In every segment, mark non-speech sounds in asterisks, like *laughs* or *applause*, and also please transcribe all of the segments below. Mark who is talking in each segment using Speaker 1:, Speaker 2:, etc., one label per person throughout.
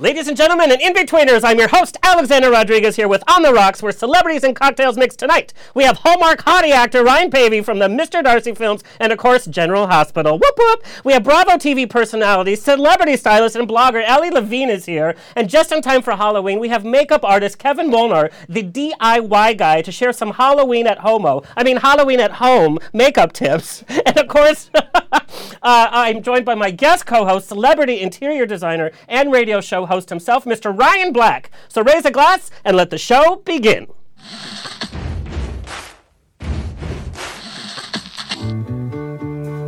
Speaker 1: Ladies and gentlemen and in-betweeners, I'm your host, Alexander Rodriguez, here with On the Rocks, where celebrities and cocktails mix tonight. We have Hallmark hottie actor Ryan Pavey from the Mr. Darcy films and, of course, General Hospital. Whoop whoop! We have Bravo TV personality, celebrity stylist, and blogger Ellie Levine is here. And just in time for Halloween, we have makeup artist Kevin Molnar, the DIY guy, to share some Halloween at Homo, I mean Halloween at Home makeup tips. *laughs* And, of course... Uh, I'm joined by my guest co host, celebrity interior designer and radio show host himself, Mr. Ryan Black. So raise a glass and let the show begin.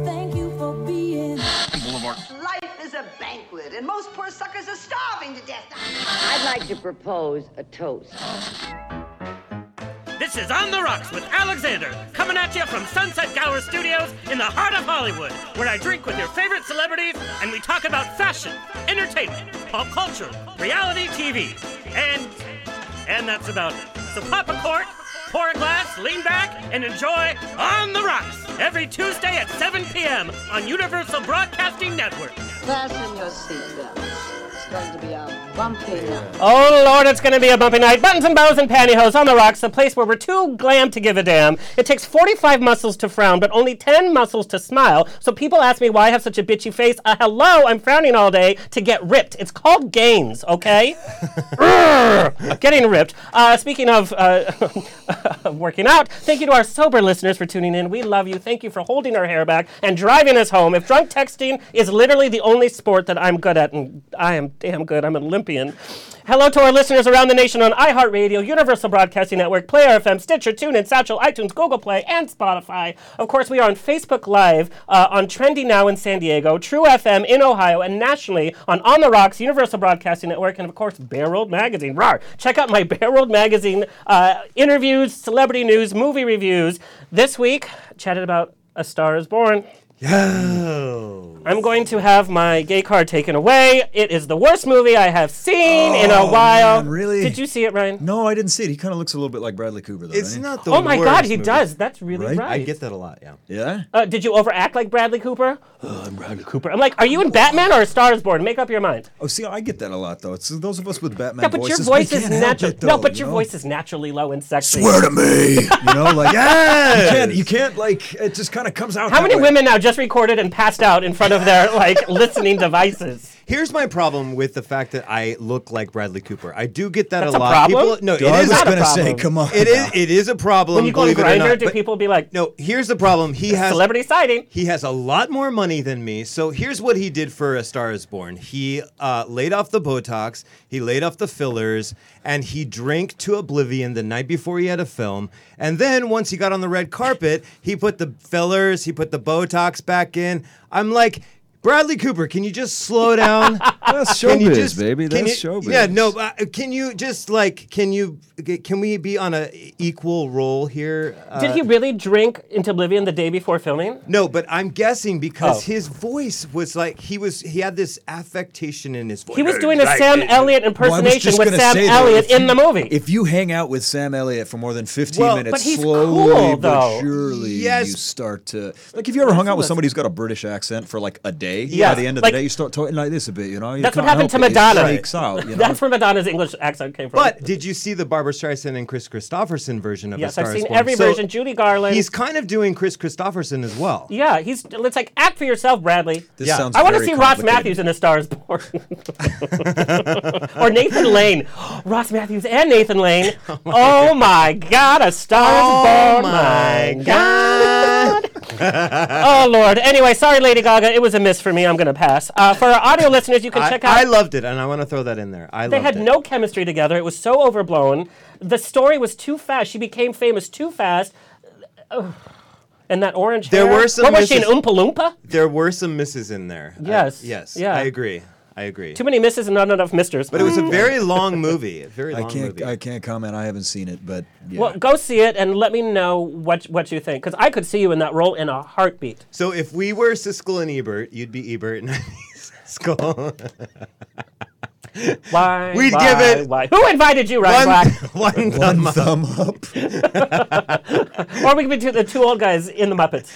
Speaker 2: Thank you for being.
Speaker 3: Boulevard.
Speaker 4: Life is a banquet, and most poor suckers are starving to death.
Speaker 5: I'd like to propose a toast.
Speaker 1: This is On the Rocks with Alexander, coming at you from Sunset Gower Studios in the heart of Hollywood, where I drink with your favorite celebrities and we talk about fashion, entertainment, pop culture, reality TV, and and that's about it. So pop a cork, pour a glass, lean back, and enjoy On the Rocks every Tuesday at 7 p.m. on Universal Broadcasting Network.
Speaker 6: Fasten your seatbelts. It's going to be a bumpy night.
Speaker 1: Oh lord, it's gonna be a bumpy night. Buttons and bows and pantyhose on the rocks, the place where we're too glam to give a damn. It takes 45 muscles to frown, but only 10 muscles to smile. So people ask me why I have such a bitchy face. Uh, hello, I'm frowning all day to get ripped. It's called gains, okay? Urgh, Getting ripped. Uh, speaking of uh, *laughs* working out, thank you to our sober listeners for tuning in. We love you. Thank you for holding our hair back and driving us home. If drunk texting is literally the only sport that I'm good at, and I am damn good, I'm an Olympian. Hello to our listeners around the nation on iHeartRadio, Universal Broadcasting Network, Player FM, Stitcher, TuneIn, Satchel, iTunes, Google Play, and Spotify. Of course, we are on Facebook Live, uh, on Trendy Now in San Diego, True FM in Ohio, and nationally on On the Rocks, Universal Broadcasting Network, and of course, Barreled Magazine. Rawr! Check out my *laughs* Barreled Magazine uh, interviews, celebrity news, movie reviews. This week, chatted about A Star is Born.
Speaker 3: Yo.
Speaker 1: I'm going to have my gay card taken away. It is the worst movie I have seen in
Speaker 3: Oh,
Speaker 1: a while.
Speaker 7: man, really?
Speaker 1: Did you see it, Ryan?
Speaker 7: No, I didn't see it. He kind of looks a little bit like Bradley Cooper, though.
Speaker 3: It's
Speaker 7: doesn't he?
Speaker 3: not the
Speaker 1: Oh my God,
Speaker 3: worst
Speaker 1: he
Speaker 3: movie.
Speaker 1: does. That's really right.
Speaker 7: Right?
Speaker 3: I get that a lot, yeah.
Speaker 7: Yeah.
Speaker 1: Uh, did you overact like Bradley Cooper?
Speaker 7: Oh, I'm Bradley Cooper.
Speaker 1: I'm like, are you in Batman or A Star Is Born? Make up your mind.
Speaker 7: Oh, see, I get that a lot, though. It's those of us with Batman
Speaker 1: Yeah, but
Speaker 7: voices.
Speaker 1: your voice
Speaker 7: we
Speaker 1: is
Speaker 7: can't help
Speaker 1: natural.
Speaker 7: it,
Speaker 1: No,
Speaker 7: though,
Speaker 1: but
Speaker 7: you
Speaker 1: your
Speaker 7: know?
Speaker 1: voice is naturally low and sexy.
Speaker 7: Swear to me. *laughs* you know, like yeah. You can't, you can't like it. Just kind of comes out.
Speaker 1: How
Speaker 7: that
Speaker 1: many
Speaker 7: way.
Speaker 1: women now just recorded and passed out in front of
Speaker 7: *laughs*
Speaker 1: their like listening devices?
Speaker 3: Here's my problem with the fact that I look like Bradley Cooper. I do get that
Speaker 1: That's
Speaker 3: a
Speaker 1: a
Speaker 3: lot.
Speaker 1: problem?
Speaker 3: People, no,
Speaker 1: Dude,
Speaker 3: it
Speaker 7: I
Speaker 3: is.
Speaker 7: was
Speaker 1: not a
Speaker 7: gonna say,
Speaker 1: problem.
Speaker 7: come on.
Speaker 3: it
Speaker 7: now.
Speaker 3: is. It is a problem.
Speaker 1: When you go on
Speaker 3: believe it or
Speaker 1: Grinder,
Speaker 3: not,
Speaker 1: do
Speaker 3: but-
Speaker 1: people be like,
Speaker 3: No, here's the problem. He has
Speaker 1: celebrity sighting?
Speaker 3: He has a lot more money than me. So here's what he did for A Star Is Born. He uh, laid off the Botox, he laid off the fillers, and he drank to oblivion the night before he had a film. And then once he got on the red carpet, he put the fillers, he put the Botox back in. I'm like. Bradley Cooper, can you just
Speaker 7: *laughs*
Speaker 3: slow down?
Speaker 7: That's
Speaker 3: Can you
Speaker 7: showbiz,
Speaker 3: just-
Speaker 7: baby.
Speaker 3: can
Speaker 7: That's
Speaker 3: you-
Speaker 7: showbiz.
Speaker 3: Yeah, no, but, uh, can you just like, can you, can we be on a equal role here? Uh,
Speaker 1: Did he really drink into oblivion the day before filming?
Speaker 3: no, but I'm guessing because
Speaker 1: Oh.
Speaker 3: his voice was like he was he had this affectation in his voice.
Speaker 1: He was doing a Sam Elliott
Speaker 7: Well, I was
Speaker 1: impersonation
Speaker 7: just
Speaker 1: with
Speaker 7: gonna
Speaker 1: Sam
Speaker 7: say, though,
Speaker 1: Elliott
Speaker 7: if
Speaker 1: in
Speaker 7: you-
Speaker 1: the movie.
Speaker 7: If you hang out with Sam Elliott for more than 15
Speaker 3: Well,
Speaker 7: minutes,
Speaker 1: but he's
Speaker 7: slowly
Speaker 1: cool, though.
Speaker 7: but surely
Speaker 3: Yes.
Speaker 7: you start to like. If you ever hung out with somebody who's got a British accent for like a day,
Speaker 1: Yeah,
Speaker 7: by the end of
Speaker 1: like-
Speaker 7: the day, you start talking like this a bit. You know, You
Speaker 1: That's what
Speaker 7: can't
Speaker 1: happened to
Speaker 7: help it.
Speaker 1: Madonna.
Speaker 7: It shakes out.
Speaker 1: *laughs*
Speaker 7: You know?
Speaker 1: That's where Madonna's English accent came from.
Speaker 3: But did you see the Barbara Streisand and Chris Christopherson version of
Speaker 1: yes,
Speaker 3: A Star
Speaker 1: I've
Speaker 3: Is
Speaker 1: seen
Speaker 3: Born?
Speaker 1: every
Speaker 3: So
Speaker 1: version. Judy Garland.
Speaker 3: He's kind of doing Chris Christopherson as well.
Speaker 1: yeah, he's. It's like act for yourself, Bradley.
Speaker 7: This
Speaker 3: Yeah.
Speaker 7: sounds
Speaker 1: I want to
Speaker 7: very
Speaker 1: see Ross
Speaker 7: complicated.
Speaker 1: Matthews in A Star Is Born, *laughs* or Nathan Lane. *gasps* Ross Matthews and Nathan
Speaker 3: *laughs*
Speaker 1: Lane. Oh my, God, A Star
Speaker 3: Oh
Speaker 1: Is
Speaker 7: Oh
Speaker 1: Born. My God. oh Lord. Anyway, sorry, Lady Gaga. It was a miss for me. I'm gonna pass. Uh, for our audio listeners, you can
Speaker 3: *laughs* I,
Speaker 1: check out.
Speaker 3: I loved it, and I want to throw that in there. I
Speaker 1: They
Speaker 3: loved
Speaker 1: had
Speaker 3: it.
Speaker 1: no chemistry together. It was so overblown. The story was too fast. She became famous too fast. *sighs* Ugh. And that orange
Speaker 3: There
Speaker 1: hair.
Speaker 3: were some
Speaker 1: What was she, an
Speaker 3: misses.
Speaker 1: Oompa Loompa?
Speaker 3: There were some misses in there. I-
Speaker 1: Yes,
Speaker 3: yes.
Speaker 1: yeah.
Speaker 3: I agree. I agree.
Speaker 1: Too many Mm. misses and not enough misters.
Speaker 3: But it was a very long movie. A very
Speaker 7: I
Speaker 3: long
Speaker 7: can't.
Speaker 3: movie.
Speaker 7: I can't comment. I haven't seen it, but yeah.
Speaker 1: Well, go see it and let me know what what you think, because I could see you in that role in a heartbeat.
Speaker 3: So if we were Siskel and Ebert, you'd be Ebert and *laughs* I'd be Siskel.
Speaker 1: Why?
Speaker 3: We'd
Speaker 1: why,
Speaker 3: give it
Speaker 1: Why? Who invited you, Ryan
Speaker 3: one,
Speaker 1: *laughs* Black?
Speaker 3: one
Speaker 7: One
Speaker 1: *laughs*
Speaker 7: thumb up.
Speaker 1: Or we could be two, the
Speaker 3: Ah!
Speaker 1: two old guys in the Muppets.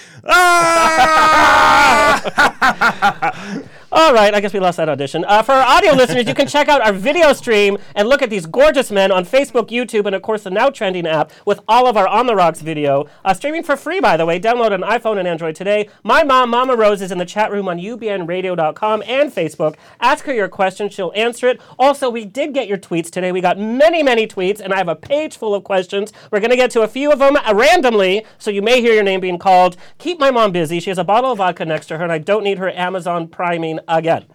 Speaker 1: All right, I guess we lost that audition. Uh, for our
Speaker 3: *laughs*
Speaker 1: audio listeners, you can check out our video stream and look at these gorgeous men on Facebook, YouTube, and of course the Now Trending app with all of our On the Rocks video. Uh, streaming for free, by the way. Download an iPhone and Android today. My mom, Mama Rose, is in the chat room on ubnradio.com and Facebook. Ask her your question, she'll answer it. Also, we did get your tweets today. We got many, many tweets, and I have a page full of questions. We're going to get to a few of them uh, randomly, so you may hear your name being called. Keep my mom busy. She has a bottle of vodka next to her, and I don't need her Amazon priming again.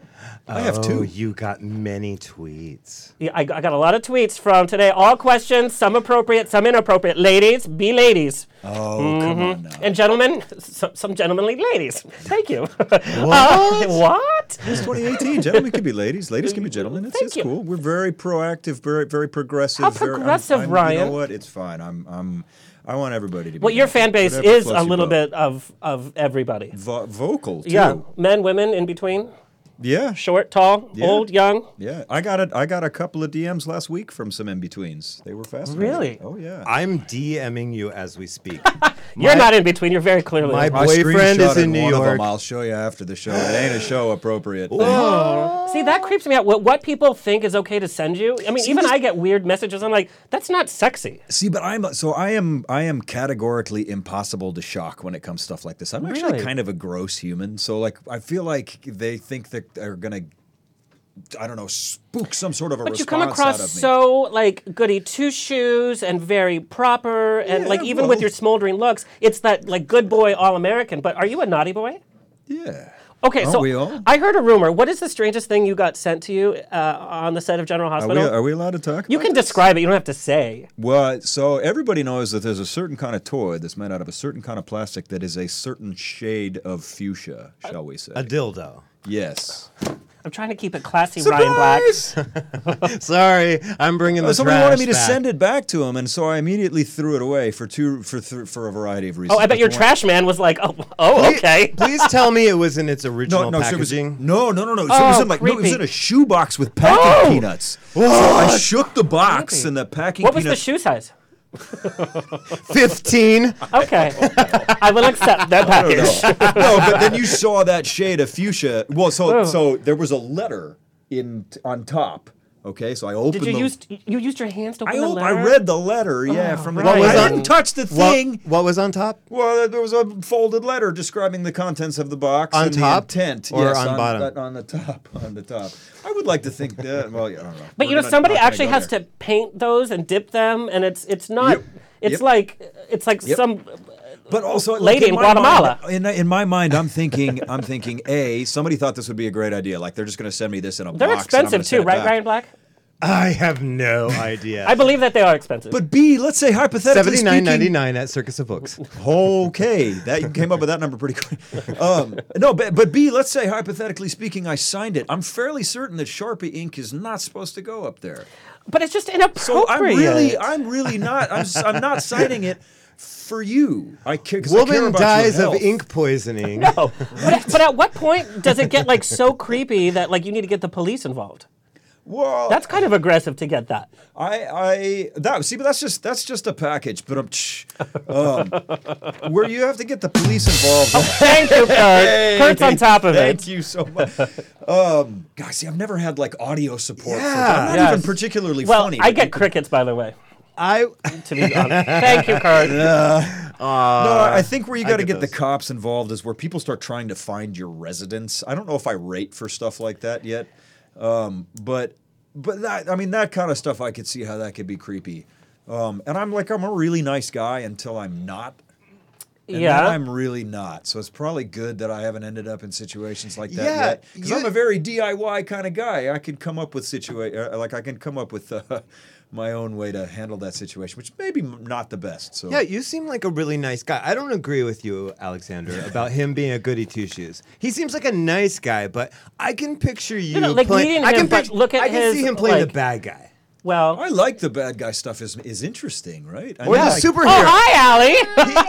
Speaker 7: I have
Speaker 3: Oh,
Speaker 7: two.
Speaker 3: you got many tweets.
Speaker 1: Yeah, I, I got a lot of tweets from today. All questions, some appropriate, some inappropriate. Ladies, be ladies.
Speaker 7: Oh, come on now.
Speaker 1: Mm-hmm. And gentlemen, some, some gentlemanly ladies. Thank you. *laughs* What? Uh, what?
Speaker 7: It's 2018. Gentlemen can be ladies. Ladies can be gentlemen. It's, it's
Speaker 1: you.
Speaker 7: cool. We're very proactive, very very progressive.
Speaker 1: How
Speaker 7: very- I'm-
Speaker 1: progressive,
Speaker 7: I'm- You
Speaker 1: Ryan?
Speaker 7: know what? It's fine. I'm I'm I want everybody to be.
Speaker 1: Well, your
Speaker 7: happy.
Speaker 1: fan base
Speaker 7: Whatever
Speaker 1: is a
Speaker 7: floats your
Speaker 1: little
Speaker 7: boat.
Speaker 1: bit of, of everybody.
Speaker 7: Vo- vocal. Too.
Speaker 1: Yeah, men, women, in between,
Speaker 7: Yeah. Sure.
Speaker 1: short, tall,
Speaker 7: Yeah.
Speaker 1: old, young.
Speaker 7: Yeah. I got a, I got a couple of DMs last week from some in betweens. They were fascinating.
Speaker 1: Really?
Speaker 7: Oh yeah.
Speaker 3: I'm DMing you as we speak.
Speaker 1: You're not in between. You're very clearly.
Speaker 3: my-
Speaker 1: in.
Speaker 7: I
Speaker 3: Boyfriend is
Speaker 7: screenshotted
Speaker 3: in New
Speaker 7: one of
Speaker 3: York.
Speaker 7: them. I'll show you after the show. It ain't a show appropriate.
Speaker 1: See, that creeps me out. What, what people think is okay to send you. I mean, even I get weird messages. I'm like, that's not sexy.
Speaker 7: See, but I'm so I am I am categorically impossible to shock when it comes to stuff like this. I'm
Speaker 1: Really?
Speaker 7: actually kind of a gross human, so like I feel like they think that they're gonna, I don't know, spook some sort of a
Speaker 1: But you
Speaker 7: response
Speaker 1: come across
Speaker 7: out of me.
Speaker 1: so like goody two shoes and very proper, and
Speaker 7: Yeah,
Speaker 1: like even with
Speaker 7: well-
Speaker 1: your smoldering looks, it's that like good boy all American. But are you a naughty boy?
Speaker 7: yeah.
Speaker 1: Okay,
Speaker 7: Aren't
Speaker 1: so
Speaker 7: we all?
Speaker 1: I heard a rumor. What is the strangest thing you got sent to you uh, on the set of General
Speaker 7: Are we,
Speaker 1: Hospital?
Speaker 7: are we allowed to talk?
Speaker 1: you
Speaker 7: about
Speaker 1: can
Speaker 7: this?
Speaker 1: describe it. You don't have to say.
Speaker 7: Well, so everybody knows that there's a certain kind of toy that's made out of a certain kind of plastic that is a certain shade of fuchsia, shall we say?
Speaker 3: A dildo.
Speaker 7: yes.
Speaker 1: I'm trying to keep it classy, Ryan Black.
Speaker 3: Sorry, I'm bringing the
Speaker 7: Oh, Somebody wanted
Speaker 3: trash
Speaker 7: me to
Speaker 3: back.
Speaker 7: send it back to him, and so I immediately threw it away for two for th- for a variety of reasons.
Speaker 1: Oh, I bet
Speaker 7: But
Speaker 1: your
Speaker 7: the one-
Speaker 1: trash man was like, oh, oh, okay.
Speaker 3: Please tell me it was in its original
Speaker 7: so it was-
Speaker 3: packaging.
Speaker 7: *laughs* no, no, no, no. So it was
Speaker 1: Oh,
Speaker 7: in like no, it was
Speaker 1: creepy. Oh!
Speaker 7: in a shoebox with packing peanuts. So I shook the box
Speaker 1: Creepy.
Speaker 7: and the packing
Speaker 1: What was the
Speaker 7: peanuts.
Speaker 1: shoe size?
Speaker 3: 15.
Speaker 1: Okay, I will accept
Speaker 7: *laughs*
Speaker 1: that package. Oh.
Speaker 7: no, but then you saw that shade of fuchsia. Well, so so there was a letter in on top. Okay, so I opened.
Speaker 1: Did you
Speaker 7: the,
Speaker 1: use you used your hands to open
Speaker 7: I
Speaker 1: the
Speaker 7: op- I
Speaker 1: letter? Oh,
Speaker 7: read the letter. Yeah, from the.
Speaker 1: What was
Speaker 7: I
Speaker 1: on-
Speaker 7: didn't touch the
Speaker 3: What,
Speaker 7: thing.
Speaker 3: what was on top?
Speaker 7: Well, there was a folded letter describing the contents of the box
Speaker 3: On
Speaker 7: and
Speaker 3: top
Speaker 7: the intent.
Speaker 3: or
Speaker 7: yes,
Speaker 3: on bottom?
Speaker 7: but on the top. *laughs* On the top. I would like to think that. Well, yeah, I don't know.
Speaker 1: But you know, somebody actually has to paint those and dip them, and it's it's not.
Speaker 7: Yep.
Speaker 1: It's
Speaker 7: Yep.
Speaker 1: like it's like
Speaker 7: Yep.
Speaker 1: some.
Speaker 7: But also, like,
Speaker 1: Lady in
Speaker 7: my
Speaker 1: Guatemala.
Speaker 7: mind- in, in my mind, I'm thinking, *laughs* I'm thinking, a somebody thought this would be a great idea. Like they're just going to send me this in a
Speaker 1: They're
Speaker 7: box. and I'm
Speaker 1: expensive
Speaker 7: gonna send
Speaker 1: too,
Speaker 7: it
Speaker 1: right,
Speaker 7: back.
Speaker 1: Ryan Black?
Speaker 3: I have no idea.
Speaker 1: I believe that they are expensive.
Speaker 7: But B, let's say hypothetically
Speaker 3: Seventy nine ninety
Speaker 7: speaking,
Speaker 3: nine at Circus of Books.
Speaker 7: okay, that you came up with that number
Speaker 3: *laughs*
Speaker 7: pretty quick. Um, no, but but B, let's say hypothetically speaking, I signed it. I'm fairly certain that Sharpie ink is not supposed to go up there.
Speaker 1: but it's just
Speaker 7: So
Speaker 1: inappropriate.
Speaker 7: I'm really, *laughs* I'm really not. I'm, s- I'm not signing it for you. I care. 'cause I care
Speaker 3: Woman
Speaker 7: about your
Speaker 3: dies of
Speaker 7: health.
Speaker 3: ink poisoning.
Speaker 7: Oh.
Speaker 1: no. But at, but at what point does it get like so creepy that like you need to get the police involved?
Speaker 7: Well,
Speaker 1: That's kind of aggressive to get that.
Speaker 7: I, I that see, but that's just that's just a package. But um, where you have to get the police involved.
Speaker 1: Thank you, Kurt.
Speaker 7: Hey,
Speaker 1: Kurt's Oh, on top of
Speaker 7: Thank
Speaker 1: it.
Speaker 7: you so much. Um, God, see, I've never had like audio support. for-
Speaker 3: Yeah.
Speaker 7: I'm not
Speaker 1: Yes.
Speaker 7: even particularly
Speaker 1: Well,
Speaker 7: funny.
Speaker 1: I
Speaker 7: but
Speaker 1: get
Speaker 7: people-
Speaker 1: crickets, by the way.
Speaker 3: I
Speaker 1: To be
Speaker 7: *laughs*
Speaker 1: honest. Thank you, Kurt.
Speaker 7: No, I think where you got to
Speaker 3: Uh, get
Speaker 7: get, the
Speaker 3: those.
Speaker 7: cops involved is where people start trying to find your residence. I don't know if I rate for stuff like that yet, um, but but that I mean that kind of stuff I could see how that could be creepy. Um, and I'm like I'm a really nice guy until I'm not. And
Speaker 1: yeah.
Speaker 7: then I'm really not. So it's probably good that I haven't ended up in situations like that
Speaker 3: Yeah,
Speaker 7: yet. Because I'm
Speaker 3: you-
Speaker 7: a very DIY kind of guy. I could come up with situa- uh, like I can come up with uh, *laughs* my own way to handle that situation, which maybe m- not the best. So
Speaker 3: yeah, you seem like a really nice guy. I don't agree with you, Alexander, about him being a goody two shoes. He seems like a nice guy, but I can picture you
Speaker 1: no, like,
Speaker 3: playing.
Speaker 1: meeting
Speaker 3: I can
Speaker 1: him, but
Speaker 3: pict-
Speaker 1: look at
Speaker 3: I can see
Speaker 1: his,
Speaker 3: him playing
Speaker 1: like-
Speaker 3: the bad guy
Speaker 1: well.
Speaker 7: I like the bad guy stuff is is interesting, right? I
Speaker 3: or
Speaker 7: mean,
Speaker 3: the
Speaker 7: *laughs* like-
Speaker 1: oh,
Speaker 3: superhero.
Speaker 1: hi,
Speaker 7: *laughs*
Speaker 1: Allie.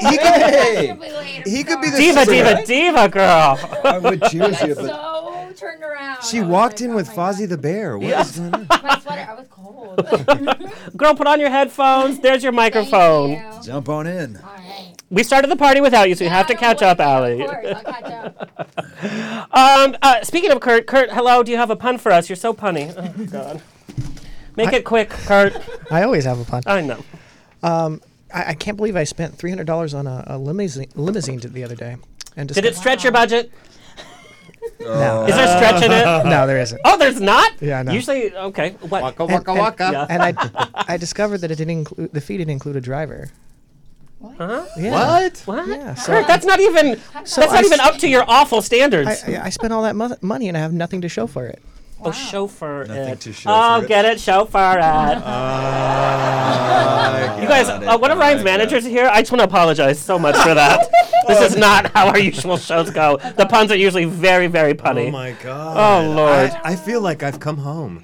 Speaker 3: he, he could, he could be the
Speaker 1: Diva,
Speaker 3: superhero.
Speaker 1: diva, diva, girl.
Speaker 7: I would choose you, but
Speaker 2: so turned around.
Speaker 3: She
Speaker 2: I was
Speaker 3: walked
Speaker 2: like,
Speaker 3: in
Speaker 2: oh
Speaker 3: with
Speaker 2: my
Speaker 3: Fozzie the bear. What is going on?
Speaker 2: God. My sweater. I was *laughs* cold. Thank
Speaker 1: Girl, put on your headphones. There's your microphone.
Speaker 2: you.
Speaker 7: jump on in.
Speaker 2: All right.
Speaker 1: We started the party without you, so you have to
Speaker 2: of
Speaker 1: catch
Speaker 2: course,
Speaker 1: up, Allie.
Speaker 2: Of course, I'll catch *laughs* up.
Speaker 1: Um, uh, speaking of Kurt, Kurt, hello. Do you have a pun for us? You're so punny.
Speaker 7: *laughs*
Speaker 1: Oh God. Make it quick, Kurt.
Speaker 8: I always have a pun.
Speaker 1: I know.
Speaker 8: I, I can't believe I spent three hundred dollars on a, a limousine, limousine t- the other day. And
Speaker 1: Did it
Speaker 8: discovered-
Speaker 1: stretch your budget?
Speaker 8: No,
Speaker 1: Is there stretch in
Speaker 7: *laughs*
Speaker 1: it?
Speaker 8: no, there isn't.
Speaker 1: Oh, there's not.
Speaker 8: Yeah, no.
Speaker 1: Usually, okay. What?
Speaker 3: Waka waka
Speaker 8: and-
Speaker 3: waka.
Speaker 1: *laughs* Yeah.
Speaker 8: And I, I discovered that it didn't include the fee didn't include a driver.
Speaker 1: Huh?
Speaker 8: Yeah.
Speaker 3: What?
Speaker 1: What?
Speaker 8: Yeah, so-
Speaker 1: Kurt, that's not even. that's
Speaker 8: I
Speaker 1: not even
Speaker 8: s-
Speaker 1: up to your awful standards.
Speaker 8: I, I- I spent all that mo- money and I have nothing to show for it.
Speaker 1: Oh, chauffeur
Speaker 7: Nothing
Speaker 1: it.
Speaker 7: to
Speaker 1: oh,
Speaker 7: chauffeur it.
Speaker 1: get it, chauffeur it. *laughs* you guys, uh, one of Ryan's managers here. I just want to apologize so much for that. this is not how our usual shows go. The puns are usually very, very punny.
Speaker 3: Oh my god.
Speaker 1: Oh, Lord.
Speaker 3: I, I feel like I've come home.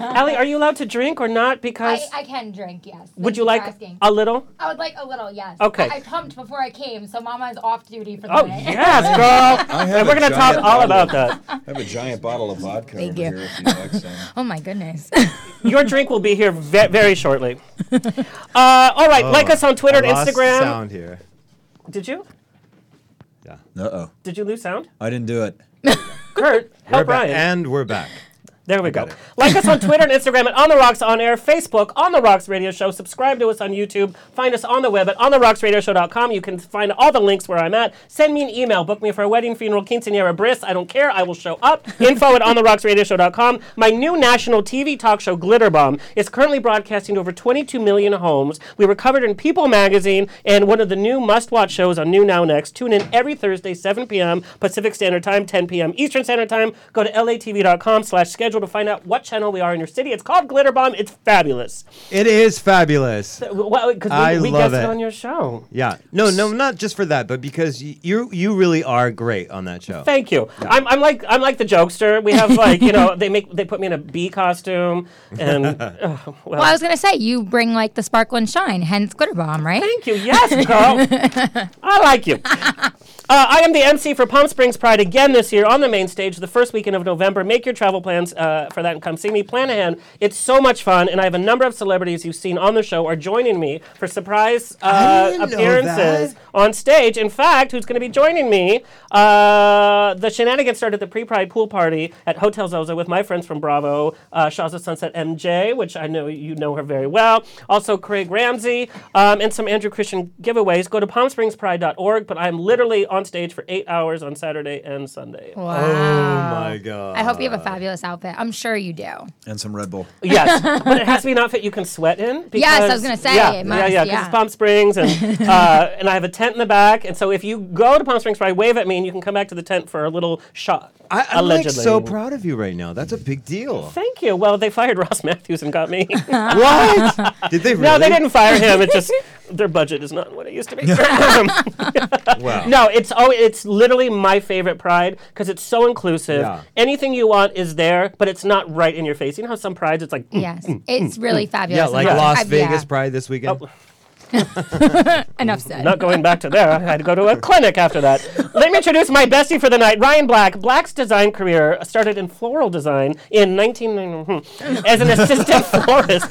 Speaker 1: Allie, are you allowed to drink or not? Because
Speaker 2: I, I can drink, yes.
Speaker 1: would
Speaker 2: Thank
Speaker 1: you
Speaker 2: for
Speaker 1: like
Speaker 2: asking.
Speaker 1: a little?
Speaker 2: I would like a little, yes.
Speaker 1: Okay.
Speaker 2: I, I pumped before I came, so Mama's off duty for the
Speaker 1: Oh
Speaker 2: night. *laughs*
Speaker 1: yes, girl.
Speaker 7: I have
Speaker 1: and we're
Speaker 7: a
Speaker 1: gonna talk
Speaker 7: giant
Speaker 1: all
Speaker 7: bottle
Speaker 1: about
Speaker 7: of-
Speaker 1: that.
Speaker 7: I have a giant bottle of vodka
Speaker 2: Thank
Speaker 7: over
Speaker 2: you.
Speaker 7: here if you'd like some.
Speaker 2: Oh my *laughs* goodness.
Speaker 1: Your drink will be here ve- very shortly. Uh, all right, like us on Twitter
Speaker 3: Oh, I
Speaker 1: and
Speaker 3: lost
Speaker 1: Instagram.
Speaker 3: Sound here.
Speaker 1: Did you?
Speaker 7: *laughs* Uh-oh.
Speaker 1: Did you lose sound?
Speaker 7: I didn't do it.
Speaker 1: Kurt,
Speaker 3: We're
Speaker 1: help
Speaker 3: back,
Speaker 1: Ryan.
Speaker 3: and we're back.
Speaker 1: There we go.
Speaker 3: got it.
Speaker 1: Like us on Twitter and Instagram at On the Rocks On Air, Facebook, On the Rocks Radio Show. Subscribe to us on YouTube. Find us on the web at ontherocks.radioshow.com. You can find all the links where I'm at. Send me an email. Book me for a wedding, funeral, quinceanera, bris. I don't care. I will show up. Info at ontherocks.radioshow.com. My new national TV talk show, Glitter Bomb, is currently broadcasting to over 22 million homes. We were covered in People Magazine and one of the new must-watch shows on New Now Next. Tune in every Thursday, 7 p.m. Pacific Standard Time, 10 p.m. Eastern Standard Time. Go to latv.com slash schedule to find out what channel we are in your city. It's called Glitter Bomb. It's fabulous.
Speaker 3: It is fabulous.
Speaker 1: Well, because
Speaker 3: I
Speaker 1: we, we
Speaker 3: love
Speaker 1: guessed it.
Speaker 3: it.
Speaker 1: on your show.
Speaker 3: Yeah. No, no, not just for that, but because y- you you really are great on that show.
Speaker 1: Thank you. I'm, I'm like I'm like the jokester. We have like you know they make they put me in a bee costume and
Speaker 3: *laughs*
Speaker 1: uh, well,
Speaker 2: well, I was going to say, you bring like the sparkle and shine, hence Glitter Bomb, right?
Speaker 1: Thank you. Yes, girl. I like you. Uh, I am the MC for Palm Springs Pride again this year on the main stage, the first weekend of November. Make your travel plans uh, for that and come see me. Plan ahead. It's so much fun, and I have a number of celebrities you've seen on the show are joining me for surprise
Speaker 3: I
Speaker 1: uh,
Speaker 3: didn't know
Speaker 1: appearances
Speaker 3: that.
Speaker 1: on stage. In fact, who's going to be joining me? Uh, the shenanigans started the pre-pride pool party at Hotel Zozo with my friends from Bravo, uh, Shaws of Sunset MJ, which I know you know her very well. Also Craig Ramsey um, and some Andrew Christian giveaways. Go to palmspringspride.org, but I'm literally on stage for eight hours on Saturday and Sunday.
Speaker 2: Wow.
Speaker 3: Oh my god.
Speaker 2: I hope you have a fabulous outfit. I'm sure you *laughs* do.
Speaker 7: And some Red Bull.
Speaker 2: *laughs*
Speaker 1: Yes, but it has to be an outfit you can sweat in. Because,
Speaker 2: Yes, I was gonna say,
Speaker 1: Yeah,
Speaker 2: it
Speaker 1: yeah,
Speaker 2: must,
Speaker 1: yeah, 'cause
Speaker 2: yeah.
Speaker 1: it's Palm Springs,
Speaker 2: *laughs*
Speaker 1: and uh, and I have a tent in the back, and so if you go to Palm Springs, probably wave at me, and you can come back to the tent for a little shot.
Speaker 3: I, I'm like
Speaker 1: allegedly.
Speaker 3: so proud of you right now. That's a big deal.
Speaker 1: Thank you. Well, they fired *laughs* Ross Matthews and got
Speaker 2: *laughs*
Speaker 1: me.
Speaker 3: what? *laughs* Did they
Speaker 1: *laughs*
Speaker 3: really?
Speaker 1: No, they didn't fire him. It
Speaker 3: *laughs*
Speaker 1: just their budget is not what it used to be. Um,
Speaker 3: Wow.
Speaker 1: No, it's oh, it's literally my favorite Pride because it's so inclusive.
Speaker 3: Yeah.
Speaker 1: Anything you want is there, but it's not right in your face. You know how some Prides, it's like. mm,
Speaker 2: Yes. It's really fabulous.
Speaker 3: Yeah, like
Speaker 2: I'm-
Speaker 3: Las
Speaker 2: I've-
Speaker 3: Vegas
Speaker 2: yeah.
Speaker 3: Pride this weekend.
Speaker 1: Oh.
Speaker 2: Enough said.
Speaker 1: not going back to there. I had to go to a clinic after that. Let me introduce my bestie for the night, Ryan Black. Black's design career started in floral design in 1990 as an assistant *laughs* florist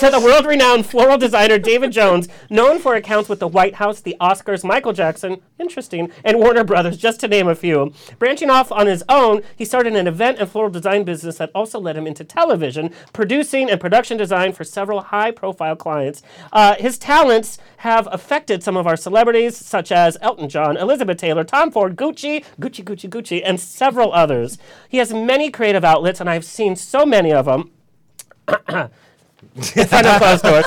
Speaker 1: to the world-renowned floral designer David Jones, known for accounts with the White House, the Oscars, Michael Jackson, interesting, and Warner Brothers, just to name a few. Branching off on his own, he started an event and floral design business that also led him into television, producing and production design for several high-profile clients. Uh, his talents have affected some of our celebrities, such as Elton John, Elizabeth Taylor, Tom Ford, Gucci, Gucci, Gucci, Gucci, and several others. He has many creative outlets, and I've seen so many of them. *coughs* In front of closed doors.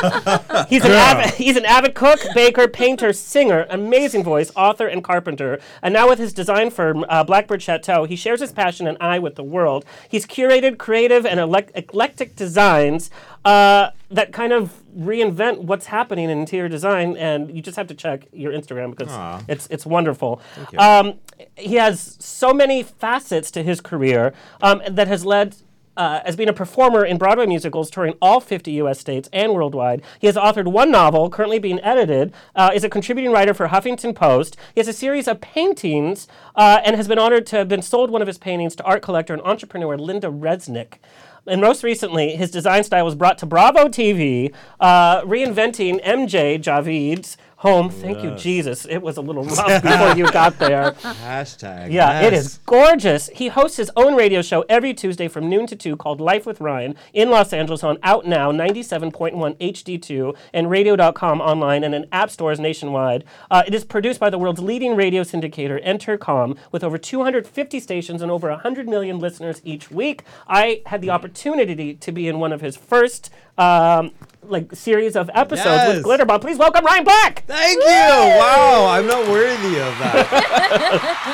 Speaker 1: He's an, avid, he's an avid cook, baker, painter, singer, amazing voice, author, and carpenter. And now with his design firm, uh, Blackbird Chateau, he shares his passion and eye with the world. He's curated creative and elec- eclectic designs uh, that kind of reinvent what's happening in interior design. And you just have to check your Instagram because
Speaker 3: Aw.
Speaker 1: it's it's wonderful. Um, he has so many facets to his career um, that has led. Uh, as being a performer in Broadway musicals touring all 50 U.S. states and worldwide, he has authored one novel currently being edited. Uh, is a contributing writer for Huffington Post. He has a series of paintings uh, and has been honored to have been sold one of his paintings to art collector and entrepreneur Linda Resnick. And most recently, his design style was brought to Bravo TV, uh, reinventing MJ Javid's home. Thank you, Jesus. It was a little rough before you got there.
Speaker 3: Hashtag.
Speaker 1: Yeah, it
Speaker 3: yes.
Speaker 1: is gorgeous. He hosts his own radio show every Tuesday from noon to 2 called Life with Ryan in Los Angeles on Out Now 97.1 HD2 and radio.com online and in app stores nationwide. Uh, it is produced by the world's leading radio syndicator, Entercom, with over 250 stations and over 100 million listeners each week. I had the opportunity to be in one of his first. Um, like series of episodes with
Speaker 3: Yes.
Speaker 1: Glitterbomb. Please welcome Ryan Black.
Speaker 3: Thank you. Wow, I'm not worthy of
Speaker 1: *laughs*
Speaker 3: that.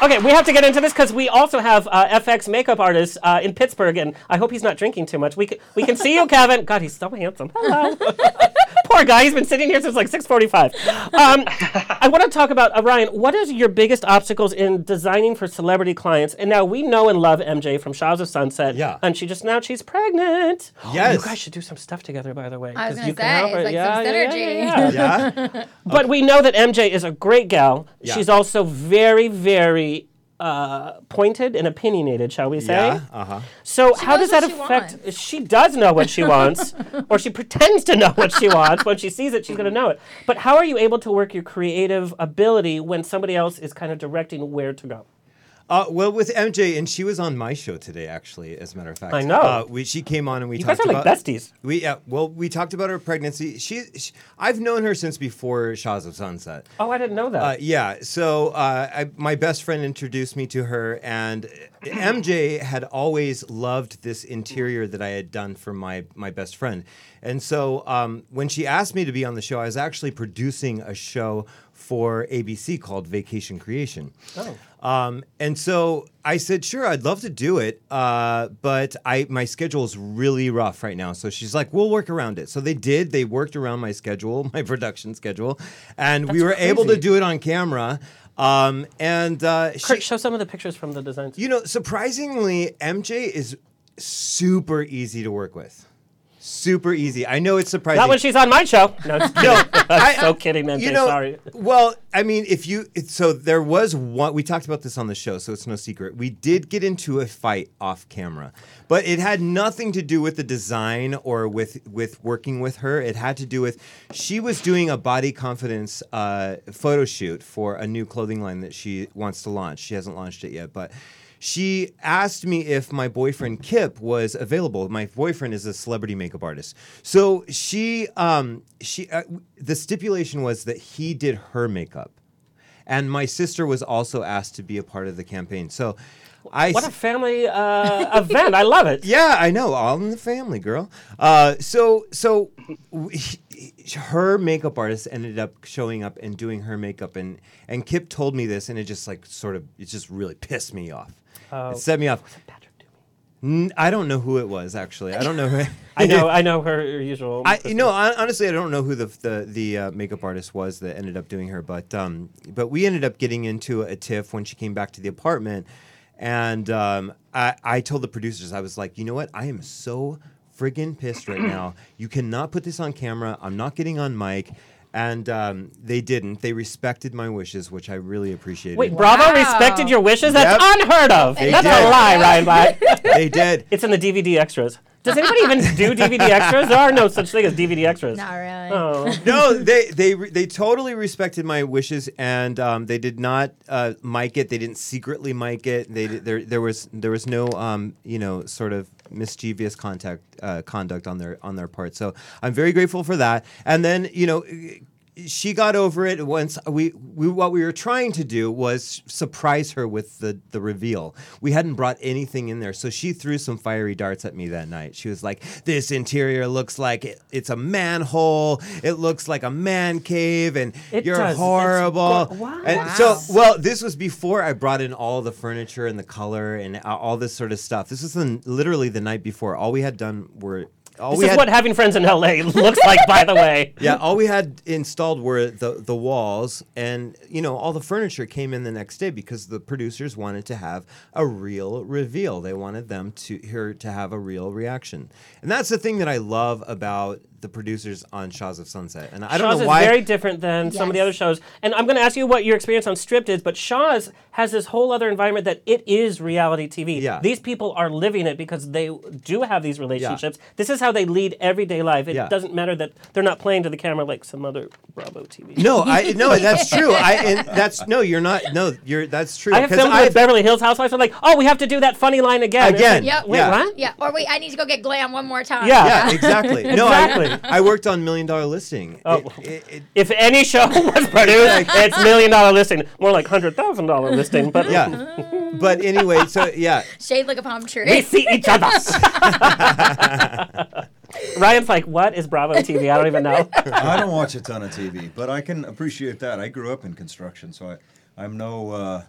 Speaker 1: Okay, we have to get into this because we also have uh, FX makeup artist uh, in Pittsburgh, and I hope he's not drinking too much. We can, we can
Speaker 2: *laughs*
Speaker 1: see you, Kevin. God, he's so handsome. Hello. *laughs* Poor guy. He's been sitting here since like 6:45. Um, I want to talk about uh, Ryan. What is your biggest obstacles in designing for celebrity clients? And now we know and love MJ from Shaws of Sunset.
Speaker 3: Yeah.
Speaker 1: And she just now she's pregnant.
Speaker 3: Yes.
Speaker 1: You guys should do some stuff together, by the way.
Speaker 2: I
Speaker 1: 'cause
Speaker 2: was gonna
Speaker 1: you can
Speaker 2: say,
Speaker 1: help
Speaker 2: it's
Speaker 1: her.
Speaker 2: like some synergy.
Speaker 3: yeah.
Speaker 1: But we know that MJ is a great gal.
Speaker 3: Yeah.
Speaker 1: She's also very, very uh, pointed and opinionated, shall we say?
Speaker 3: Yeah. Uh huh.
Speaker 1: So how
Speaker 2: knows
Speaker 1: does that
Speaker 2: what she
Speaker 1: affect? She does know what she
Speaker 2: *laughs*
Speaker 1: wants, or she pretends to know what she wants. When she sees it, she's going to know it. But how are you able to work your creative ability when somebody else is kind of directing where to go?
Speaker 3: Uh, well, with MJ, and she was on my show today, actually. As a matter of fact,
Speaker 1: I know.
Speaker 3: Uh, we, she came on and we
Speaker 1: You guys
Speaker 3: talked
Speaker 1: are like
Speaker 3: about
Speaker 1: besties.
Speaker 3: We uh, well, we talked about her pregnancy. She, she, I've known her since before Shaws of Sunset.
Speaker 1: Oh, I didn't know that.
Speaker 3: Uh, yeah. So uh, I, my best friend introduced me to her, and MJ had always loved this interior that I had done for my my best friend. And so um, when she asked me to be on the show, I was actually producing a show for ABC called Vacation Creation. Oh. Um, and so I said, sure, I'd love to do it, uh, but I my schedule's really rough right now. So she's like, we'll work around it. So they did. They worked around my schedule, *laughs* my production schedule, and we were able to
Speaker 1: crazy.
Speaker 3: do it on camera. Um, and uh, she,
Speaker 1: Kurt, show some of the pictures from the designs.
Speaker 3: you know, surprisingly, MJ is super easy to work with. Super easy. I know it's surprising.
Speaker 1: Not when she's on my show. No, I'm just kidding. *laughs* I'm
Speaker 3: I-
Speaker 1: so kidding, MJ.
Speaker 3: you know,
Speaker 1: sorry.
Speaker 3: Well, I mean, if you it, so there was one we talked about this on the show, so it's no secret. We did get into a fight off camera, but it had nothing to do with the design or with with working with her. It had to do with she was doing a body confidence uh, photo shoot for a new clothing line that she wants to launch. She hasn't launched it yet, but. She asked me if my boyfriend Kip was available. My boyfriend is a celebrity makeup artist, so she, um, she, uh, w- the stipulation was that he did her makeup, and my sister was also asked to be a part of the campaign. So, I
Speaker 1: What a
Speaker 3: s-
Speaker 1: family uh, event. I love it.
Speaker 3: yeah, I know. All in the family, girl. Uh, so, so w- he- he- her makeup artist ended up showing up and doing her makeup, and and Kip told me this, and it just like sort of it just really pissed me off.
Speaker 1: Oh.
Speaker 3: it set me off.
Speaker 1: Patrick Doomy.
Speaker 3: N- I don't know who it was actually. I don't know who.
Speaker 1: *laughs* I know, I know her usual.
Speaker 3: *laughs* I you know hon- honestly I don't know who the the, the uh, makeup artist was that ended up doing her, but um, but we ended up getting into a tiff when she came back to the apartment, and um, I I told the producers I was like, you know what, I am so friggin' pissed right now. You cannot put this on camera. I'm not getting on mic. And um, they didn't. They respected my wishes, which I really appreciated.
Speaker 1: Wait, Bravo respected your wishes? That's
Speaker 3: Yep.
Speaker 1: unheard of. That's a
Speaker 3: did.
Speaker 1: lie, Ryan
Speaker 3: *laughs*
Speaker 1: Black.
Speaker 3: they did.
Speaker 1: it's in the DVD extras. Does anybody even do DVD extras? There are no such thing as DVD extras.
Speaker 2: Not really.
Speaker 1: Oh.
Speaker 3: *laughs* no, they they re- they totally respected my wishes, and um, they did not uh, mic it. They didn't secretly mic it. They did, there there was there was no um, you know sort of mischievous contact uh, conduct on their on their part. So I'm very grateful for that. And then you know. She got over it once we, we what we were trying to do was surprise her with the the reveal. We hadn't brought anything in there, so she threw some fiery darts at me that night. She was like, "This interior looks like it, it's a manhole. It looks like a man cave, and
Speaker 1: It
Speaker 3: you're
Speaker 1: does. It's
Speaker 3: horrible."
Speaker 1: gor- Wow.
Speaker 3: And so, well, this was before I brought in all the furniture and the color and uh, all this sort of stuff. This was the, literally the night before. All we had done were all
Speaker 1: This
Speaker 3: we
Speaker 1: is
Speaker 3: had.
Speaker 1: what having friends in LA *laughs* looks like, by the way.
Speaker 3: yeah, all we had installed were the, the walls, and you know, all the furniture came in the next day because the producers wanted to have a real reveal. They wanted them to her to have a real reaction, and that's the thing that I love about the producers on Shaws of Sunset, and I don't
Speaker 1: Shaw's
Speaker 3: know why.
Speaker 1: is very different than some of the
Speaker 2: Yes.
Speaker 1: other shows. And I'm going to ask you what your experience on Stripped is, but Shaw's has this whole other environment that it is reality TV.
Speaker 3: Yeah.
Speaker 1: These people are living it because they do have these relationships. This is how they lead everyday life. It
Speaker 3: Yeah.
Speaker 1: doesn't matter that they're not playing to the camera like some other Bravo TV.
Speaker 3: *laughs* no, I no, that's true. I and that's no, you're not. No, you're that's true.
Speaker 1: I have
Speaker 3: 'Cause
Speaker 1: filmed
Speaker 3: I've-
Speaker 1: with Beverly Hills Housewives. I'm like, oh, we have to do that funny line again. It's
Speaker 3: *laughs* Again.
Speaker 1: like,
Speaker 2: Yep.
Speaker 1: Wait,
Speaker 3: Yeah.
Speaker 1: what?
Speaker 2: Yeah, or wait, I need to go get glam one more time.
Speaker 1: Yeah.
Speaker 3: Yeah, exactly. No,
Speaker 1: Exactly.
Speaker 3: I, I worked on Million Dollar Listing.
Speaker 1: Oh.
Speaker 3: It- it- it-
Speaker 1: If any show *laughs* was produced, it's million dollar listing, more like hundred thousand dollar listing. But
Speaker 3: yeah. But anyway, so yeah,
Speaker 2: Shade like a palm tree.
Speaker 1: we see each other. *laughs* Ryan's like, what is Bravo TV? I don't even know.
Speaker 7: I don't watch a ton of TV, but I can appreciate that. I grew up in construction, so I, I'm no, uh,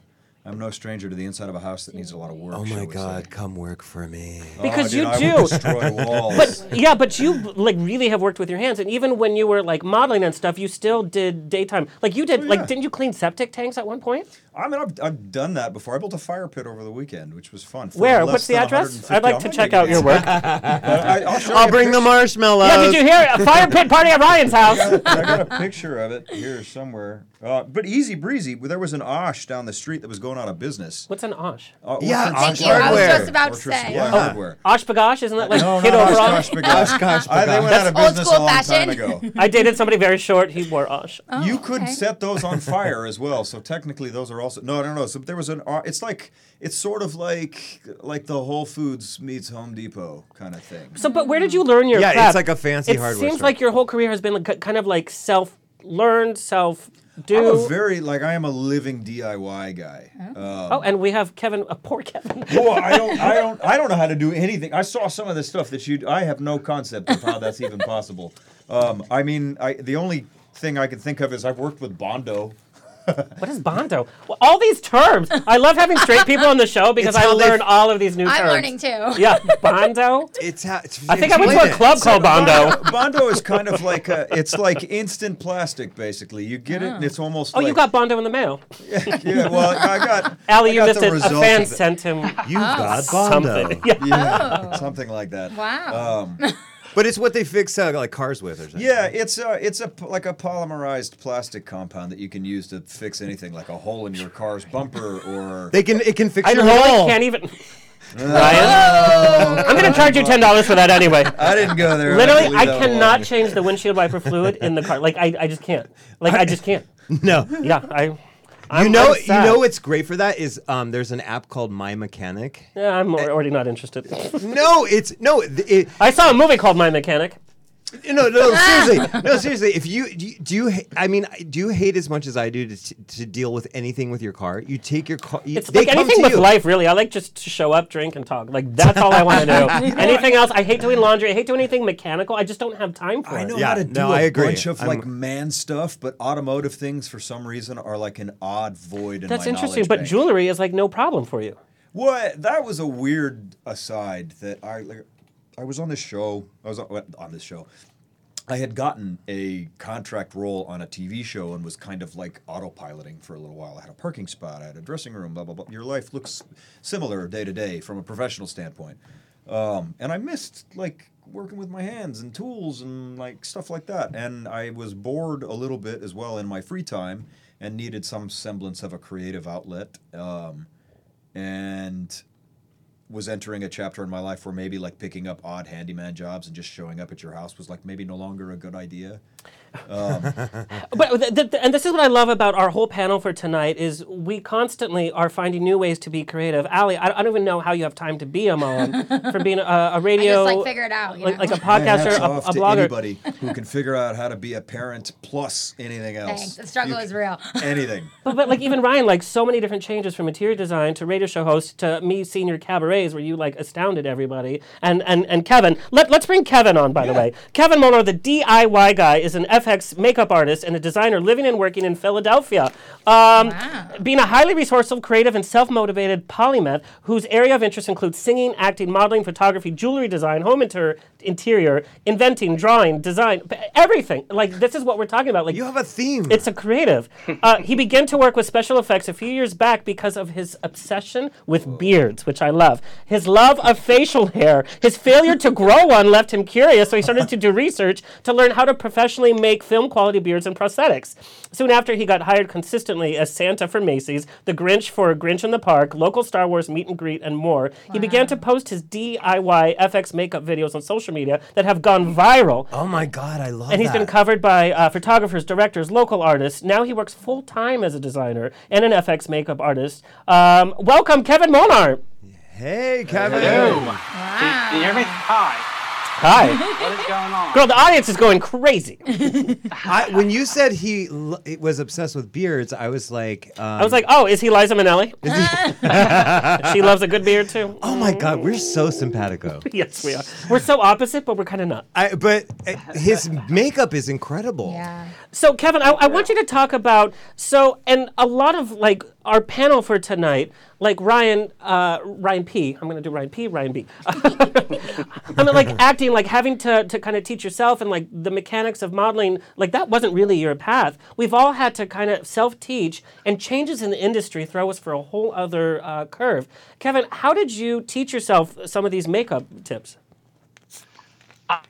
Speaker 7: I'm no stranger to the inside of a house that needs a lot of work.
Speaker 3: Oh
Speaker 7: shall
Speaker 3: my
Speaker 7: we
Speaker 3: God,
Speaker 7: say.
Speaker 3: come work for me.
Speaker 7: Oh,
Speaker 1: Because
Speaker 7: dude,
Speaker 1: you
Speaker 7: I would
Speaker 1: do. *laughs*
Speaker 7: destroy walls.
Speaker 1: But yeah, but you like really have worked with your hands, and even when you were like modeling and stuff, you still did daytime. Like you did,
Speaker 7: Oh, yeah.
Speaker 1: like didn't you clean septic tanks at one point?
Speaker 7: I mean, I've, I've done that before. I built a fire pit over the weekend, which was fun. for
Speaker 1: Where?
Speaker 7: less
Speaker 1: What's the
Speaker 7: than
Speaker 1: address?
Speaker 7: 150
Speaker 1: I'd like to
Speaker 7: I'm
Speaker 1: check
Speaker 7: gonna
Speaker 1: out your
Speaker 7: get-
Speaker 1: work.
Speaker 7: *laughs* I, I'll, show
Speaker 3: I'll
Speaker 7: you a
Speaker 3: bring the
Speaker 7: picture.
Speaker 3: marshmallows.
Speaker 1: yeah, did you hear a fire pit party at Ryan's house?
Speaker 7: I got a picture of it here somewhere. Uh, but easy breezy. There was an Osh down the street that was going out of business.
Speaker 1: What's an osh?
Speaker 7: Uh,
Speaker 3: Yeah,
Speaker 7: Orchard
Speaker 3: Thank
Speaker 7: Supply
Speaker 3: you, I was
Speaker 7: Hardware.
Speaker 3: just
Speaker 2: about to
Speaker 7: Orchard
Speaker 2: say.
Speaker 7: Supply
Speaker 3: Yeah.
Speaker 7: Hardware.
Speaker 1: Osh bagosh? Isn't that Oh. like
Speaker 7: No,
Speaker 1: kid
Speaker 7: not Osh,
Speaker 1: overall?
Speaker 7: Gosh, Bagosh.
Speaker 3: Gosh,
Speaker 7: I- They went out of
Speaker 2: That's old
Speaker 7: business a
Speaker 2: school
Speaker 7: long time
Speaker 2: fashion. Oh,
Speaker 7: ago.
Speaker 1: I dated somebody very short. He wore osh.
Speaker 2: *laughs*
Speaker 7: you could
Speaker 2: okay.
Speaker 7: set those on fire as well. So technically, those are also no, no, no. So there was an. uh, It's like it's sort of like like the Whole Foods meets Home Depot kind of thing.
Speaker 1: So, but where did you learn your?
Speaker 3: Yeah,
Speaker 1: craft?
Speaker 3: it's like a fancy
Speaker 1: it
Speaker 3: hardware
Speaker 1: seems
Speaker 3: store.
Speaker 1: like your whole career has been like, ki- kind of like self-learned,
Speaker 7: I'm a
Speaker 1: self-do.
Speaker 7: very like I am a living DIY guy. Uh,
Speaker 1: oh, and we have Kevin, a poor Kevin. *laughs*
Speaker 7: oh, I don't, I don't, I don't know how to do anything. I saw some of the stuff that you. I have no concept of how that's even possible. Um, I mean, I the only thing I can think of is I've worked with Bondo.
Speaker 1: What is bondo? Well, all these terms. I love having straight people on the show because
Speaker 3: It's
Speaker 1: I
Speaker 3: how they-
Speaker 1: learn all of these new terms.
Speaker 2: I'm learning too.
Speaker 1: Yeah,
Speaker 3: *laughs*
Speaker 1: bondo.
Speaker 3: It's ha- it's,
Speaker 1: I think I went to
Speaker 3: explain
Speaker 1: a
Speaker 3: it.
Speaker 1: club called bondo.
Speaker 7: *laughs* Bondo is kind of like a, it's like instant plastic, basically. You get it, and it's almost.
Speaker 1: Oh,
Speaker 7: like,
Speaker 1: you got Oh. bondo in the mail.
Speaker 7: yeah, well, I
Speaker 1: *laughs*
Speaker 7: got.
Speaker 1: Allie,
Speaker 7: I
Speaker 1: you
Speaker 7: got
Speaker 1: missed
Speaker 7: the
Speaker 1: it. A
Speaker 7: results
Speaker 1: fan
Speaker 7: of it.
Speaker 1: sent him
Speaker 3: You've got
Speaker 1: something.
Speaker 3: Bondo.
Speaker 1: *laughs* Yeah.
Speaker 7: Yeah, something like that. Um,
Speaker 2: Wow.
Speaker 3: But it's what they fix uh, like cars with or something.
Speaker 7: Yeah, it's a, it's a p- like a polymerized plastic compound that you can use to fix anything, like a hole in your car's bumper or.
Speaker 3: They can it can fix
Speaker 1: I
Speaker 3: your
Speaker 1: really
Speaker 3: whole.
Speaker 1: can't even. Ryan, I'm going to charge you ten dollars for that anyway.
Speaker 7: I didn't go there.
Speaker 1: Literally,
Speaker 7: can
Speaker 1: I
Speaker 7: leave that
Speaker 1: cannot
Speaker 7: alone.
Speaker 1: change the windshield wiper fluid in the car. Like, I, I just can't. Like, I just can't.
Speaker 3: *laughs* No.
Speaker 1: Yeah, I. I'm,
Speaker 3: You know,
Speaker 1: I'm
Speaker 3: you
Speaker 1: sad.
Speaker 3: know what's great for that is um, there's an app called My Mechanic.
Speaker 1: Yeah, I'm
Speaker 3: Eh.
Speaker 1: al- already not interested.
Speaker 3: No, it's no, th- it,
Speaker 1: I saw a movie called My Mechanic.
Speaker 3: no, no, seriously, no, seriously. If you do, you, do you ha- I mean, do you hate as much as I do to, t- to deal with anything with your car? You take your car. You,
Speaker 1: It's
Speaker 3: they
Speaker 1: like
Speaker 3: come
Speaker 1: anything
Speaker 3: to
Speaker 1: with
Speaker 3: you.
Speaker 1: life, really. I like just to show up, drink, and talk. Like that's all I
Speaker 3: *laughs*
Speaker 1: want to do. anything else? I hate doing laundry. I hate doing anything mechanical. I just don't have time for
Speaker 7: I
Speaker 1: it.
Speaker 7: know
Speaker 3: Yeah,
Speaker 7: how to
Speaker 3: no,
Speaker 7: do a
Speaker 3: I agree.
Speaker 7: bunch of
Speaker 3: I'm-
Speaker 7: like man stuff, but automotive things for some reason are like an odd void in
Speaker 1: That's
Speaker 7: my
Speaker 1: interesting.
Speaker 7: knowledge
Speaker 1: But
Speaker 7: bank.
Speaker 1: jewelry is like no problem for you.
Speaker 7: What? That was a weird aside that I like. I was on this show. I was on, well, on this show. I had gotten a contract role on a TV show and was kind of like autopiloting for a little while. I had a parking spot, I had a dressing room, blah blah blah. Your life looks similar day to day from a professional standpoint, um, and I missed like working with my hands and tools and like stuff like that. And I was bored a little bit as well in my free time and needed some semblance of a creative outlet. Um, and was entering a chapter in my life where maybe like picking up odd handyman jobs and just showing up at your house was like maybe no longer a good idea.
Speaker 1: But th- th- th- and this is what I love about our whole panel for tonight is we constantly are finding new ways to be creative. Ali, I, I don't even know how you have time to be a mom from being a,
Speaker 2: *laughs*
Speaker 1: a radio,
Speaker 2: like, figure it out, you
Speaker 1: like,
Speaker 7: *laughs*
Speaker 2: know?
Speaker 1: like a
Speaker 7: And
Speaker 1: podcaster,
Speaker 7: hats
Speaker 1: a,
Speaker 7: off
Speaker 1: a
Speaker 7: to
Speaker 1: blogger. *laughs*
Speaker 7: anybody who can figure out how to be a parent plus anything else.
Speaker 2: Thanks. The struggle
Speaker 7: You
Speaker 2: is real.
Speaker 7: c- *laughs* Anything.
Speaker 1: But, but like even Ryan, like so many different changes from interior design to radio show host to me senior cabarets where you like astounded everybody. And and, and Kevin, let, let's bring Kevin on by the way. Kevin Molnar, the DIY guy, is an FX makeup artist and a designer living and working in Philadelphia. Um,
Speaker 2: Wow.
Speaker 1: Being a highly resourceful, creative, and self-motivated polymath whose area of interest includes singing, acting, modeling, photography, jewelry design, home inter- interior, inventing, drawing, design, p- everything. Like this is what we're talking about. Like
Speaker 3: You have a theme.
Speaker 1: it's a creative. Uh, he began to work with special effects a few years back because of his obsession with beards, which I love. His love of facial hair. His failure to grow one left him curious, so he started to do research to learn how to professionally make film quality beards and prosthetics. Soon after, he got hired consistently as Santa for Macy's, the Grinch for Grinch in the Park, local Star Wars meet and greet, and more. He began to post his DIY FX makeup videos on social media that have gone viral.
Speaker 3: Oh my god, I love
Speaker 1: And he's been
Speaker 3: that.
Speaker 1: covered by uh, photographers, directors, local artists. Now he works full time as a designer and an FX makeup artist. Um, welcome, Kevin Monar.
Speaker 3: Hey, Kevin.
Speaker 9: Can you hear me? Hi.
Speaker 1: Hi.
Speaker 9: What is going on?
Speaker 1: Girl, the audience is going crazy.
Speaker 3: I, when you said he l- was obsessed with beards, I was like, um,
Speaker 1: I was like, oh, is he Liza Minnelli? *laughs* she loves a good beard, too.
Speaker 3: oh my god, we're so simpatico.
Speaker 1: Yes, we are. We're so opposite, but we're kind of not.
Speaker 3: I, but uh, his makeup is incredible.
Speaker 2: Yeah.
Speaker 1: So, Kevin, I, I want you to talk about so, and a lot of like our panel for tonight, like Ryan, uh, Ryan P. I'm going to do Ryan P. Ryan B. *laughs* I mean, like acting, like having to to kind of teach yourself and like the mechanics of modeling, like that wasn't really your path. We've all had to kind of self teach, and changes in the industry throw us for a whole other uh, curve. Kevin, how did you teach yourself some of these makeup tips?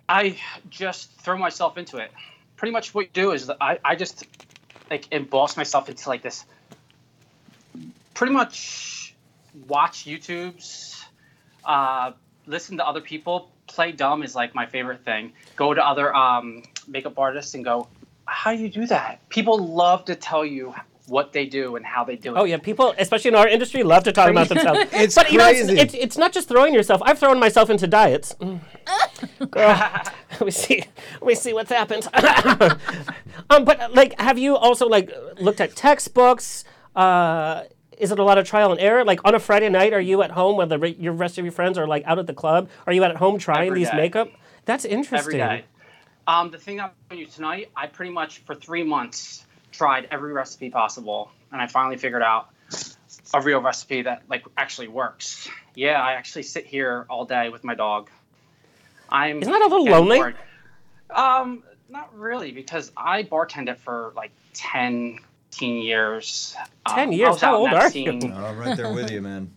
Speaker 9: I just throw myself into it. Pretty much what you do is that I, I just like emboss myself into like this. Pretty much watch YouTubes, uh, listen to other people. Play dumb is like my favorite thing. Go to other um, makeup artists and go, how do you do that? People love to tell you what they do and how they do it.
Speaker 1: Oh yeah, people, especially in our industry, love to talk about themselves.
Speaker 3: *laughs* It's
Speaker 1: but you know, it's,
Speaker 3: crazy.
Speaker 1: it's, it's not just throwing yourself. I've thrown myself into diets.
Speaker 9: *laughs*
Speaker 1: Mm. Girl, let me see. Let me see what's happened. *coughs* um, but like, have you also like looked at textbooks? Uh, is it a lot of trial and error? Like on a Friday night, are you at home when the re- your rest of your friends are like out at the club? Are you at home trying
Speaker 9: Every
Speaker 1: these
Speaker 9: day.
Speaker 1: makeup? That's
Speaker 9: every
Speaker 1: interesting.
Speaker 9: day. Um, the thing I'm showing you tonight, I pretty much for three months tried every recipe possible, and I finally figured out a real recipe that like actually works. Yeah, I actually sit here all day with my dog. I'm
Speaker 1: Isn't that a little
Speaker 9: getting
Speaker 1: lonely?
Speaker 9: bored. Um, not really, because I bartended for like 10, 10 years.
Speaker 1: 10
Speaker 9: Um, I
Speaker 1: years?
Speaker 9: was
Speaker 1: How
Speaker 9: out in
Speaker 1: old
Speaker 9: that
Speaker 1: are
Speaker 9: scene,
Speaker 1: you?
Speaker 7: I'm right there with you, man.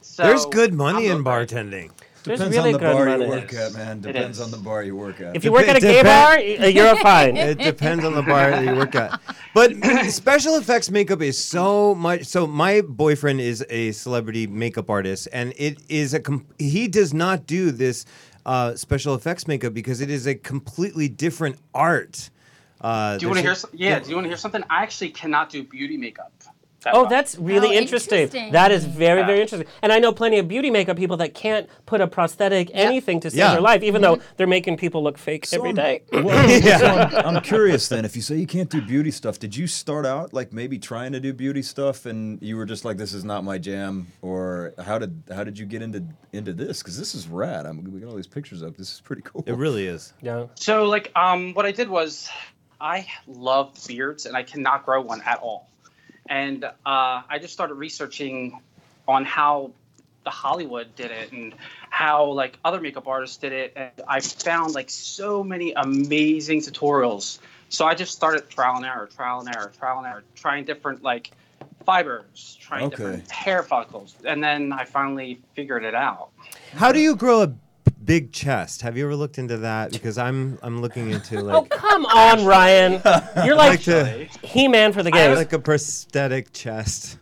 Speaker 9: so
Speaker 3: There's good money
Speaker 9: I'm
Speaker 3: in
Speaker 9: over it.
Speaker 3: bartending.
Speaker 1: There's
Speaker 7: Depends
Speaker 1: really
Speaker 7: on the
Speaker 1: good
Speaker 7: bar
Speaker 1: money.
Speaker 7: you work at, man.
Speaker 9: It
Speaker 7: Depends
Speaker 9: is.
Speaker 7: on the bar you work at.
Speaker 1: If you work at a gay
Speaker 3: Depend-
Speaker 1: bar, y- you're
Speaker 9: *laughs*
Speaker 1: fine.
Speaker 3: It depends on the bar that you work at. But *clears throat* special effects makeup is so much. So my boyfriend is a celebrity makeup artist, and it is a com- he does not do this uh, special effects makeup because it is a completely different art. Uh,
Speaker 9: Do you want to hear?
Speaker 3: there's
Speaker 9: some- Yeah, do you want to hear something? I actually cannot do beauty makeup. that
Speaker 1: Oh,
Speaker 9: well.
Speaker 1: that's really
Speaker 2: Oh,
Speaker 1: interesting.
Speaker 2: interesting.
Speaker 1: That is very,
Speaker 9: Yeah.
Speaker 1: very interesting. And I know plenty of beauty makeup people that can't put a prosthetic anything to save
Speaker 3: Yeah.
Speaker 1: their life, even though they're making people look fake every
Speaker 3: *clears throat*
Speaker 1: day.
Speaker 7: *laughs*
Speaker 3: *laughs*
Speaker 7: Well, so I'm, I'm curious then. If you say you can't do beauty stuff, did you start out like maybe trying to do beauty stuff, and you were just like, "This is not my jam," or how did how did you get into into this? Because this is rad. I'm, we got all these pictures up. This is pretty cool.
Speaker 3: It really is.
Speaker 1: Yeah.
Speaker 9: So like um what I did was I love beards and I cannot grow one at all. And uh, I just started researching on how the Hollywood did it and how like other makeup artists did it and I found like so many amazing tutorials. So I just started trial and error, trial and error, trial and error, trying different like fibers, trying
Speaker 7: Okay.
Speaker 9: different hair follicles, and then I finally figured it out.
Speaker 3: How do you grow a b- big chest? Have you ever looked into that? Because I'm I'm looking into like.
Speaker 1: Oh, come
Speaker 3: *laughs*
Speaker 1: on, Ryan. You're like
Speaker 3: to-
Speaker 1: He Man for the gays.
Speaker 3: Like a prosthetic chest.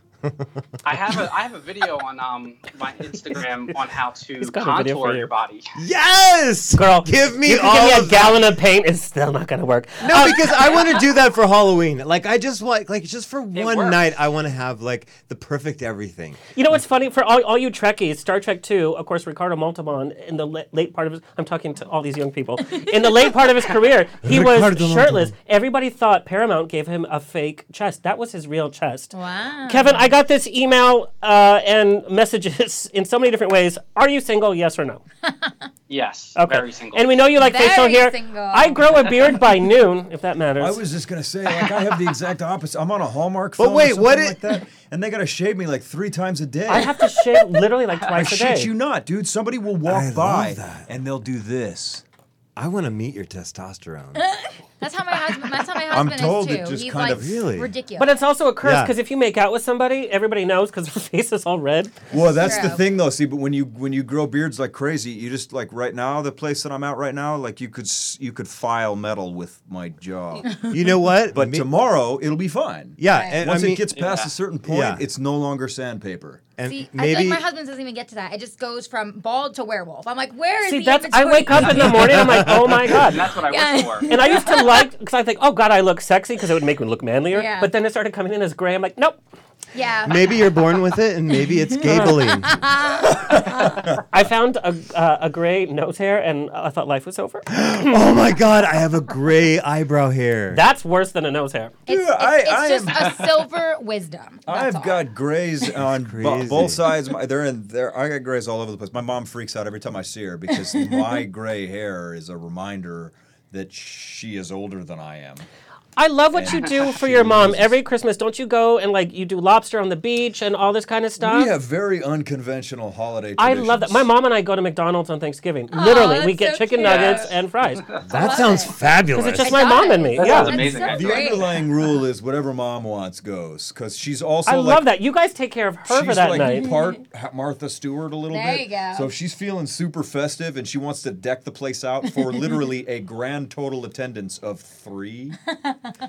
Speaker 9: I have a I have a video on um my
Speaker 1: *laughs*
Speaker 9: Instagram on how to
Speaker 1: got a video for
Speaker 9: contour
Speaker 1: you.
Speaker 9: your body.
Speaker 3: Yes,
Speaker 1: Girl,
Speaker 3: give me
Speaker 1: you can
Speaker 3: all
Speaker 1: give me a
Speaker 3: of that.
Speaker 1: gallon of paint. It's still not going to work.
Speaker 3: No, because I want to do that for Halloween. Like I just like like just for one
Speaker 9: works.
Speaker 3: night, I want to have like the perfect everything.
Speaker 1: You know what's funny for all, all you Trekkies? Star Trek Two, of course, Ricardo Montalban in the la- late part of his. I'm talking to all these young people. In the late part of his career, he was
Speaker 3: Ricardo
Speaker 1: shirtless. Everybody thought Paramount gave him a fake chest. That was his real chest.
Speaker 2: Wow.
Speaker 1: Kevin, I got this email uh, and messages *laughs* in so many different ways. Are you single? Yes or no?
Speaker 9: Yes, very single.
Speaker 1: And we know you like facial
Speaker 2: Very
Speaker 1: hair.
Speaker 2: single.
Speaker 1: I grow a beard
Speaker 2: *laughs*
Speaker 1: by noon, if that matters.
Speaker 7: I was just gonna say, like, I have the exact opposite. I'm on a Hallmark
Speaker 3: But
Speaker 7: film,
Speaker 3: wait,
Speaker 7: or
Speaker 3: what
Speaker 7: something
Speaker 3: i-
Speaker 7: like that, and they gotta shave me like three times a day.
Speaker 1: I have to shave literally
Speaker 7: *laughs*
Speaker 1: like twice a day.
Speaker 7: shit you not, dude. Somebody will
Speaker 3: I
Speaker 7: walk
Speaker 3: love
Speaker 7: by
Speaker 3: that.
Speaker 7: and they'll do this.
Speaker 3: I want to meet your testosterone.
Speaker 2: That's how my husband. That's how my
Speaker 7: I'm
Speaker 2: husband
Speaker 7: told
Speaker 2: is
Speaker 7: it
Speaker 2: too.
Speaker 7: just
Speaker 2: He's
Speaker 7: kind
Speaker 2: like
Speaker 7: of- Really?
Speaker 2: ridiculous.
Speaker 1: But it's also a curse
Speaker 3: Yeah.
Speaker 1: because if you make out with somebody, everybody knows because their *laughs* face is all red.
Speaker 7: Well, that's the
Speaker 2: True.
Speaker 7: thing though. See, but when you when you grow beards like crazy, you just like right now the place that I'm at right now, like you could s- you could file metal with my jaw.
Speaker 1: *laughs*
Speaker 3: *laughs* You know what?
Speaker 7: but
Speaker 3: Me-
Speaker 7: tomorrow it'll be fine.
Speaker 3: yeah, and
Speaker 7: Once
Speaker 3: I mean,
Speaker 7: it gets past
Speaker 9: Yeah.
Speaker 7: a certain point,
Speaker 3: Yeah.
Speaker 7: it's no longer sandpaper.
Speaker 3: and
Speaker 2: See, I
Speaker 3: maybe
Speaker 2: feel like my husband doesn't even get to that. It just goes from bald to werewolf. I'm like, where is
Speaker 1: See,
Speaker 2: the
Speaker 1: that's I
Speaker 2: in-between?
Speaker 1: wake up
Speaker 7: *laughs*
Speaker 1: in the morning. I'm like, oh my
Speaker 9: And
Speaker 1: god.
Speaker 9: that's what I
Speaker 2: Yeah.
Speaker 9: wish for.
Speaker 1: And I used to like because I think, oh god, I look sexy because it would make me look manlier.
Speaker 2: Yeah.
Speaker 1: But then it started coming in as gray. I'm like, nope.
Speaker 2: *laughs* Yeah.
Speaker 3: maybe you're born with it, and maybe it's gabling.
Speaker 1: I found a uh, a gray nose hair, and I thought life was over.
Speaker 3: oh my god, I have a gray eyebrow hair.
Speaker 1: That's worse than a nose hair.
Speaker 2: It's,
Speaker 7: Dude,
Speaker 2: it's,
Speaker 7: I-
Speaker 2: it's
Speaker 7: I
Speaker 2: just
Speaker 7: am- *laughs*
Speaker 2: a silver wisdom.
Speaker 7: I've
Speaker 2: That's all.
Speaker 3: *laughs*
Speaker 7: got grays on bo-
Speaker 3: crazy.
Speaker 7: both sides. My, they're in there. I got grays all over the place. My mom freaks out every time I see
Speaker 3: *laughs*
Speaker 7: her because my gray hair is a reminder that she is older than I am.
Speaker 1: I love what you do
Speaker 7: *laughs*
Speaker 1: for your mom every Christmas. Don't you go and like you do lobster on the beach and all this kind of stuff?
Speaker 7: We have very unconventional holiday.
Speaker 1: Um, I love that.
Speaker 7: traditions.
Speaker 1: My mom and I go to McDonald's on Thanksgiving. Literally,
Speaker 2: that's
Speaker 1: we get
Speaker 2: so
Speaker 1: chicken
Speaker 2: cute.
Speaker 1: nuggets and fries.
Speaker 3: That sounds fabulous.
Speaker 1: It's just
Speaker 2: I
Speaker 1: my
Speaker 2: got
Speaker 1: mom
Speaker 2: it.
Speaker 1: and me.
Speaker 9: That
Speaker 1: yeah.
Speaker 9: sounds amazing,
Speaker 2: That's so
Speaker 9: actually.
Speaker 7: The
Speaker 2: great.
Speaker 7: underlying rule is whatever mom wants goes, because she's also.
Speaker 1: I
Speaker 7: like,
Speaker 1: love that. You guys take care of her
Speaker 7: she's
Speaker 1: for that
Speaker 7: like
Speaker 1: night.
Speaker 7: part Ha- Martha Stewart a little
Speaker 2: There
Speaker 7: bit.
Speaker 2: you go.
Speaker 7: So if she's feeling super festive and she wants to deck the place out for
Speaker 2: *laughs*
Speaker 7: literally a grand total attendance of three,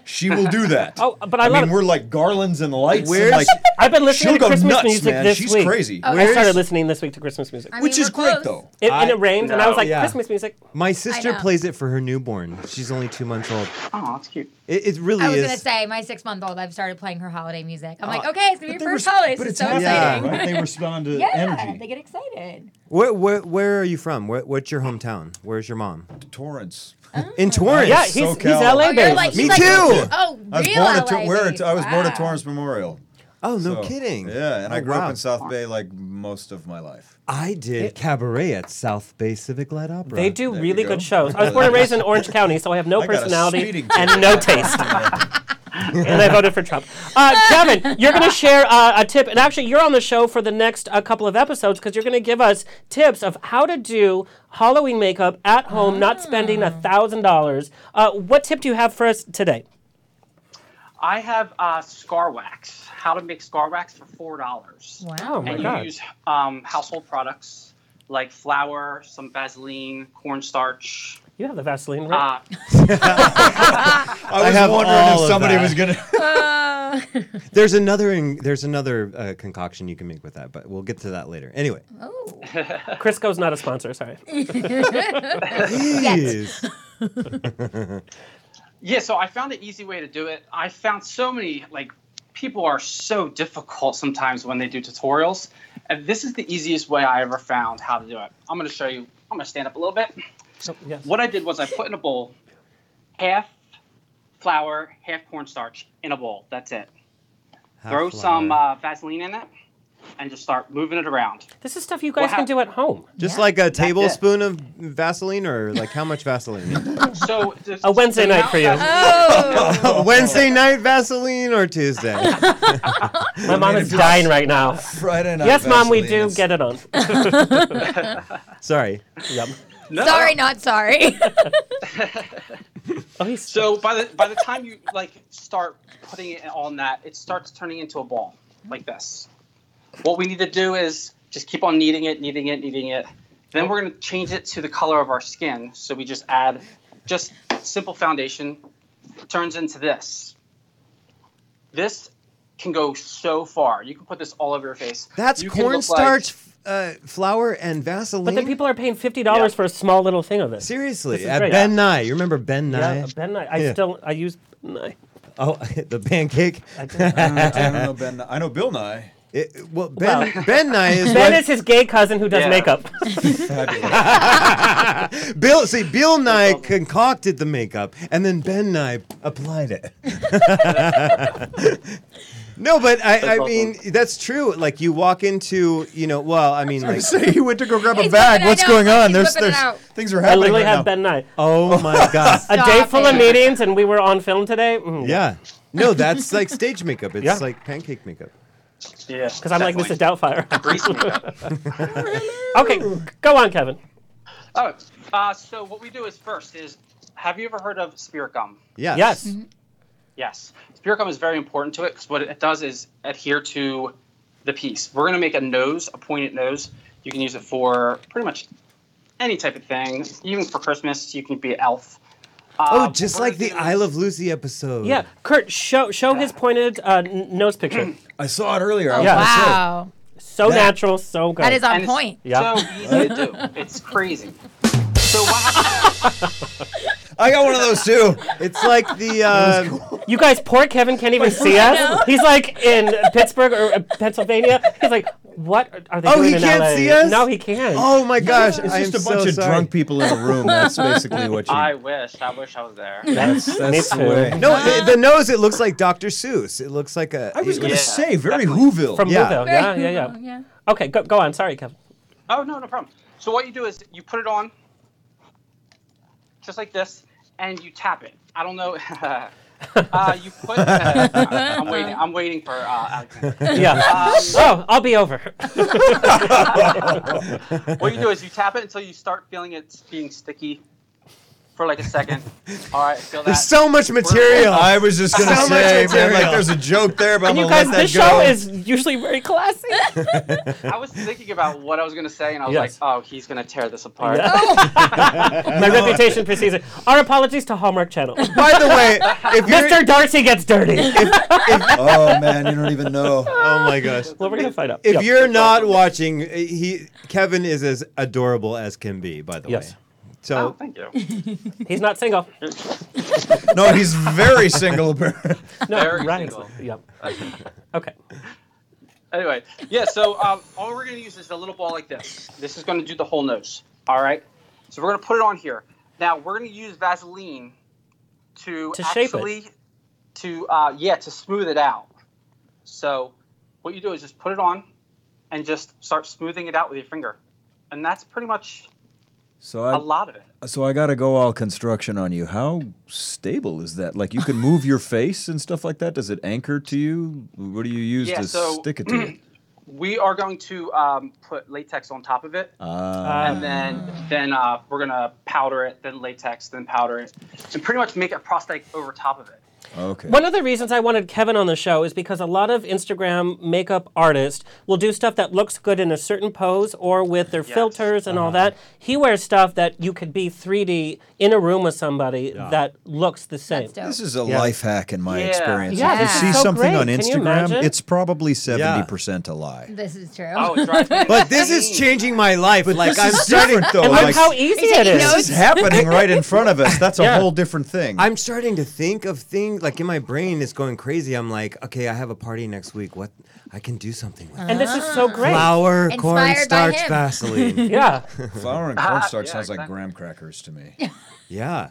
Speaker 7: she will do that.
Speaker 1: Oh, but I
Speaker 7: mean,
Speaker 1: love it.
Speaker 7: we're like garlands and lights.
Speaker 3: Where's-
Speaker 7: and
Speaker 2: *laughs*
Speaker 7: like,
Speaker 1: I've been listening
Speaker 7: she'll
Speaker 1: to
Speaker 7: go
Speaker 1: Christmas
Speaker 7: nuts,
Speaker 1: music
Speaker 7: man.
Speaker 1: this
Speaker 7: She's
Speaker 1: week.
Speaker 7: crazy.
Speaker 1: I started listening this week to Christmas music.
Speaker 2: I mean,
Speaker 7: Which
Speaker 2: we're
Speaker 7: is great
Speaker 2: close.
Speaker 7: though.
Speaker 1: It, and
Speaker 3: I-
Speaker 1: it rained, and I was
Speaker 9: No.
Speaker 1: like,
Speaker 3: Yeah.
Speaker 1: Christmas music.
Speaker 3: My sister
Speaker 2: know.
Speaker 3: plays it for her newborn. She's only two months old. *laughs*
Speaker 9: Oh, that's cute.
Speaker 3: It, it really
Speaker 2: I was
Speaker 3: is.
Speaker 2: gonna say my six month old. I've started playing her holiday music. I'm like, okay, it's gonna be
Speaker 7: They
Speaker 2: your first
Speaker 7: res-
Speaker 2: holiday.
Speaker 7: but
Speaker 2: This
Speaker 7: it's
Speaker 2: is so
Speaker 7: happening,
Speaker 3: Yeah.
Speaker 2: exciting.
Speaker 3: exciting.
Speaker 7: right? They respond to
Speaker 2: Yeah,
Speaker 7: energy.
Speaker 2: they get excited.
Speaker 3: Where, where where are you from? Where, what's your hometown? Where's your mom?
Speaker 7: Torrance.
Speaker 3: In Torrance.
Speaker 1: Yeah, he's, he's
Speaker 7: SoCal.
Speaker 1: LA
Speaker 2: Uh-huh. Oh,
Speaker 1: based.
Speaker 2: you're like,
Speaker 3: Me
Speaker 2: he's like,
Speaker 3: too.
Speaker 2: Oh,
Speaker 7: I was
Speaker 2: real
Speaker 7: born at
Speaker 2: LA
Speaker 7: Tor- we're at-
Speaker 2: based.
Speaker 7: I was born at
Speaker 2: Wow.
Speaker 7: Torrance Memorial.
Speaker 3: oh no
Speaker 7: So,
Speaker 3: kidding.
Speaker 7: Yeah, and
Speaker 3: Oh,
Speaker 7: I grew
Speaker 3: wow.
Speaker 7: up in South Bay like most of my life.
Speaker 3: I did cabaret at South Bay Civic Light Opera.
Speaker 1: They do
Speaker 7: There
Speaker 1: really
Speaker 7: you go.
Speaker 1: good shows. I was born and raised in Orange County, so I have no
Speaker 7: I got a
Speaker 1: personality
Speaker 7: speeding
Speaker 1: and no
Speaker 7: *laughs*
Speaker 1: taste. and I voted for Trump. Uh, Kevin, you're going to share uh, a tip, and actually, you're on the show for the next uh, couple of episodes because you're going to give us tips of how to do Halloween makeup at home, not spending a thousand dollars. Uh, What tip do you have for us today?
Speaker 9: I have uh, scar wax. How to make scar wax for four dollars.
Speaker 2: Wow.
Speaker 1: Oh my
Speaker 9: and you
Speaker 1: God.
Speaker 9: use um, household products like flour, some Vaseline, cornstarch.
Speaker 1: You have the Vaseline, right?
Speaker 9: Uh,
Speaker 7: I was
Speaker 3: have all of that.
Speaker 7: gonna.
Speaker 3: There's another in, there's another uh, concoction you can make with that, but we'll get to that later. Anyway.
Speaker 2: Oh.
Speaker 9: Uh,
Speaker 1: Crisco's not a sponsor. Sorry.
Speaker 3: Jeez.
Speaker 9: yeah, so I found an easy way to do it. I found so many like people are so difficult sometimes when they do tutorials, and this is the easiest way I ever found how to do it. I'm going to show you. I'm going to stand up a little bit.
Speaker 1: Yes.
Speaker 9: What I did was I put in a bowl half flour, half cornstarch in a bowl. That's it. Throw some uh, Vaseline in it and just start moving
Speaker 1: *laughs*
Speaker 9: it around.
Speaker 1: This is stuff you guys
Speaker 9: Wow.
Speaker 1: can do at home.
Speaker 3: Just like a
Speaker 9: it.
Speaker 3: tablespoon of Vaseline, or like how much
Speaker 7: *laughs*
Speaker 3: Vaseline?
Speaker 9: So the-
Speaker 1: A Wednesday
Speaker 9: the
Speaker 1: night
Speaker 9: amount
Speaker 1: for you.
Speaker 9: of Vaseline- *laughs*
Speaker 2: Oh.
Speaker 3: Wednesday night Vaseline or Tuesday?
Speaker 2: *laughs*
Speaker 1: My mom is dying right now.
Speaker 7: *laughs* Friday night.
Speaker 1: Yes, mom, we
Speaker 7: Vaseline
Speaker 1: do
Speaker 7: is-
Speaker 1: get it
Speaker 9: *laughs*
Speaker 1: on.
Speaker 3: Sorry.
Speaker 9: No,
Speaker 2: sorry, not sorry. *laughs*
Speaker 1: Oh, he's
Speaker 9: So by the by the time you like start putting it on that, it starts turning into a ball like this. What we need to do is just keep on kneading it, kneading it, kneading it. Then we're gonna change it to the color of our skin. So we just add just simple foundation turns into this. This can go so far. You can put this all over your face.
Speaker 3: That's
Speaker 9: You can look
Speaker 3: cornstarch,
Speaker 9: Like,
Speaker 3: f uh, flour, and Vaseline.
Speaker 1: But then people are paying fifty
Speaker 9: Yeah.
Speaker 1: dollars for a small little thing of it. This
Speaker 3: seriously
Speaker 1: is
Speaker 3: at
Speaker 1: great.
Speaker 3: Ben Nye. You remember Ben Nye?
Speaker 1: Yeah, Ben Nye. I
Speaker 3: Yeah.
Speaker 1: still I use Ben Nye.
Speaker 3: *laughs* Oh, *laughs* the pancake.
Speaker 7: *laughs* I don't know Ben. I know Bill Nye.
Speaker 3: It- well, Ben *laughs* Ben Nye
Speaker 1: *laughs*
Speaker 3: is
Speaker 1: Ben
Speaker 3: what-
Speaker 1: is his gay cousin who does *laughs*
Speaker 9: Yeah.
Speaker 1: makeup.
Speaker 7: Fabulous.
Speaker 3: Bill. See, Bill Nye concocted the makeup, and then Ben Nye applied it. *laughs* no, but I, I
Speaker 9: awesome.
Speaker 3: mean that's true. Like you walk into, you know, well, I mean, like,
Speaker 7: Say he went to go grab a
Speaker 2: He's
Speaker 7: bag.
Speaker 2: whipping it
Speaker 7: What's
Speaker 2: out.
Speaker 7: going on?
Speaker 2: He's
Speaker 7: There's
Speaker 2: whipping it
Speaker 7: there's
Speaker 2: out.
Speaker 7: things are
Speaker 1: I
Speaker 7: happening.
Speaker 1: literally
Speaker 7: right
Speaker 1: have
Speaker 7: now.
Speaker 1: Ben Nye.
Speaker 3: oh
Speaker 7: *laughs*
Speaker 3: my
Speaker 1: *laughs*
Speaker 3: god,
Speaker 1: A
Speaker 2: Stop
Speaker 1: day full of
Speaker 2: it.
Speaker 1: meetings, and we were on film today. Mm. Because
Speaker 3: yeah. No, that's like stage makeup. It's
Speaker 1: Yeah.
Speaker 3: like pancake makeup.
Speaker 9: yeah, because
Speaker 1: I'm like Mrs. Doubtfire. *laughs*
Speaker 9: Grease makeup.
Speaker 1: okay, go on, Kevin.
Speaker 9: Oh, uh, so what we do is first is have you ever heard of spirit gum?
Speaker 3: Yes.
Speaker 1: Yes.
Speaker 9: Yes. Spirit gum is very important to it because what it does is adhere to the piece. We're going to make a nose, a pointed nose. You can use it for pretty much any type of thing. Even for Christmas, you can be an elf.
Speaker 3: Oh,
Speaker 9: Uh,
Speaker 3: just
Speaker 9: we're
Speaker 3: like the
Speaker 9: gonna-
Speaker 3: Isle of Lucy episode.
Speaker 1: Yeah, Kurt, show show his pointed uh, n- nose
Speaker 3: *clears throat*
Speaker 1: picture.
Speaker 7: I saw it earlier. I was
Speaker 1: Yeah.
Speaker 7: gonna say,
Speaker 2: Wow.
Speaker 1: So
Speaker 7: That-
Speaker 1: natural, so good.
Speaker 2: That is on
Speaker 9: and it's
Speaker 2: point.
Speaker 1: Yeah.
Speaker 9: So *laughs* easy to do. It's crazy. So
Speaker 3: *laughs*
Speaker 9: what happens?
Speaker 7: I got one of those too.
Speaker 3: It's like
Speaker 7: *laughs*
Speaker 3: the uh,
Speaker 1: You guys, poor Kevin can't
Speaker 3: *laughs*
Speaker 1: even see us. He's like in Pittsburgh or uh, Pennsylvania. He's like, what are- are they
Speaker 3: Oh,
Speaker 1: doing
Speaker 3: he
Speaker 1: in
Speaker 3: can't
Speaker 1: LA?
Speaker 3: see us?
Speaker 1: No, he can't.
Speaker 3: Oh my gosh!
Speaker 7: It's
Speaker 3: I
Speaker 7: just
Speaker 3: am
Speaker 7: a bunch
Speaker 3: so
Speaker 7: of
Speaker 3: sorry.
Speaker 7: drunk people in a room. That's basically what you.
Speaker 9: I wish. I wish I was there.
Speaker 7: that's that's
Speaker 1: too.
Speaker 7: the way.
Speaker 3: No, the, the nose. It looks like Dr. Seuss. It looks like a.
Speaker 7: I was gonna
Speaker 9: Yeah, *laughs*
Speaker 7: say very
Speaker 9: definitely.
Speaker 7: Whoville.
Speaker 1: From
Speaker 3: Yeah.
Speaker 1: Louisville. *laughs* Yeah, yeah,
Speaker 3: *laughs*
Speaker 1: yeah.
Speaker 2: *laughs* yeah.
Speaker 1: Okay, go, go on. Sorry, Kevin.
Speaker 9: Oh no, no problem. So what you do is you put it on, just like this, and you tap it. I don't know. *laughs* uh, you put. I'm waiting. I'm waiting for uh, Alexander.
Speaker 1: Yeah. oh, I'll be over.
Speaker 9: What you do is you tap it until you start feeling it's being sticky, for like a second. All right, I feel that.
Speaker 3: There's so much material.
Speaker 7: I was just gonna
Speaker 3: So much
Speaker 7: say, man,
Speaker 3: material.
Speaker 7: like there's a joke there, but
Speaker 1: and
Speaker 7: I'm
Speaker 1: you
Speaker 7: gonna
Speaker 1: guys,
Speaker 7: let that
Speaker 1: this
Speaker 7: go.
Speaker 1: show is usually very classy.
Speaker 9: I was thinking about what I was gonna say, and I was
Speaker 1: Yes.
Speaker 9: like, "Oh, he's gonna tear this apart."
Speaker 1: My reputation precedes it. Our apologies to Hallmark Channel.
Speaker 3: By the way, if you're,
Speaker 1: Mr. Darcy gets dirty.
Speaker 7: oh man, you don't even know.
Speaker 3: oh my gosh,
Speaker 1: well, we're gonna find out.
Speaker 3: if
Speaker 1: Yep.
Speaker 3: you're not watching,
Speaker 7: eh,
Speaker 3: he Kevin is as adorable as can be. By the
Speaker 1: Yes.
Speaker 3: way, so
Speaker 9: Oh, thank you.
Speaker 1: he's not single.
Speaker 7: No, he's very
Speaker 1: *laughs*
Speaker 7: single. apparently.
Speaker 1: No,
Speaker 9: Very
Speaker 1: Ryan's-
Speaker 9: single. *laughs*
Speaker 1: Yep. Okay.
Speaker 9: Anyway, yeah, so um, all we're going to use is a little ball like this. This is going to do the whole nose. All right? So we're going to put it on here. Now, we're going to use Vaseline to,
Speaker 1: To shape it.
Speaker 9: actually, to, uh, yeah, to smooth it out. So what you do is just put it on and just start smoothing it out with your finger. And that's pretty much
Speaker 7: So
Speaker 9: a
Speaker 7: I,
Speaker 9: lot of it.
Speaker 7: so I gotta go all construction on you. How stable is that? Like you can move your face and stuff like that. Does it anchor to you? What do you use
Speaker 9: Yeah,
Speaker 7: to
Speaker 9: so-
Speaker 7: stick it
Speaker 1: *clears throat*
Speaker 7: to? you?
Speaker 9: We are going to um, put latex on top of it.
Speaker 7: Ah,
Speaker 9: and then then uh, we're gonna powder it, then latex, then powder it, and pretty much make a prosthetic over top of it.
Speaker 7: okay.
Speaker 1: One of the reasons I wanted Kevin on the show is because a lot of Instagram makeup artists will do stuff that looks good in a certain pose or with their filters and all that. He wears stuff that you could be 3D in a room with somebody that looks the same.
Speaker 2: That's dope.
Speaker 7: This is a life hack in my
Speaker 9: Yeah.
Speaker 7: experience.
Speaker 1: Yeah,
Speaker 7: if you
Speaker 2: this is
Speaker 7: see
Speaker 1: so
Speaker 7: something
Speaker 1: great.
Speaker 7: on
Speaker 1: Can you
Speaker 7: Instagram,
Speaker 1: imagine?
Speaker 7: it's probably 70% a lie.
Speaker 2: This is true.
Speaker 9: Oh, it drives me
Speaker 3: *laughs* But this is
Speaker 9: insane.
Speaker 3: changing my life. like I'm starting,
Speaker 7: Different though.
Speaker 1: And look
Speaker 7: Like,
Speaker 1: how easy
Speaker 2: He's
Speaker 1: it
Speaker 2: taking
Speaker 1: is.
Speaker 7: this is happening right in front of us. That's a
Speaker 1: *laughs* Yeah.
Speaker 7: whole different thing.
Speaker 3: I'm starting to think of things like in my brain it's going crazy. I'm like, okay, I have a party next week. What I can do something with
Speaker 1: And this is so great.
Speaker 3: flour,
Speaker 2: Inspired by
Speaker 3: cornstarch,
Speaker 1: *laughs*
Speaker 2: him.
Speaker 3: Vaseline.
Speaker 1: Yeah.
Speaker 7: Flour and cornstarch
Speaker 9: yeah,
Speaker 7: sounds like
Speaker 9: exactly.
Speaker 7: graham crackers to me.
Speaker 3: yeah.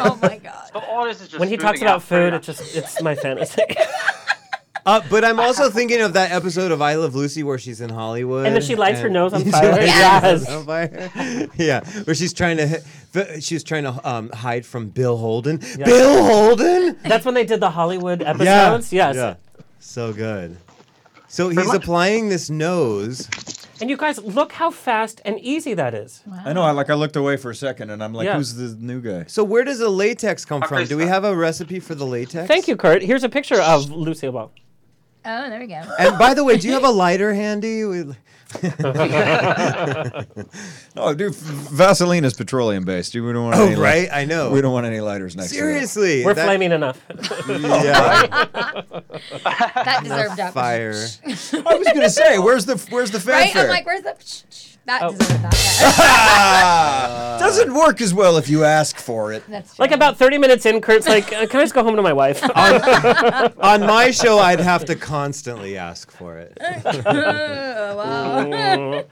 Speaker 2: oh my god.
Speaker 9: But all this is just
Speaker 1: When he talks
Speaker 9: smoothing out
Speaker 1: about food,
Speaker 9: pretty
Speaker 1: it's just it's my fantasy. *laughs*
Speaker 3: Uh, but I'm also thinking of that episode of I Love Lucy where she's in Hollywood.
Speaker 1: And then she lights her nose on
Speaker 3: *laughs* She
Speaker 1: fire.
Speaker 3: lights
Speaker 1: Yes.
Speaker 3: her nose on fire. *laughs* yeah, where she's trying to hi- she's trying to um, hide from Bill Holden. Bill Holden.
Speaker 1: That's when they did the Hollywood episodes. Yes.
Speaker 3: So good. So he's applying this nose.
Speaker 1: And you guys, look how fast and easy that is.
Speaker 7: I know. I like. I looked away for a second, and I'm like,
Speaker 1: Yeah.
Speaker 7: "Who's the new guy?"
Speaker 3: So where does the latex come from?
Speaker 9: Okay,
Speaker 3: Do we
Speaker 9: so-
Speaker 3: have a recipe for the latex?
Speaker 1: Thank you, Kurt. Here's a picture of Lucille Ball.
Speaker 2: Oh, there we go.
Speaker 3: And by the way, do you
Speaker 1: *laughs*
Speaker 3: have a lighter handy? We-
Speaker 7: No, dude. f- Vaseline is petroleum based. We don't want.
Speaker 3: Oh,
Speaker 7: any li-
Speaker 3: right, I know.
Speaker 7: We don't want any lighters next.
Speaker 3: Seriously,
Speaker 1: We're
Speaker 3: that-
Speaker 1: flaming enough. *laughs*
Speaker 3: Yeah,
Speaker 2: That deserved that.
Speaker 3: fire.
Speaker 7: To it. I was gonna say, where's the
Speaker 3: *laughs*
Speaker 7: where's the
Speaker 2: Right?
Speaker 7: fanfare?
Speaker 2: I'm like, where's the? *laughs* Psh, psh. That
Speaker 1: Oh.
Speaker 2: deserved that.
Speaker 1: *laughs*
Speaker 2: Yeah.
Speaker 3: Uh,
Speaker 7: Doesn't work as well if you ask
Speaker 1: *laughs*
Speaker 7: for it.
Speaker 2: That's true.
Speaker 1: like about 30 minutes in, Kurt's like, uh, "Can I just go home to my wife?"
Speaker 3: On my show, I'd have to constantly ask for it.
Speaker 2: Oh, wow.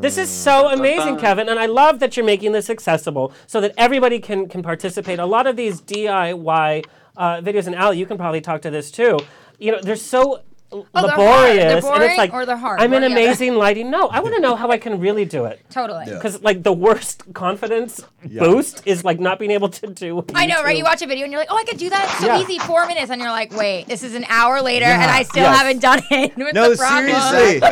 Speaker 1: This is so amazing, Kevin, and I love that you're making this accessible so that everybody can can participate. A lot of these DIY uh, videos, and Al, you can probably talk to this too. You know, they're so l-
Speaker 2: they're hard.
Speaker 1: laborious,
Speaker 2: They're
Speaker 1: and it's
Speaker 2: boring
Speaker 1: like
Speaker 2: or they're hard,
Speaker 1: I'm
Speaker 2: one
Speaker 1: in
Speaker 2: or the other.
Speaker 1: amazing lighting. No, I want to know how I can really do it.
Speaker 2: Totally.
Speaker 1: Because like the worst confidence boost is like not being able to do.
Speaker 2: I know, right?
Speaker 1: YouTube.
Speaker 2: You watch a video and you're like, oh, I could do that. It's so
Speaker 1: Yeah.
Speaker 2: easy. Four minutes. And you're like, wait, this is an hour later and I still
Speaker 1: Yes.
Speaker 2: haven't done it. *laughs* What's
Speaker 3: No,
Speaker 2: the problem?
Speaker 3: seriously.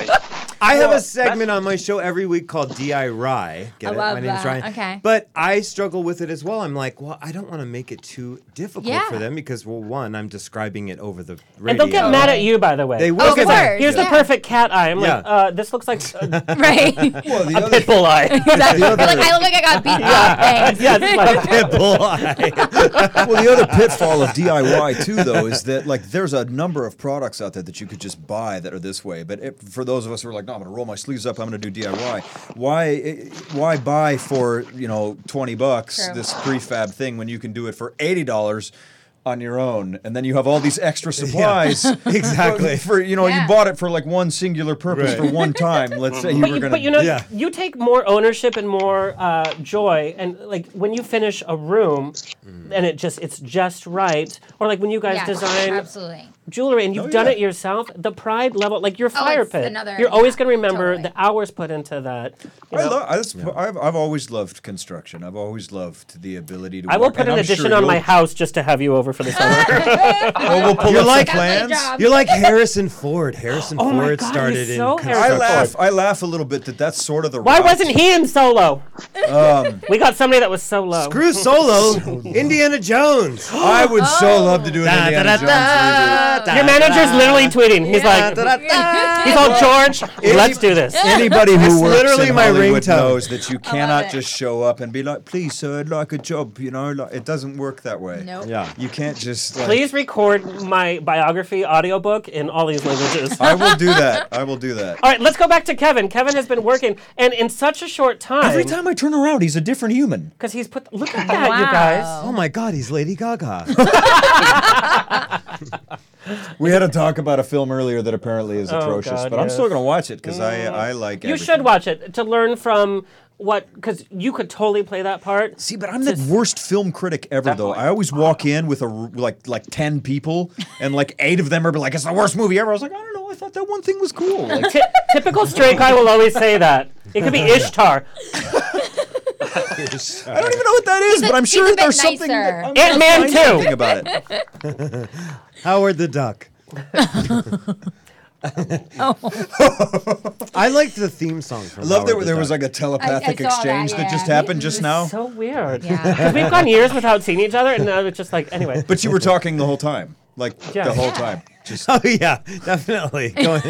Speaker 3: I have
Speaker 9: Well,
Speaker 3: a segment on my show every week called DIY. Get
Speaker 2: I
Speaker 3: it?
Speaker 2: love
Speaker 3: my name's
Speaker 2: that.
Speaker 3: Ryan.
Speaker 2: Okay.
Speaker 3: But I struggle with it as well. I'm like, well, I don't want to make it too difficult
Speaker 2: Yeah.
Speaker 3: for them because, well, one, I'm describing it over the radio.
Speaker 1: And they'll get
Speaker 3: *laughs*
Speaker 1: mad at you, by the way.
Speaker 3: They will
Speaker 2: Oh,
Speaker 3: get
Speaker 2: of
Speaker 3: mad.
Speaker 2: course.
Speaker 1: Here's the
Speaker 2: Yeah.
Speaker 1: perfect cat eye. I'm like,
Speaker 3: Yeah.
Speaker 1: uh, this looks
Speaker 3: *laughs*
Speaker 1: like a,
Speaker 2: right?
Speaker 1: *laughs*
Speaker 7: Well, the
Speaker 1: a pit bull eye.
Speaker 2: exactly. You're like, I look like I got beat
Speaker 7: *laughs*
Speaker 2: up. Thanks.
Speaker 1: yeah, it's like,
Speaker 7: well, the other pitfall of DIY too, though, is that like there's a number of products out there that you could just buy that are this way. But it, for those of us who are like, no, I'm going to roll my sleeves up, I'm going to do DIY. Why, why buy for you know twenty bucks
Speaker 2: True.
Speaker 7: this prefab thing when you can do it for eighty dollars? On your own, and then you have all these extra supplies.
Speaker 3: *laughs* exactly.
Speaker 7: For, for, you know,
Speaker 2: Yeah.
Speaker 7: you bought it for like one singular purpose
Speaker 3: Right.
Speaker 7: for one time. Let's say you
Speaker 1: but,
Speaker 7: were
Speaker 1: you,
Speaker 7: gonna.
Speaker 1: but you know,
Speaker 3: Yeah.
Speaker 1: you take more ownership and more uh, joy, and like when you finish a room,
Speaker 7: Mm.
Speaker 1: and it just it's just right, or like when you guys
Speaker 2: Yes,
Speaker 1: design
Speaker 2: absolutely.
Speaker 1: jewelry and you've
Speaker 7: Oh,
Speaker 1: done
Speaker 7: yeah.
Speaker 1: it yourself, the pride level, like your fire
Speaker 2: Oh, it's
Speaker 1: pit,
Speaker 2: another-
Speaker 1: you're always
Speaker 2: yeah,
Speaker 1: going to remember
Speaker 2: totally.
Speaker 1: the hours put into that. you
Speaker 7: I
Speaker 1: know?
Speaker 7: love. I, that's- I've, I've always loved construction. I've always loved the ability to.
Speaker 1: I will
Speaker 7: work,
Speaker 1: put
Speaker 7: and
Speaker 1: an
Speaker 7: I'm
Speaker 1: addition
Speaker 7: sure
Speaker 1: on my
Speaker 7: you'll-
Speaker 1: house just to have you over for the
Speaker 7: *laughs*
Speaker 1: summer.
Speaker 7: *laughs* Oh, we'll pull
Speaker 3: You're
Speaker 7: up
Speaker 3: like-
Speaker 2: *laughs*
Speaker 7: some plans.
Speaker 2: That's my job.
Speaker 3: You're like Harrison Ford. Harrison
Speaker 1: Oh my
Speaker 3: Ford
Speaker 1: God,
Speaker 3: started
Speaker 1: he's
Speaker 3: in.
Speaker 1: so
Speaker 3: construction.
Speaker 7: I
Speaker 1: Harrison
Speaker 3: *laughs*
Speaker 7: laugh. I laugh a little bit that that's sort of the.
Speaker 1: Why
Speaker 7: route.
Speaker 1: wasn't he in Solo?
Speaker 7: Um,
Speaker 1: *laughs* we got somebody that was Solo.
Speaker 3: Screw Solo, Indiana Jones.
Speaker 7: I would so love to do an
Speaker 3: Da,
Speaker 7: Indiana
Speaker 3: da,
Speaker 7: Jones
Speaker 3: da,
Speaker 7: reboot.
Speaker 3: da,
Speaker 1: Your manager's literally tweeting. He's like, *laughs* he's all George. Let's do this.
Speaker 7: Anybody who works
Speaker 3: literally
Speaker 7: in
Speaker 3: my
Speaker 7: Hollywood
Speaker 3: ringtone.
Speaker 7: knows that you
Speaker 2: it.
Speaker 7: cannot just show up and be like, "Please, sir, I'd like a job." You know, like, it doesn't work that way.
Speaker 3: *laughs*
Speaker 2: Nope.
Speaker 3: Yeah.
Speaker 7: you can't just. Like,
Speaker 1: Please record my biography audiobook in all these
Speaker 7: *laughs*
Speaker 1: languages.
Speaker 7: I will do that. I will do that.
Speaker 1: All *laughs* right, let's go back to Kevin. Kevin has been working, and in such a short time,
Speaker 7: Every time I turn around, he's a different human.
Speaker 1: because he's put. Look at that, you
Speaker 2: Wow.
Speaker 1: guys.
Speaker 3: Oh my God, he's Lady
Speaker 1: *laughs*
Speaker 3: Gaga.
Speaker 7: We had a talk about a film earlier that apparently is atrocious,
Speaker 1: Oh, God,
Speaker 7: but I'm
Speaker 1: yes. Mm.
Speaker 7: still gonna watch it because I I like.
Speaker 1: You
Speaker 7: everything.
Speaker 1: should watch it to learn from what, because you could totally play that part.
Speaker 7: See, but I'm the worst film critic ever, though. I always walk in with a r- like like ten people, and like eight of them are like, "It's the worst movie ever." I was like, I don't know. I thought that one thing was cool. Like,
Speaker 1: Ty- typical straight guy will always say that. It
Speaker 7: *laughs*
Speaker 1: could be Ishtar.
Speaker 3: Uh,
Speaker 7: I don't even know what that is, but I'm
Speaker 2: He's a
Speaker 7: sure
Speaker 2: bit
Speaker 7: there's something.
Speaker 2: nicer.
Speaker 7: That um, I'm
Speaker 1: Ant Man
Speaker 7: find something
Speaker 1: too.
Speaker 7: about it.
Speaker 3: Howard the *laughs* Duck.
Speaker 1: Oh.
Speaker 3: I liked the theme song from
Speaker 7: I love
Speaker 3: Howard
Speaker 7: that
Speaker 3: the
Speaker 7: there
Speaker 3: Duck.
Speaker 7: was like a telepathic
Speaker 2: saw that,
Speaker 7: exchange that,
Speaker 2: yeah.
Speaker 7: just happened just now.
Speaker 1: So weird. *laughs*
Speaker 2: Yeah.
Speaker 1: Because we've gone years without seeing each other, and now it's just like anyway.
Speaker 7: but you were talking the whole time, like
Speaker 1: Yeah.
Speaker 7: the whole
Speaker 1: Yeah.
Speaker 7: time.
Speaker 3: *laughs*
Speaker 7: Just
Speaker 3: Oh yeah,
Speaker 1: *laughs*
Speaker 3: definitely. Going,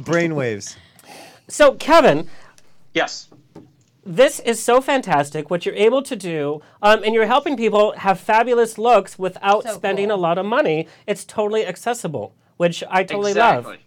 Speaker 3: brainwaves.
Speaker 1: So Kevin,
Speaker 9: Yes.
Speaker 1: this is so fantastic what you're able to do um, and you're helping people have fabulous looks without
Speaker 2: So
Speaker 1: spending
Speaker 2: cool.
Speaker 1: a lot of money it's totally accessible which i totally
Speaker 9: exactly.
Speaker 1: love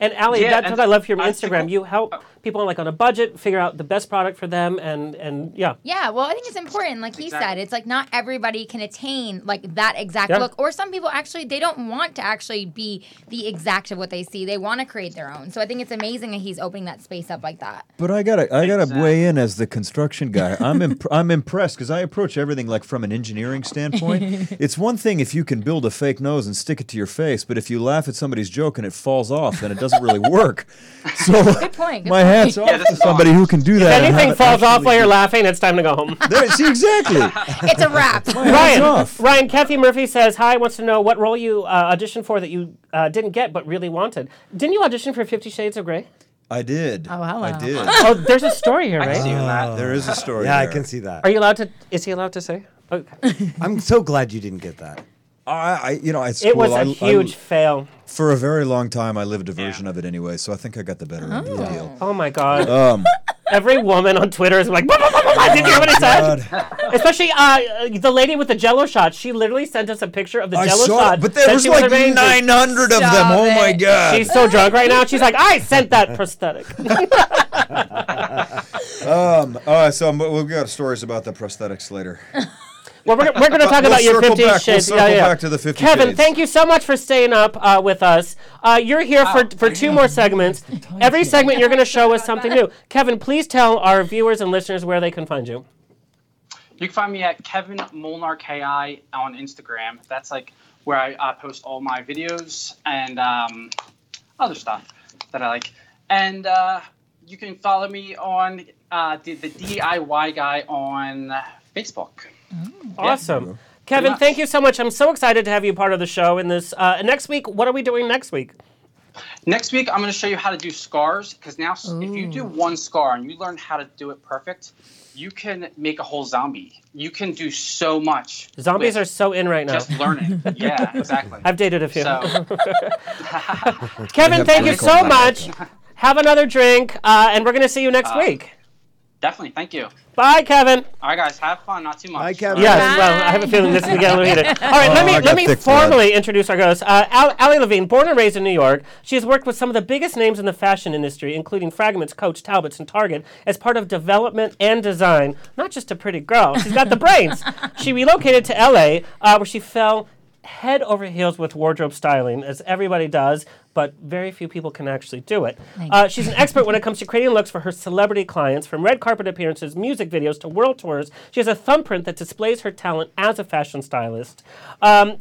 Speaker 1: and ali
Speaker 9: Yeah,
Speaker 1: that's
Speaker 9: and
Speaker 1: what i love from
Speaker 9: I
Speaker 1: instagram
Speaker 9: think uh, we-
Speaker 1: you help people like on a budget figure out the best product for them and and yeah
Speaker 2: Yeah, well, I think it's important. Like he
Speaker 9: Exactly.
Speaker 2: said, it's like not everybody can attain like that exact
Speaker 1: Yeah.
Speaker 2: look, or some people actually they don't want to actually be the exact of what they see. They want to create their own. So I think it's amazing that he's opening that space up like that.
Speaker 7: But I gotta, I gotta weigh in as the construction guy. I'm, imp- I'm impressed because I approach everything like from an engineering standpoint. it's one thing if you can build a fake nose and stick it to your face, but if you laugh at somebody's joke and it falls off, then it doesn't really work. So, good
Speaker 2: point, good
Speaker 7: my
Speaker 2: point.
Speaker 7: hat's off
Speaker 9: Yeah,
Speaker 7: to
Speaker 9: that's
Speaker 7: somebody who can do that. and *laughs*
Speaker 1: anything
Speaker 7: have it
Speaker 1: falls off while you're
Speaker 7: actually-
Speaker 1: laughing it's time to go *laughs* home
Speaker 7: There, see exactly.
Speaker 3: *laughs*
Speaker 2: It's a wrap.
Speaker 1: ryan
Speaker 7: off.
Speaker 1: ryan kathy murphy says hi wants to know what role you uh, auditioned for that you uh, didn't get but really wanted didn't you audition for 50 shades of gray
Speaker 7: I did. Oh,
Speaker 2: hello.
Speaker 7: I did.
Speaker 1: *laughs* oh there's a story here right
Speaker 9: See you in that.
Speaker 7: There is a story.
Speaker 3: Yeah, I
Speaker 7: there.
Speaker 3: can see that.
Speaker 1: are you allowed to is he allowed to say okay
Speaker 3: I'm so glad you didn't get that.
Speaker 7: I, I you know, it's
Speaker 1: It was
Speaker 7: cool.
Speaker 1: a
Speaker 7: I- I-
Speaker 1: huge fail.
Speaker 7: for a very long time, I lived a version of it anyway, so I think I got the better end of the deal.
Speaker 1: Oh my god!
Speaker 7: um,
Speaker 1: *laughs* Every woman on Twitter is like, "Blah, blah, blah, blah, blah." "Did you hear what it said?"
Speaker 7: God.
Speaker 1: Especially uh, the lady with the Jello shot. She literally sent us a picture of the
Speaker 7: I
Speaker 1: Jello
Speaker 7: saw,
Speaker 1: shot.
Speaker 7: it, but there
Speaker 1: that
Speaker 7: was
Speaker 1: she
Speaker 7: like
Speaker 1: arranging.
Speaker 7: 900 of them.
Speaker 2: Stop
Speaker 7: Oh my
Speaker 2: it.
Speaker 7: god!
Speaker 1: She's so drunk right now. She's like, "I sent that
Speaker 7: *laughs*
Speaker 1: prosthetic."
Speaker 7: Um. Uh, so I'm, we'll go to stories about the prosthetics later.
Speaker 1: well, we're, we're going to talk
Speaker 7: We'll
Speaker 1: about your
Speaker 7: circle
Speaker 1: 50
Speaker 7: back- we'll
Speaker 1: shades.
Speaker 7: circle back to the 50
Speaker 1: Kevin,
Speaker 7: shades.
Speaker 1: thank you so much for staying up uh, with us. Uh, you're here for, for two more segments. Every segment, you're going to show us something new. Kevin, please tell our viewers and listeners where they can find you.
Speaker 9: You can find me at Kevin Molnar KI on Instagram. That's like where I uh, post all my videos and um, other stuff that I like. And uh, you can follow me on uh, the, the DIY guy on Facebook.
Speaker 1: Awesome. Kevin,
Speaker 9: much.
Speaker 1: thank you so much. I'm so excited to have you part of the show in this. Uh, next week, what are we doing next week?
Speaker 9: Next week, I'm going to show you how to do scars because now, s if you do one scar and you learn how to do it perfect, you can make a whole zombie. You can do so much.
Speaker 1: Zombies
Speaker 9: with
Speaker 1: are so in right now.
Speaker 9: just
Speaker 1: *laughs*
Speaker 9: learning. yeah, exactly.
Speaker 1: I've dated a few.
Speaker 9: *laughs* so,
Speaker 1: Kevin,
Speaker 7: have
Speaker 1: thank you
Speaker 7: political
Speaker 1: so much.
Speaker 7: knowledge.
Speaker 9: *laughs*
Speaker 1: Have another drink, uh, and we're going to see you next week.
Speaker 9: definitely. Thank you.
Speaker 1: Bye, Kevin.
Speaker 9: All right, guys. Have fun. Not too much.
Speaker 3: Bye, Kevin.
Speaker 1: Yes,
Speaker 2: Bye.
Speaker 1: well, I have a feeling this is the Gallo All right, let
Speaker 7: Oh, I
Speaker 1: me
Speaker 7: got
Speaker 1: let me
Speaker 7: thick blood.
Speaker 1: formally introduce our ghost. Uh, Al- Allie Levine, born and raised in New York, she has worked with some of the biggest names in the fashion industry, including Fragments, Coach, Talbots, and Target, as part of development and design. Not just a pretty girl, she's got the brains. She relocated to LA, uh, where she fell head over heels with wardrobe styling, as everybody does, but very few people can actually do it. Uh, she's an expert when it comes to creating looks for her celebrity clients, from red carpet appearances, music videos, to world tours. She has a thumbprint that displays her talent as a fashion stylist. Um,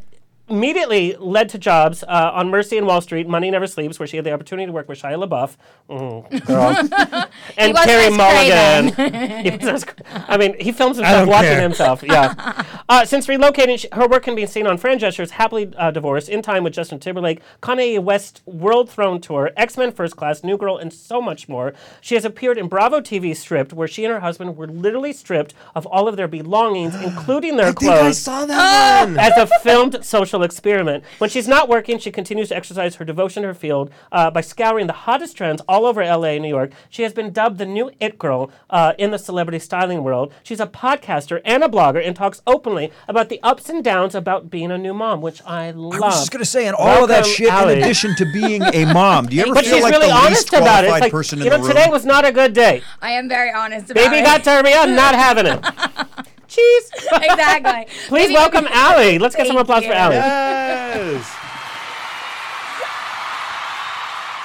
Speaker 1: Immediately led to jobs uh, on Mercy and Wall Street, Money Never Sleeps, where she had the opportunity to work with Shia LaBeouf, Mm, girl. and
Speaker 2: wasn't
Speaker 1: Carrie
Speaker 2: as
Speaker 1: Mulligan. He *laughs* was as- I mean, he films himself
Speaker 3: don't
Speaker 1: watching
Speaker 3: care.
Speaker 1: himself. Yeah. Uh, since relocating, sh her work can be seen on Fran Drescher's Happily uh, Divorced, In Time with Justin Timberlake, Kanye West World Throne Tour, X Men First Class, New Girl, and so much more. She has appeared in Bravo TV Stripped, where she and her husband were literally stripped of all of their belongings,
Speaker 3: *gasps*
Speaker 1: including their
Speaker 3: I think I
Speaker 1: clothes
Speaker 3: saw that
Speaker 1: *laughs*
Speaker 3: one.
Speaker 1: as a filmed social experiment. When she's not working, she continues to exercise her devotion to her field uh, by scouring the hottest trends all over LA and New York. She has been dubbed the new it girl uh, in the celebrity styling world. She's a podcaster and a blogger and talks openly about the ups and downs about being a new mom, which I love.
Speaker 7: I was just gonna say, and all of that
Speaker 1: Welcome,
Speaker 7: shit,
Speaker 1: Allie.
Speaker 7: in addition to being a mom, do you ever
Speaker 1: But
Speaker 7: feel
Speaker 1: she's
Speaker 7: like
Speaker 1: really
Speaker 7: the least
Speaker 1: honest about
Speaker 7: qualified
Speaker 1: it. It's like,
Speaker 7: person
Speaker 1: you
Speaker 7: in
Speaker 1: know,
Speaker 7: the room?
Speaker 1: today was not a good day.
Speaker 2: I am very honest about
Speaker 1: Baby
Speaker 2: it.
Speaker 1: got *laughs* dirty. I'm not having
Speaker 7: *laughs*
Speaker 1: it. Cheese.
Speaker 2: *laughs* exactly.
Speaker 1: Please
Speaker 2: Baby got-
Speaker 1: welcome Allie. Let's get some
Speaker 2: Thank
Speaker 1: applause for
Speaker 2: you.
Speaker 1: Allie.
Speaker 3: Yes.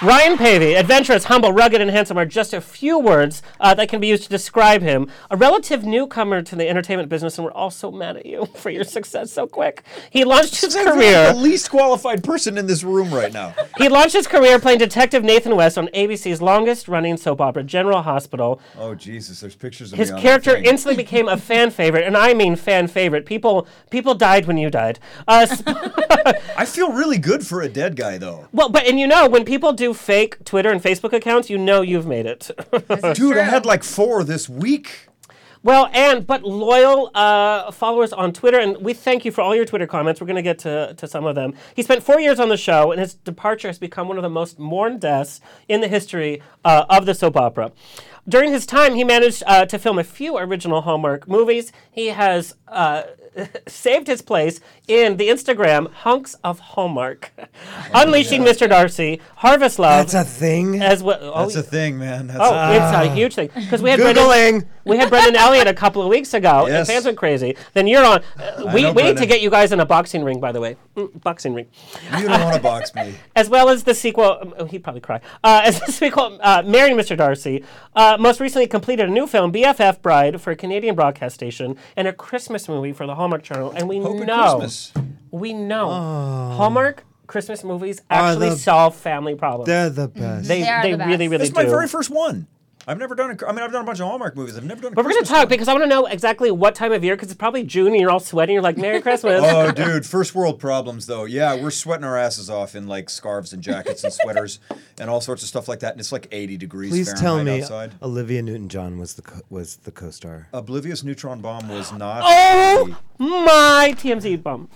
Speaker 1: Ryan Pavey, adventurous, humble, rugged, and handsome are just a few words uh, that can be used to describe him. A relative newcomer to the entertainment business, and we're all so mad at you *laughs* for your success so quick. He launched his
Speaker 7: I feel like
Speaker 1: career.
Speaker 7: the least qualified person in this room right now.
Speaker 1: He launched his career playing Detective Nathan West on ABC's longest-running soap opera, General Hospital.
Speaker 7: *laughs* Oh Jesus, there's pictures of
Speaker 1: His
Speaker 7: me on
Speaker 1: character
Speaker 7: that thing.
Speaker 1: instantly became a fan favorite, and I mean fan favorite. People, people died when you died. Uh, sp- *laughs*
Speaker 7: I feel really good for a dead guy though.
Speaker 1: well, but and you know when people do fake Twitter and Facebook accounts, you know you've made it. *laughs*
Speaker 7: Dude, I had like four this week.
Speaker 1: Well, and but loyal uh, followers on Twitter, and we thank you for all your Twitter comments. We're going to get to to some of them. He spent four years on the show, and his departure has become one of the most mourned deaths in the history uh, of the soap opera. During his time, he managed uh, to film a few original Hallmark movies. He has uh, *laughs* saved his place in the Instagram hunks of Hallmark, unleashing Mr. Darcy, Harvest Love,
Speaker 3: That's a thing.
Speaker 1: as well. oh,
Speaker 7: That's a thing, man. That's
Speaker 1: Oh,
Speaker 7: a-
Speaker 1: it's a huge thing because *laughs* we had
Speaker 3: Googling.
Speaker 1: Brendan, we had Brendan Elliott a couple of weeks ago, and
Speaker 7: Yes.
Speaker 1: fans went crazy. Then you're on. Uh, we
Speaker 7: know
Speaker 1: we need to
Speaker 7: Brendan.
Speaker 1: get you guys in a boxing ring, by the way, Mm, boxing ring,
Speaker 7: *laughs* you don't want to box
Speaker 1: *laughs*
Speaker 7: me.
Speaker 1: as well as the sequel. um, oh, he'd probably cry. Uh, *laughs* as the sequel, uh, Marrying Mr. Darcy, uh, most recently completed a new film, BFF Bride, for a Canadian broadcast station, and a Christmas movie for the Hallmark Channel. And we
Speaker 7: Hope at
Speaker 1: know,
Speaker 7: Christmas. Oh.
Speaker 1: we know, Hallmark Christmas movies actually
Speaker 3: the-
Speaker 1: solve family problems.
Speaker 3: They're the best.
Speaker 1: they
Speaker 2: They are
Speaker 1: they
Speaker 2: the
Speaker 1: really
Speaker 2: best.
Speaker 1: really
Speaker 7: That's my
Speaker 1: do.
Speaker 7: very first one. I've never done a. I mean, I've done a bunch of Hallmark movies. I've never done. A
Speaker 1: But we're going to
Speaker 7: Christmas
Speaker 1: talk because I want to know exactly what time of year because it's probably June and you're all sweating. You're like,
Speaker 7: *laughs*
Speaker 1: Merry Christmas. *laughs*
Speaker 7: *laughs* Oh, dude, first world problems though. Yeah, we're sweating our asses off in like scarves and jackets
Speaker 1: *laughs*
Speaker 7: and sweaters and all sorts of stuff like that. And it's like 80 degrees
Speaker 3: Please
Speaker 7: Fahrenheit
Speaker 3: tell me
Speaker 7: outside.
Speaker 3: Olivia Newton-John was the co- was the co-star.
Speaker 7: Oblivious Neutron Bomb was not.
Speaker 1: *gasps* Oh! My TMZ bum.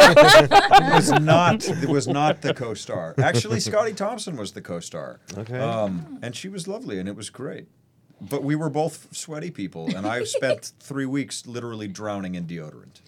Speaker 7: the- was not it was not the co-star. Actually, Scotty Thompson was the co-star.
Speaker 3: Okay.
Speaker 7: Um, and she was lovely, and it was great. But we were both sweaty people, and
Speaker 1: *laughs*
Speaker 7: I spent three weeks literally drowning in deodorant.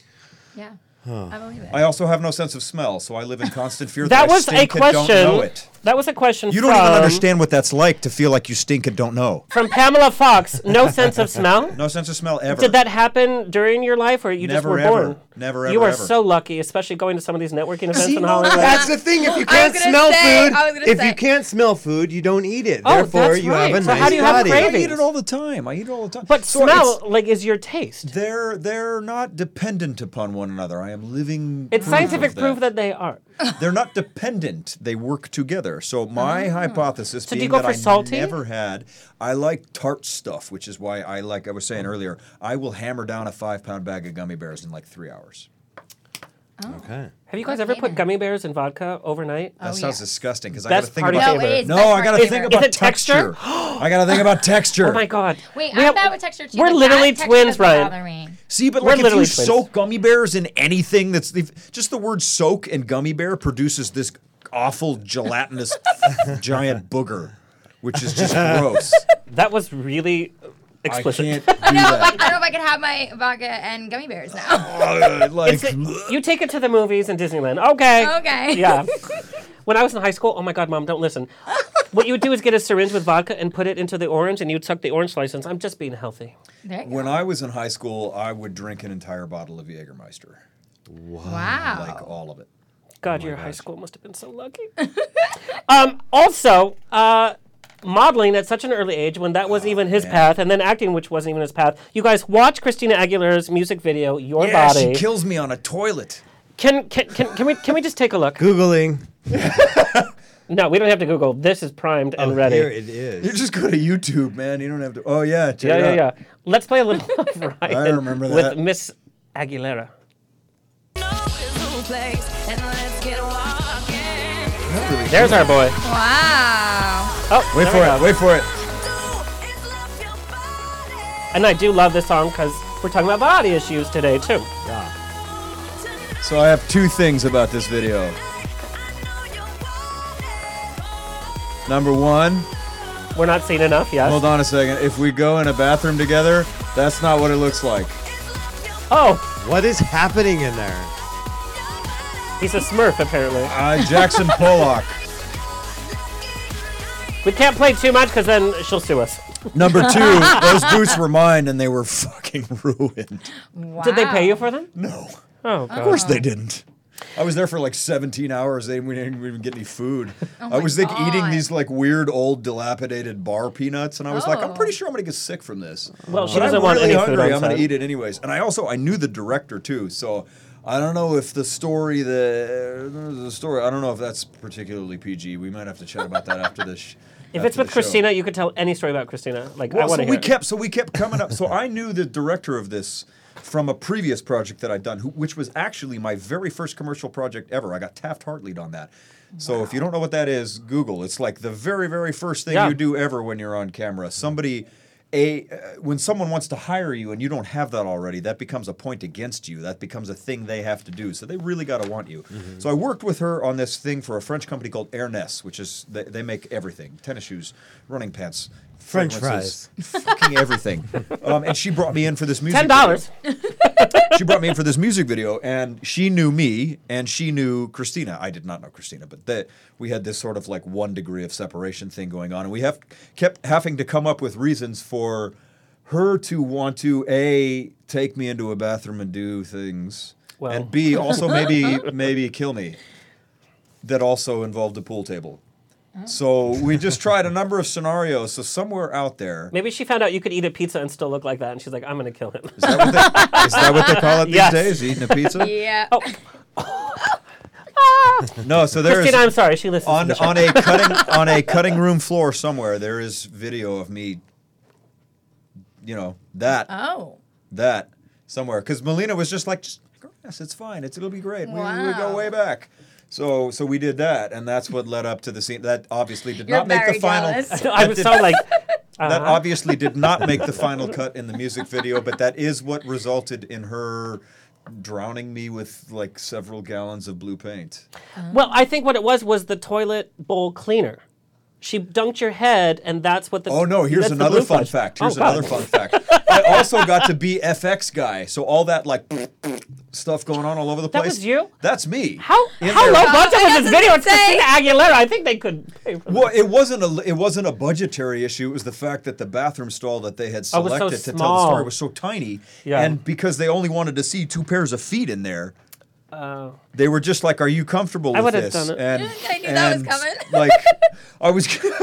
Speaker 2: Yeah. I believe it.
Speaker 7: I also have no sense of smell, so I live in constant fear that,
Speaker 1: That
Speaker 7: I
Speaker 1: was a
Speaker 7: stink and
Speaker 1: question.
Speaker 7: Don't know it.
Speaker 1: That was a question.
Speaker 7: You don't
Speaker 1: from,
Speaker 7: even understand what that's like to feel like you stink and don't know.
Speaker 1: From Pamela Fox, no sense of smell.
Speaker 7: No sense of smell ever.
Speaker 1: Did that happen during your life, or you just
Speaker 7: Never,
Speaker 1: were
Speaker 7: ever.
Speaker 1: born?
Speaker 7: Never,
Speaker 1: You
Speaker 7: ever,
Speaker 1: are
Speaker 7: ever.
Speaker 1: so lucky, especially going to some of these networking events
Speaker 7: See,
Speaker 1: in
Speaker 7: no,
Speaker 1: Hollywood.
Speaker 3: That's the thing. If you can't
Speaker 2: gonna
Speaker 3: smell
Speaker 2: say-
Speaker 3: food,
Speaker 2: I was gonna
Speaker 3: if
Speaker 2: say.
Speaker 3: you can't smell food, you don't eat it.
Speaker 1: Oh,
Speaker 3: Therefore,
Speaker 1: that's
Speaker 3: you
Speaker 1: right.
Speaker 3: have a
Speaker 1: So
Speaker 3: nice
Speaker 1: how do you have
Speaker 3: body.
Speaker 7: I
Speaker 1: cravings?
Speaker 7: eat it all the time. I eat it all the time.
Speaker 1: but
Speaker 7: So
Speaker 1: smell,
Speaker 7: it's-
Speaker 1: like, is your taste.
Speaker 7: They're they're not dependent upon one another. I am living.
Speaker 1: It's
Speaker 7: proof of
Speaker 1: scientific proof that they are.
Speaker 7: they're not dependent. They work together. So my hypothesis
Speaker 1: Ah. do you
Speaker 7: being
Speaker 1: go
Speaker 7: that
Speaker 1: for
Speaker 7: I
Speaker 1: salty?
Speaker 7: never had, I like tart stuff, which is why I like I was saying earlier, I will hammer down a five pound bag of gummy bears in like three hours.
Speaker 3: Okay.
Speaker 1: Have you guys ever put
Speaker 2: Martina.
Speaker 1: gummy bears in vodka overnight?
Speaker 7: That
Speaker 2: Oh,
Speaker 7: sounds
Speaker 2: yeah.
Speaker 7: disgusting because I
Speaker 1: That's
Speaker 7: gotta think
Speaker 1: part of
Speaker 7: about
Speaker 1: No, it
Speaker 2: is.
Speaker 7: No,
Speaker 2: That's
Speaker 7: I
Speaker 2: part
Speaker 7: gotta
Speaker 2: of
Speaker 7: think
Speaker 2: it.
Speaker 7: about
Speaker 1: Is it texture?
Speaker 7: *gasps* I gotta
Speaker 1: *gasps*
Speaker 7: think about texture.
Speaker 1: Oh my god.
Speaker 2: Wait,
Speaker 1: We
Speaker 2: I'm
Speaker 1: have-
Speaker 2: bad with texture too.
Speaker 1: We're
Speaker 2: but
Speaker 1: literally
Speaker 2: that texture
Speaker 1: twins,
Speaker 2: doesn't
Speaker 1: Ryan.
Speaker 2: bother me.
Speaker 7: See, but
Speaker 1: We're
Speaker 7: like if you
Speaker 1: literally twins.
Speaker 7: soak gummy bears in anything that's if- just the word soak and gummy bear produces this awful gelatinous
Speaker 1: *laughs*
Speaker 7: giant booger, which is just gross.
Speaker 1: That was really
Speaker 7: I
Speaker 1: explicit.
Speaker 7: can't do that.
Speaker 2: Like, I don't know if I could have my vodka and gummy bears now. *laughs*
Speaker 7: Uh, like
Speaker 1: *laughs* It's a- you take it to the movies and Disneyland. Okay.
Speaker 2: Okay.
Speaker 1: Yeah. When I was in high school, oh my god, mom, don't listen. What you would do is get a syringe with vodka and put it into the orange, and you'd suck the orange slice. And I'm just being healthy.
Speaker 2: There you go.
Speaker 7: when I was in high school, I would drink an entire bottle of Jägermeister,
Speaker 2: Wow.
Speaker 7: like all of it. Oh
Speaker 1: God, your high school must have been so lucky. *laughs* um, also, uh, modeling at such an early age when that was
Speaker 7: Oh,
Speaker 1: not even his path, and then acting, which wasn't even his path. You guys watch Christina Aguilera's music video, Your
Speaker 7: Yeah,
Speaker 1: Body.
Speaker 7: she kills me on a toilet.
Speaker 1: can, can, can, can, we, can we just take a look?
Speaker 3: Googling.
Speaker 1: No, we don't have to Google. This is primed
Speaker 7: Oh,
Speaker 1: and ready.
Speaker 3: Here it
Speaker 7: You
Speaker 3: is.
Speaker 7: just go to YouTube, man. You don't have to. Oh yeah, check
Speaker 1: yeah,
Speaker 7: it
Speaker 1: yeah,
Speaker 7: out.
Speaker 1: yeah. Let's play a little *laughs* of Ryan
Speaker 7: remember that.
Speaker 1: with Miss Aguilera. There's our boy.
Speaker 2: Wow.
Speaker 1: Oh,
Speaker 7: Wait
Speaker 1: there
Speaker 7: for
Speaker 1: we
Speaker 7: it.
Speaker 1: go.
Speaker 7: Wait for it.
Speaker 1: And I do love this song because we're talking about body issues today too.
Speaker 7: So I have two things about this video. Number one,
Speaker 1: We're not seen enough, yes.
Speaker 7: hold on a second. If we go in a bathroom together, that's not what it looks like.
Speaker 1: Oh,
Speaker 3: What is happening in there?
Speaker 1: he's a Smurf apparently.
Speaker 7: Uh, Jackson Pollock.
Speaker 1: We can't play too much because then she'll sue us.
Speaker 7: Number two, those boots were mine and they were fucking ruined.
Speaker 2: Wow.
Speaker 1: Did they pay you for them?
Speaker 7: No,
Speaker 1: Oh
Speaker 7: of
Speaker 1: god.
Speaker 7: course they didn't. I was there for like 17 hours. They we didn't even get any food. I
Speaker 2: Oh my
Speaker 7: was like eating
Speaker 2: God.
Speaker 7: these like weird old dilapidated bar peanuts, and I was like, I'm
Speaker 2: Oh.
Speaker 7: pretty sure I'm gonna get sick from this.
Speaker 1: Well, she
Speaker 7: But
Speaker 1: doesn't
Speaker 7: I'm
Speaker 1: want
Speaker 7: really
Speaker 1: any
Speaker 7: hungry.
Speaker 1: food on
Speaker 7: I'm going
Speaker 1: site.
Speaker 7: to eat it anyways. And I also I knew the director too, so I don't know if the story the the story I don't know if that's particularly PG. We might have to chat about that after this. sh-
Speaker 1: If
Speaker 7: after
Speaker 1: it's with
Speaker 7: the show.
Speaker 1: Christina, you could tell any story about Christina. Like I
Speaker 7: well,
Speaker 1: want
Speaker 7: so
Speaker 1: to
Speaker 7: we
Speaker 1: hear. it.
Speaker 7: kept so we kept coming up. So I knew the director of this from a previous project that I'd done, who, which was actually my very first commercial project ever. I got Taft Hartley on that. So if you don't know what that is, Google. It's like the very very first thing
Speaker 1: Yeah.
Speaker 7: you do ever when you're on camera. Somebody. A, uh, when someone wants to hire you and you don't have that already, that becomes a point against you. That becomes a thing they have to do. So they really got to want you.
Speaker 1: Mm-hmm.
Speaker 7: So I worked with her on this thing for a French company called Ernest, which is they, they make everything: tennis shoes, running pants,
Speaker 3: French
Speaker 7: fragrances, fucking everything. um, and she brought me in for this music.
Speaker 1: Ten dollars.
Speaker 7: video. She brought me in for this music video, and she knew me, and she knew Christina. I did not know Christina, but that we had this sort of like one degree of separation thing going on, and we have kept having to come up with reasons for her to want to a take me into a bathroom and do things,
Speaker 1: Well.
Speaker 7: and b also maybe maybe kill me. That also involved a pool table. So we just tried a number of scenarios. So somewhere out there,
Speaker 1: *laughs* Maybe she found out you could eat a pizza and still look like that, and she's like, "I'm gonna kill him."
Speaker 7: Is that, what they, is that what they call it these
Speaker 1: Yes.
Speaker 7: days? Eating a pizza?
Speaker 2: Yeah.
Speaker 1: Oh.
Speaker 7: No, so there is
Speaker 1: Christina, I'm sorry. She listens. *laughs*
Speaker 7: on
Speaker 1: to the show.
Speaker 7: on a cutting on a cutting room floor somewhere. There is video of me, you know that
Speaker 2: Oh.
Speaker 7: that somewhere because Melina was just like, just like her ass, it's fine, it's it'll be great. We, we go
Speaker 2: Wow.
Speaker 7: way back. So so we did that, and that's what led up to the scene. That obviously did
Speaker 2: You're
Speaker 7: not make the
Speaker 2: very
Speaker 7: final.
Speaker 2: jealous.
Speaker 7: *laughs* that
Speaker 1: I was
Speaker 7: did-
Speaker 1: so like,
Speaker 7: That
Speaker 1: Uh-huh.
Speaker 7: obviously did not make the final cut in the music video, but that is what resulted in her drowning me with like several gallons of blue paint.
Speaker 1: well, I think what it was was the toilet bowl cleaner. She dunked your head, and that's what the.
Speaker 7: Oh no, here's
Speaker 1: that's the
Speaker 7: another
Speaker 1: blue
Speaker 7: fun
Speaker 1: flash.
Speaker 7: fact.
Speaker 1: Oh,
Speaker 7: Here's
Speaker 1: God.
Speaker 7: another fun fact. I also got to be FX guy, so all that like stuff going on all over the
Speaker 1: That
Speaker 7: place.
Speaker 1: was you?
Speaker 7: That's me.
Speaker 1: How
Speaker 7: In
Speaker 1: how
Speaker 7: there.
Speaker 1: low budget was this
Speaker 2: doesn't
Speaker 1: video? It's
Speaker 2: say.
Speaker 1: Christina Aguilera. I think they could. Pay for
Speaker 7: Well, it wasn't a it wasn't a budgetary issue. It was the fact that the bathroom stall that they had
Speaker 1: Oh, it was so
Speaker 7: selected to tell the story
Speaker 1: small.
Speaker 7: was so tiny,
Speaker 1: Yeah.
Speaker 7: and because they only wanted to see two pairs of feet in there, they were just like, "Are you comfortable
Speaker 1: Oh. I
Speaker 7: with
Speaker 1: would've
Speaker 7: this?"
Speaker 1: done it.
Speaker 7: And
Speaker 2: I knew that was
Speaker 7: and,
Speaker 2: coming.
Speaker 7: *laughs* like, I was, *laughs*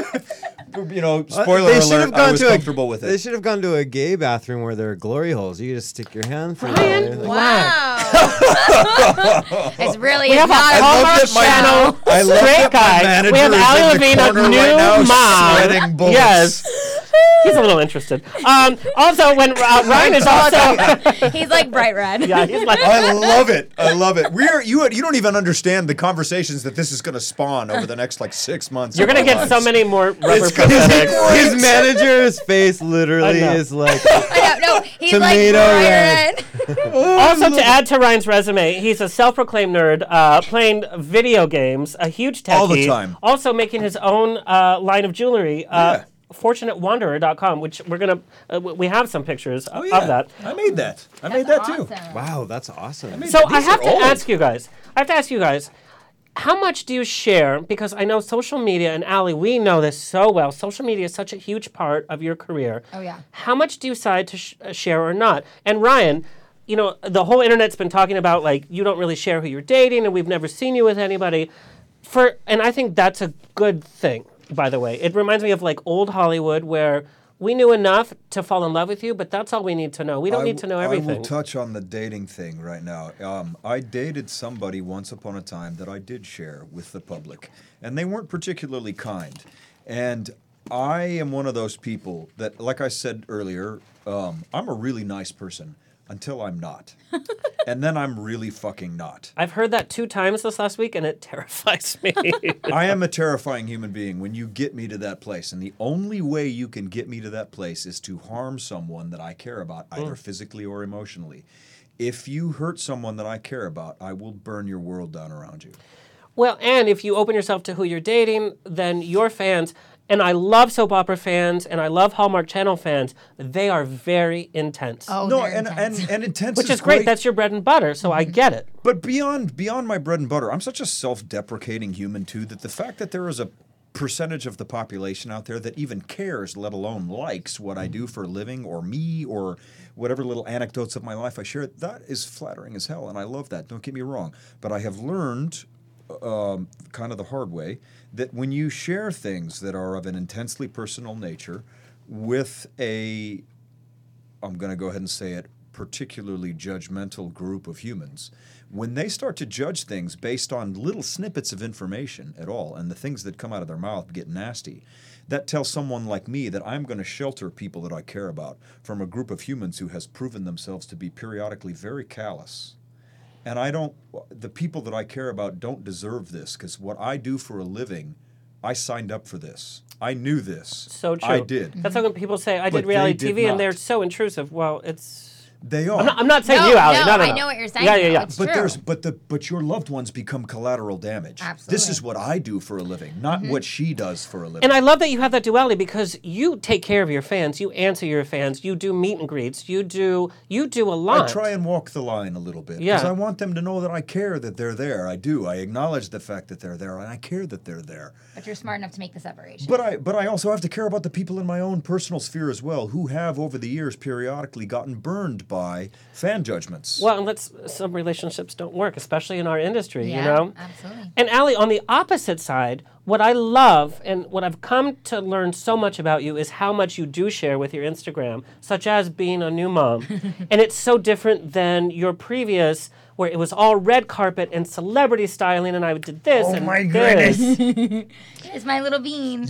Speaker 7: you know,
Speaker 1: Uh,
Speaker 7: spoiler
Speaker 3: Uh, they should
Speaker 7: alert.
Speaker 3: have gone
Speaker 7: I was
Speaker 3: to
Speaker 7: comforable
Speaker 3: a,
Speaker 7: with it.
Speaker 3: They should have gone to a gay bathroom where there are glory holes. You just stick your hand through.
Speaker 1: Brian,
Speaker 3: there.
Speaker 1: *laughs*
Speaker 2: Wow. it's really
Speaker 1: We have a
Speaker 2: not a
Speaker 1: Hallmark
Speaker 2: horror show.
Speaker 1: Channel
Speaker 7: I love
Speaker 1: straight
Speaker 7: that my
Speaker 1: guy.
Speaker 7: manager
Speaker 1: We have
Speaker 7: is
Speaker 1: Avril
Speaker 7: in the
Speaker 1: Lavigne, a
Speaker 7: corner
Speaker 1: new *laughs*
Speaker 7: right now,
Speaker 1: mom.
Speaker 7: sweating bullets.
Speaker 1: Yes. He's a little interested. Um, also, when
Speaker 7: *laughs*
Speaker 1: uh, Ryan is also
Speaker 2: He's like bright red.
Speaker 1: *laughs* yeah, he's like
Speaker 7: I love it. I love it. We're you. You don't even understand the conversations that this is going to spawn over the next like six months.
Speaker 1: you're
Speaker 7: of
Speaker 1: gonna
Speaker 7: our
Speaker 1: get so
Speaker 7: lives.
Speaker 1: many more rubber
Speaker 7: gonna be
Speaker 1: prosthetics.
Speaker 7: great.
Speaker 3: His manager's face literally
Speaker 1: I know. *laughs*
Speaker 3: is like,
Speaker 2: I know. *laughs* No, he's
Speaker 3: Tomato
Speaker 2: like bright
Speaker 3: red.
Speaker 2: red.
Speaker 1: Also, to add to Ryan's resume, he's a self-proclaimed nerd, uh, playing video games, a huge techie,
Speaker 7: All the time.
Speaker 1: Also making his own uh, line of jewelry. Uh,
Speaker 7: Yeah.
Speaker 1: FortunateWanderer.com, which we're gonna uh, w- we have some pictures
Speaker 7: Oh,
Speaker 1: of
Speaker 7: yeah.
Speaker 1: that.
Speaker 7: I made that. I made that too.
Speaker 2: Awesome.
Speaker 3: wow, that's awesome.
Speaker 1: So I
Speaker 7: These are
Speaker 1: have to
Speaker 7: old.
Speaker 1: ask you guys. I have to ask you guys. How much do you share? Because I know social media and Allie, we know this so well. Social media is such a huge part of your career.
Speaker 2: Oh, yeah.
Speaker 1: How much do you decide to sh- uh, share or not? And Ryan, you know the whole internet's been talking about like you don't really share who you're dating, and we've never seen you with anybody. For and I think that's a good thing. By the way, it reminds me of like old Hollywood where. We knew enough to fall in love with you, but that's all we need to know. We don't
Speaker 7: I
Speaker 1: need to
Speaker 7: w-
Speaker 1: know everything.
Speaker 7: I will touch on the dating thing right now. Um, I dated somebody once upon a time that I did share with the public, and they weren't particularly kind. And I am one of those people that, like I said earlier, um, I'm a really nice person until I'm not, and then I'm really fucking not.
Speaker 1: I've heard that two times this last week, and it *laughs* terrifies
Speaker 7: *laughs*
Speaker 1: me.
Speaker 7: I am a terrifying human being when you get me to that place. And the only way you can get me to that place is to harm someone that I care about, either physically or emotionally. If you hurt someone that I care about, I will burn your world down around you.
Speaker 1: well, and if you open yourself to who you're dating, then your fans, and I love soap opera fans, and I love Hallmark Channel fans, they are very intense,
Speaker 2: Oh,
Speaker 7: no,
Speaker 2: they're
Speaker 7: and,
Speaker 2: intense.
Speaker 7: and and intense
Speaker 1: which is great. That's your bread and butter, so
Speaker 2: Mm-hmm.
Speaker 1: I get it.
Speaker 7: But beyond beyond my bread and butter, I'm such a self-deprecating human too that the fact that there is a percentage of the population out there that even cares, let alone likes what I do for a living or me or whatever little anecdotes of my life I share, that is flattering as hell and I love that. Don't get me wrong, but I have learned um, kind of the hard way that when you share things that are of an intensely personal nature with a I'm going to go ahead and say it, particularly judgmental group of humans, when they start to judge things based on little snippets of information at all, and the things that come out of their mouth get nasty, that tells someone like me that I'm going to shelter people that I care about from a group of humans who has proven themselves to be periodically very callous. And I don't, the people that I care about don't deserve this because what I do for a living, I signed up for this. I knew this.
Speaker 1: So true.
Speaker 7: I did.
Speaker 1: That's how come people say I
Speaker 7: But
Speaker 1: did
Speaker 7: they
Speaker 1: reality
Speaker 7: did
Speaker 1: TV, and
Speaker 7: not.
Speaker 1: they're so intrusive. Well, it's
Speaker 7: They are.
Speaker 1: I'm not, I'm not saying
Speaker 2: No,
Speaker 1: you, Allie.
Speaker 2: no,
Speaker 1: No, no,
Speaker 2: I
Speaker 1: no.
Speaker 2: know what you're saying,
Speaker 1: Yeah, yeah,
Speaker 2: though.
Speaker 1: yeah.
Speaker 2: It's-
Speaker 7: But
Speaker 2: True.
Speaker 7: there's but the but your loved ones become collateral damage. This is
Speaker 2: Absolutely. Mm-hmm.
Speaker 7: what I do for a living, not what she does for a living.
Speaker 1: And I love that you have that duality because you take care of your fans, you answer your fans, you do meet and greets, you do you do a
Speaker 7: I
Speaker 1: lot.
Speaker 7: try and walk the line a little bit because
Speaker 1: Yeah.
Speaker 7: I want them to know that I care that they're there. I do. I acknowledge the fact that they're there and I care that they're there.
Speaker 2: But you're smart enough to make the separation.
Speaker 7: But I but I also have to care about the people in my own personal sphere as well who have over the years periodically gotten burned by fan judgments.
Speaker 1: Well, and let's some relationships don't work, especially in our industry, you
Speaker 2: Yeah,
Speaker 1: know.
Speaker 2: absolutely.
Speaker 1: And Allie, on the opposite side, what I love and what I've come to learn so much about you is how much you do share with your Instagram, such as being a new
Speaker 2: *laughs*
Speaker 1: mom. and it's so different than your previous where it was all red carpet and celebrity styling and I did this and this.
Speaker 2: it's my little bean.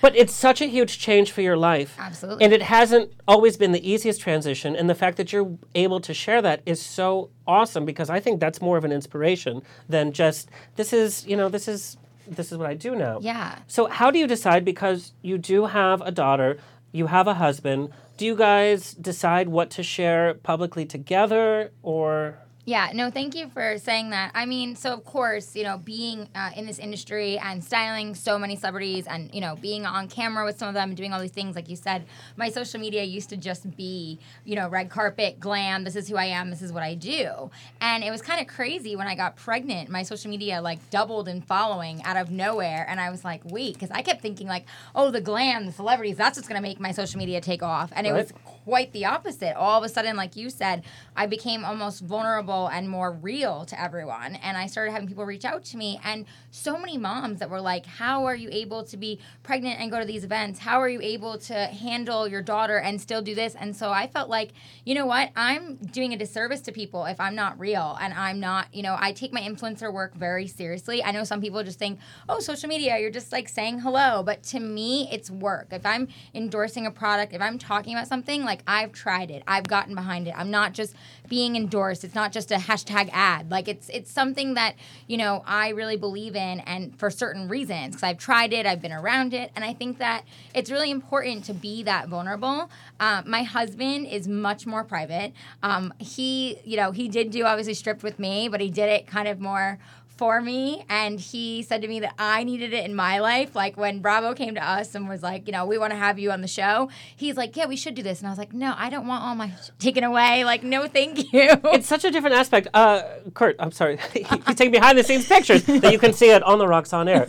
Speaker 1: But it's such a huge change for your life.
Speaker 2: Absolutely.
Speaker 1: And it hasn't always been the easiest transition. And the fact that you're able to share that is so awesome because I think that's more of an inspiration than just this is, you know, this is this is what I do now.
Speaker 2: Yeah.
Speaker 1: So how do you decide because you do have a daughter, you have a husband, do you guys decide what to share publicly together or
Speaker 2: Yeah, no, thank you for saying that. I mean, so of course, you know, being uh, in this industry and styling so many celebrities and, you know, being on camera with some of them and doing all these things, like you said, my social media used to just be, you know, red carpet, glam, this is who I am, this is what I do. And it was kind of crazy when I got pregnant. My social media like doubled in following out of nowhere. And I was like, wait, because I kept thinking, like, oh, the glam, the celebrities, that's what's going to make my social media take off. And it
Speaker 1: Right.
Speaker 2: was quite the opposite. All of a sudden, like you said, I became almost vulnerable and more real to everyone. And I started having people reach out to me. And so many moms that were like, How are you able to be pregnant and go to these events? How are you able to handle your daughter and still do this? And so I felt like, you know what? I'm doing a disservice to people if I'm not real and I'm not, you know, I take my influencer work very seriously. I know some people just think, oh, social media, you're just like saying hello. But to me, it's work. If I'm endorsing a product, if I'm talking about something, like I've tried it, I've gotten behind it. I'm not just being endorsed. It's not just a hashtag ad. Like it's it's something that, you know, I really believe in and for certain reasons. Cause I've tried it, I've been around it. And I think that it's really important to be that vulnerable. Uh, my husband is much more private. Um, he, you know, he did do obviously stripped with me, but he did it kind of more for me and he said to me that I needed it in my life. Like when Bravo came to us and was like, you know, we want to have you on the show, he's like, yeah, we should do this. And I was like, no, I don't want all my sh- taken away. Like, no, thank *laughs* you.
Speaker 1: It's such a different aspect. Uh, Kurt, I'm sorry. *laughs* He's taking behind the scenes pictures that you can see it on the rocks on
Speaker 2: *laughs*
Speaker 1: air.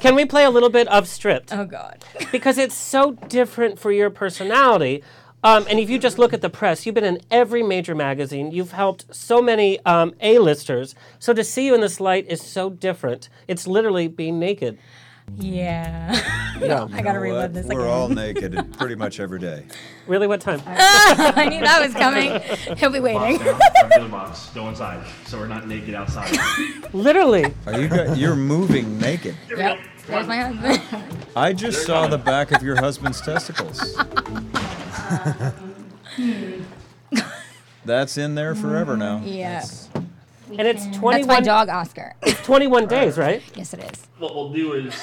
Speaker 1: Can we play a little bit of Stripped?
Speaker 2: oh, God.
Speaker 1: because it's so different for your personality. Um, and if you just look at the press, you've been in every major magazine. You've helped so many um, A-listers. So to see you in this light is so different. It's literally being naked.
Speaker 2: Yeah.
Speaker 1: No,
Speaker 2: I got to relive this
Speaker 7: We're
Speaker 2: again.
Speaker 7: all naked pretty much every day.
Speaker 1: really, what time?
Speaker 2: I knew that was coming. *laughs* He'll be waiting.
Speaker 10: Box down, front of the box, go inside. So we're not naked outside.
Speaker 1: Literally.
Speaker 7: Are you guys, you're moving naked.
Speaker 2: Yep. There's my husband. *laughs*
Speaker 7: I just saw the back of your husband's *laughs* testicles. That's in there forever now.
Speaker 2: Mm, yeah.
Speaker 1: And it's
Speaker 2: That's my
Speaker 1: 21,
Speaker 2: dog, Oscar.
Speaker 1: 21 days, right?
Speaker 2: yes, it is.
Speaker 10: what we'll do is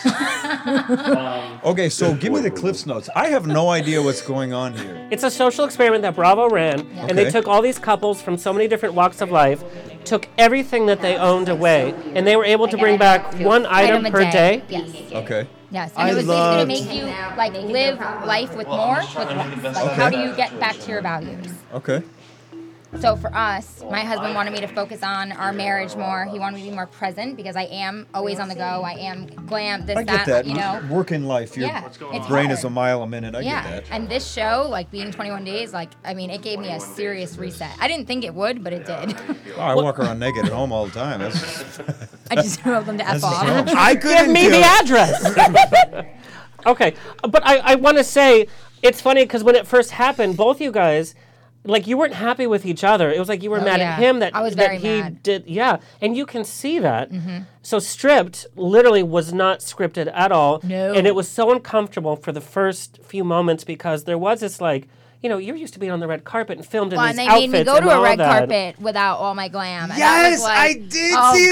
Speaker 7: Okay, so give
Speaker 2: *laughs*
Speaker 7: me the Cliffs notes. I have no idea what's going on here.
Speaker 1: It's a social experiment that Bravo ran, and they
Speaker 7: Okay.
Speaker 1: took all these couples from so many different walks of life, took everything that they owned away, and they were able to bring back one item
Speaker 2: a
Speaker 1: per day.
Speaker 2: Yes.
Speaker 7: Okay.
Speaker 2: Yes, and
Speaker 7: I
Speaker 2: it was going to
Speaker 7: loved-
Speaker 2: make you like live life with more, with less. Like, how do you get back to your values?
Speaker 7: Okay.
Speaker 2: So for us, my husband wanted me to focus on our marriage more. He wanted me to be more present because I am always on the go. I am glam, this,
Speaker 7: I get that.
Speaker 2: that, you know.
Speaker 7: Working life, your
Speaker 2: Yeah, What's going it's on?
Speaker 7: brain
Speaker 2: hard.
Speaker 7: is a mile a minute. I
Speaker 2: Yeah,
Speaker 7: get that.
Speaker 2: and this show, like being 21 days, like I mean, it gave me a serious reset. I didn't think it would, but it did.
Speaker 7: Oh, I walk around naked at home all the time. That's,
Speaker 2: *laughs* I just told them to f off.
Speaker 7: I
Speaker 3: *laughs*
Speaker 7: couldn't
Speaker 1: Give me
Speaker 7: do
Speaker 1: the
Speaker 7: it.
Speaker 1: address. *laughs* okay, but I, I want to say it's funny because when it first happened, both you guys, like you weren't happy with each other. It was like you were
Speaker 2: Oh,
Speaker 1: mad
Speaker 2: yeah.
Speaker 1: at him that
Speaker 2: I was
Speaker 1: that
Speaker 2: very
Speaker 1: he
Speaker 2: mad. Mm-hmm.
Speaker 1: did. Yeah, and you can see that. So stripped literally was not scripted at all.
Speaker 2: No.
Speaker 1: and it was so uncomfortable for the first few moments because there was this like. You know, you're used to being on the red carpet and filmed in
Speaker 2: Well,
Speaker 1: these
Speaker 2: and they made
Speaker 1: outfits
Speaker 2: me go
Speaker 1: and
Speaker 2: to a
Speaker 1: all
Speaker 2: red
Speaker 1: that.
Speaker 2: carpet without all my glam. and that was
Speaker 3: Yes,
Speaker 2: like,
Speaker 3: I did
Speaker 2: oh,
Speaker 3: see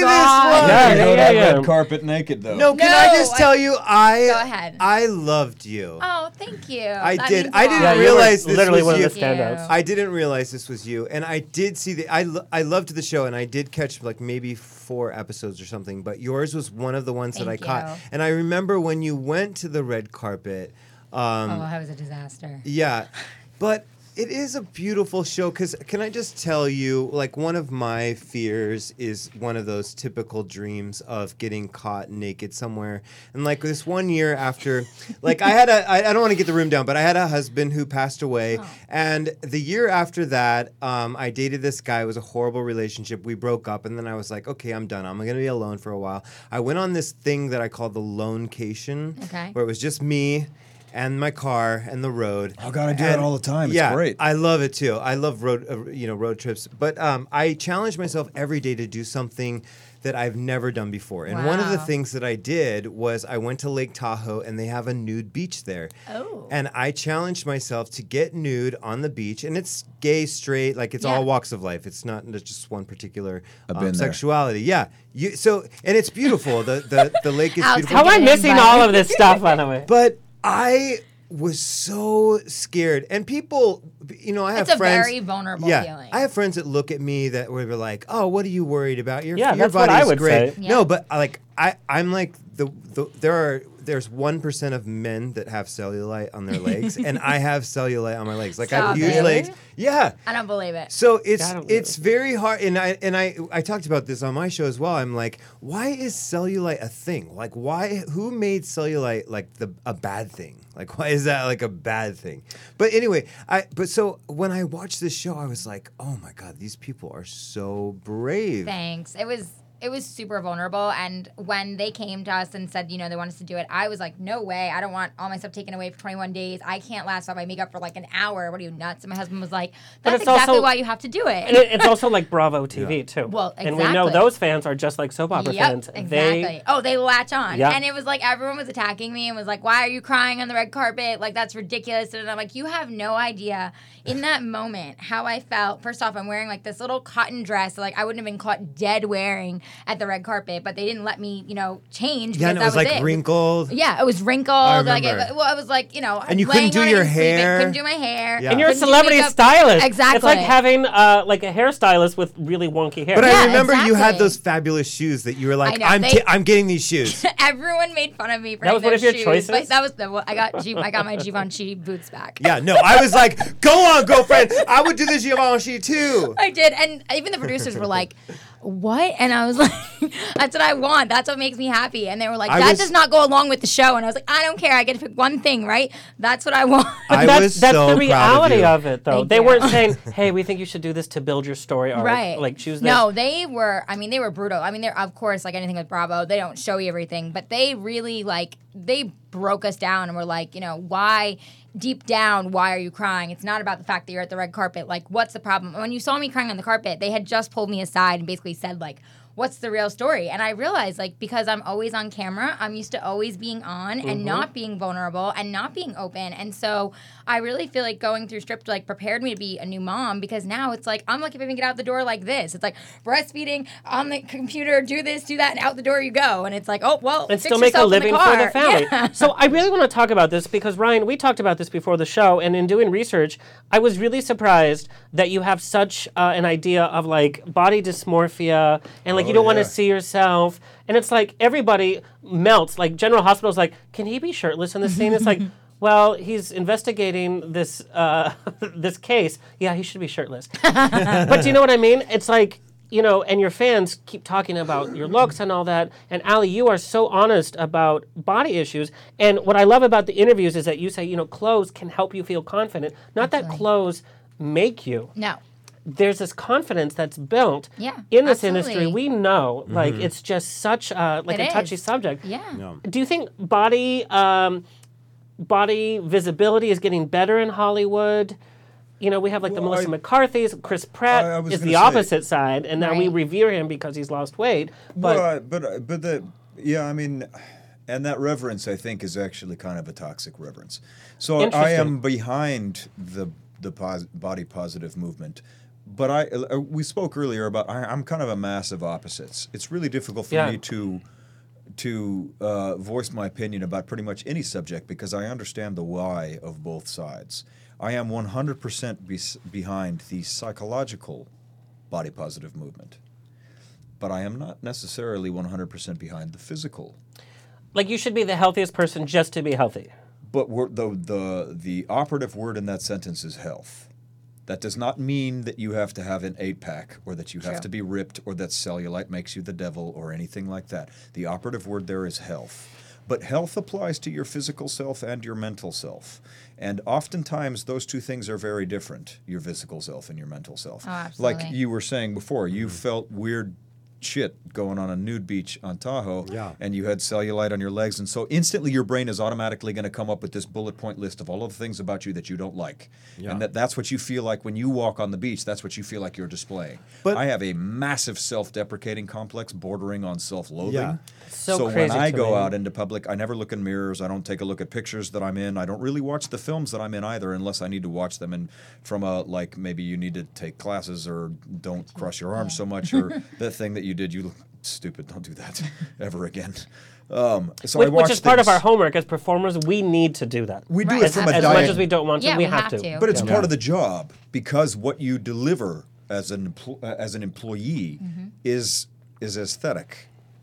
Speaker 3: this
Speaker 2: God.
Speaker 1: Yeah,
Speaker 3: one.
Speaker 7: You
Speaker 1: yeah,
Speaker 7: know
Speaker 1: yeah,
Speaker 7: that
Speaker 1: yeah.
Speaker 7: red carpet naked though.
Speaker 3: No, can I
Speaker 2: No,
Speaker 3: just
Speaker 2: I-
Speaker 3: tell you, I
Speaker 2: Go ahead.
Speaker 3: I loved you.
Speaker 2: Oh, thank you.
Speaker 3: I
Speaker 2: That
Speaker 3: did.
Speaker 2: means
Speaker 3: I
Speaker 2: a
Speaker 3: didn't
Speaker 2: lot.
Speaker 1: Yeah, you were
Speaker 3: realize this
Speaker 1: literally
Speaker 3: was
Speaker 1: one
Speaker 3: you.
Speaker 1: of the standouts.
Speaker 2: Yeah.
Speaker 3: I didn't realize this was you, and I did see the. I, lo- I loved the show, and I did catch like maybe four episodes or something. But yours was one of the ones that I
Speaker 2: Thank
Speaker 3: caught,
Speaker 2: you.
Speaker 3: and I remember when you went to the red carpet. Um,
Speaker 2: Oh, that was a disaster.
Speaker 3: Yeah, but it is a beautiful show. Cause can I just tell you, like one of my fears is one of those typical dreams of getting caught naked somewhere. And like this one year after, like I had a, I, I don't want to get the room down, but I had a husband who passed away, and the year after that, um, I dated this guy. It was a horrible relationship. We broke up, and then I was like, okay, I'm done. I'm gonna be alone for a while. I went on this thing that I called the lonecation,
Speaker 2: Okay.
Speaker 3: where it was just me. And my car and the road.
Speaker 7: Oh, God, I do that
Speaker 3: And-
Speaker 7: all the time. It's
Speaker 3: yeah,
Speaker 7: great.
Speaker 3: I love it too. I love road, uh, you know, road trips. But um, I challenge myself every day to do something that I've never done before. And one of the
Speaker 2: Wow.
Speaker 3: things that I did was I went to Lake Tahoe, and they have a nude beach there.
Speaker 2: Oh.
Speaker 3: And I challenged myself to get nude on the beach, and it's gay, straight, like it's all
Speaker 2: Yeah.
Speaker 3: walks of life. It's not it's just one particular
Speaker 7: I've
Speaker 3: um,
Speaker 7: been there.
Speaker 3: sexuality. Yeah. You, so and it's beautiful. the the the lake is
Speaker 2: Alex,
Speaker 3: beautiful.
Speaker 1: How am I missing
Speaker 2: Bye.
Speaker 1: all of this stuff, by the
Speaker 2: *laughs*
Speaker 1: way?
Speaker 3: But I was so scared, and people, you know, I have
Speaker 2: It's a
Speaker 3: friends.
Speaker 2: very vulnerable
Speaker 3: yeah,
Speaker 2: feeling.
Speaker 3: I have friends that look at me that were were like, "Oh, what are you worried about? Your
Speaker 1: Yeah,
Speaker 3: your
Speaker 1: that's what I
Speaker 3: body's
Speaker 1: would
Speaker 3: great."
Speaker 1: say.
Speaker 2: Yeah.
Speaker 3: No, but I, like I, I'm like the, the there are there's one percent of men that have cellulite on
Speaker 2: *laughs*
Speaker 3: their legs, and I have cellulite on my legs. Like I
Speaker 2: Stop
Speaker 3: have huge
Speaker 2: it.
Speaker 3: legs. Yeah.
Speaker 2: I don't believe it.
Speaker 3: So it's
Speaker 2: I don't
Speaker 3: it's very hard, and I and I I talked about this on my show as well. I'm like, why is cellulite a thing? Like, why who made cellulite like the a bad thing? Like, *laughs* why is that like a bad thing? But anyway, I but so when I watched this show, I was like, oh my god, these people are so brave.
Speaker 2: Thanks. It was it was super vulnerable and when they came to us and said, you know, they want us to do it, I was like, No way, I don't want all my stuff taken away for twenty one days. I can't last without my makeup for like an hour. What are you nuts? And my husband was like,
Speaker 1: But
Speaker 2: That's
Speaker 1: it's
Speaker 2: exactly
Speaker 1: also-
Speaker 2: why you have to do
Speaker 1: And
Speaker 2: it.
Speaker 1: it, it's also like
Speaker 3: *laughs*
Speaker 1: Bravo TV too.
Speaker 2: Well,
Speaker 1: and we know
Speaker 2: exactly.
Speaker 1: those fans are just like soap opera
Speaker 2: Yep,
Speaker 1: fans.
Speaker 2: exactly.
Speaker 1: They
Speaker 2: oh, they latch on.
Speaker 1: Yeah.
Speaker 2: And it was like everyone was attacking me and was like, Why are you crying on the red carpet? Like, that's ridiculous. And I'm like, You have no idea in that moment how I felt. First off, I'm wearing like this little cotton dress, that, like, I wouldn't have been caught dead wearing at the red carpet, but they didn't let me, you know, change.
Speaker 3: Yeah,
Speaker 2: because
Speaker 3: and it
Speaker 2: that
Speaker 3: was like
Speaker 2: it.
Speaker 3: wrinkled.
Speaker 2: Yeah, it was wrinkled.
Speaker 3: I
Speaker 2: like, it,
Speaker 3: remember.
Speaker 2: well, I was like, you know,
Speaker 3: And you couldn't
Speaker 2: laying
Speaker 3: do
Speaker 2: on it
Speaker 3: your
Speaker 2: and sleeping,
Speaker 3: hair.
Speaker 2: Couldn't do my hair.
Speaker 3: Yeah.
Speaker 1: And you're a
Speaker 2: couldn't do
Speaker 1: celebrity
Speaker 2: makeup.
Speaker 1: stylist.
Speaker 2: Exactly.
Speaker 1: It's like having uh, like a hairstylist with really wonky hair.
Speaker 3: But I
Speaker 2: Yeah,
Speaker 3: remember you had
Speaker 2: exactly.
Speaker 3: those fabulous shoes that you were like,
Speaker 2: know,
Speaker 3: I'm
Speaker 2: they-
Speaker 3: t- I'm getting these
Speaker 2: *laughs*
Speaker 3: shoes.
Speaker 2: Everyone made fun of me for
Speaker 1: That was
Speaker 2: those
Speaker 1: one of your
Speaker 2: shoes.
Speaker 1: choices?
Speaker 2: Like, that was the well, I got G- I got
Speaker 1: *laughs*
Speaker 2: my Givenchy boots back.
Speaker 3: Yeah, no, I was like, go on, girlfriend. I would do this Givenchy too.
Speaker 2: I did, and even the producers were like, "What?" And I was like, *laughs* "That's what I want. That's what makes me happy." And they were like,
Speaker 3: I
Speaker 2: "That
Speaker 3: was-
Speaker 2: does not go along with the show." And I was like, "I don't care. I get to pick one thing, right? That's what I want."
Speaker 3: I
Speaker 1: that's,
Speaker 3: was
Speaker 1: that's
Speaker 3: so
Speaker 1: the
Speaker 3: proud of
Speaker 1: reality
Speaker 3: you.
Speaker 1: of, it, though.
Speaker 2: Thank
Speaker 1: they
Speaker 2: you.
Speaker 1: weren't
Speaker 2: *laughs*
Speaker 1: saying, "Hey, we think you should do this to build your story arc."
Speaker 2: Right.
Speaker 1: Like choose this.
Speaker 2: No, they were. I mean, they were brutal. I mean, they're of course like anything with Bravo, they don't show you everything, but they really like they broke us down and were like, you know, why deep down, why are you crying? It's not about the fact that you're at the red carpet. Like, what's the problem? When you saw me crying on the carpet, they had just pulled me aside and basically said like. What's the real story? And I realized, like, because I'm always on camera, I'm used to always being on
Speaker 1: Mm-hmm.
Speaker 2: and not being vulnerable and not being open. And so I really feel like going through stripped like prepared me to be a new mom because now it's like I'm lucky if I even get out the door like this. It's like breastfeeding on the *laughs* computer, do this, do that, and out the door you go. And it's like, oh well,
Speaker 1: and
Speaker 2: fix
Speaker 1: still make a
Speaker 2: yourself in
Speaker 1: living
Speaker 2: the
Speaker 1: for
Speaker 2: car.
Speaker 1: the family.
Speaker 2: Yeah.
Speaker 1: So I really want to talk about this because Ryan, we talked about this before the show, and in doing research, I was really surprised that you have such uh, an idea of like body dysmorphia and like you don't want
Speaker 3: yeah.
Speaker 1: to see yourself, and it's like everybody melts. Like General Hospital's like, can he be shirtless in this scene? It's
Speaker 2: *laughs*
Speaker 1: like. Well, he's investigating this uh, *laughs* this case. Yeah, he should be shirtless. but do you know what I mean? It's like you know, and your fans keep talking about your looks and all that. And Ali, you are so honest about body issues. And what I love about the interviews is that you say, you know, clothes can help you feel confident. Not that clothes make you.
Speaker 2: No.
Speaker 1: There's this confidence that's built
Speaker 2: Yeah,
Speaker 1: in this industry.
Speaker 2: absolutely.
Speaker 1: We know, like, it's just such a, like
Speaker 2: It
Speaker 1: a touchy
Speaker 2: is.
Speaker 1: subject.
Speaker 2: Yeah.
Speaker 1: Do you think body um, body visibility is getting better in Hollywood? You know, we have like the
Speaker 7: Well,
Speaker 1: Melissa
Speaker 7: I-
Speaker 1: McCarthy's. Chris Pratt
Speaker 7: I- I was
Speaker 1: is
Speaker 7: gonna
Speaker 1: the
Speaker 7: say-
Speaker 1: opposite side, and now we
Speaker 2: Right.
Speaker 1: revere him because he's lost weight. But
Speaker 7: well, but uh, but the yeah, I mean, and that reverence I think is actually kind of a toxic reverence. So I am behind the the pos- body positive movement. But I, uh, we spoke earlier about I, I'm kind of a mass of opposites. It's really difficult for
Speaker 1: Yeah.
Speaker 7: me to to uh, voice my opinion about pretty much any subject because I understand the why of both sides. I am 100% bes behind the psychological body positive movement but I am not necessarily 100% behind the physical.
Speaker 1: like, you should be the healthiest person just to be healthy.
Speaker 7: But we're, the, the, the operative word in that sentence is health. That does not mean that you have to have an eight pack or that you have to be ripped or that cellulite makes you the devil or anything like that. The operative word there is health. But health applies to your physical self and your mental self. And oftentimes those two things are very different your physical self and your mental self. like
Speaker 2: absolutely.
Speaker 7: you were saying before, you felt weird shit going on a nude beach on Tahoe,
Speaker 3: Yeah.
Speaker 7: and you had cellulite on your legs, and so instantly your brain is automatically going to come up with this bullet point list of all of the things about you that you don't like, and that that's what you feel like when you walk on the beach. That's what you feel like you're displaying.
Speaker 3: But-
Speaker 7: I have a massive self-deprecating complex bordering on self-loathing.
Speaker 3: Yeah.
Speaker 1: So
Speaker 7: when
Speaker 1: crazy
Speaker 7: I
Speaker 1: to
Speaker 7: go
Speaker 1: me.
Speaker 7: out into public, I never look in mirrors. I don't take a look at pictures that I'm in. I don't really watch the films that I'm in either, unless I need to watch them. And from a like, maybe you need to take classes or don't cross your arms so
Speaker 1: *laughs*
Speaker 7: much, or that thing that you did, you look stupid. Don't do that *laughs* ever again. Um, so I
Speaker 1: Which,
Speaker 7: watch
Speaker 1: which is part of
Speaker 7: things.
Speaker 1: our homework as performers. We need to do that.
Speaker 7: We do
Speaker 2: Right,
Speaker 7: it from
Speaker 1: as
Speaker 7: a
Speaker 2: absolutely.
Speaker 1: much
Speaker 7: diet
Speaker 1: as we don't want to,
Speaker 2: Yeah,
Speaker 1: we,
Speaker 2: we have to.
Speaker 7: but it's part of the job because what you deliver as an empl- uh, as an employee is is aesthetic. You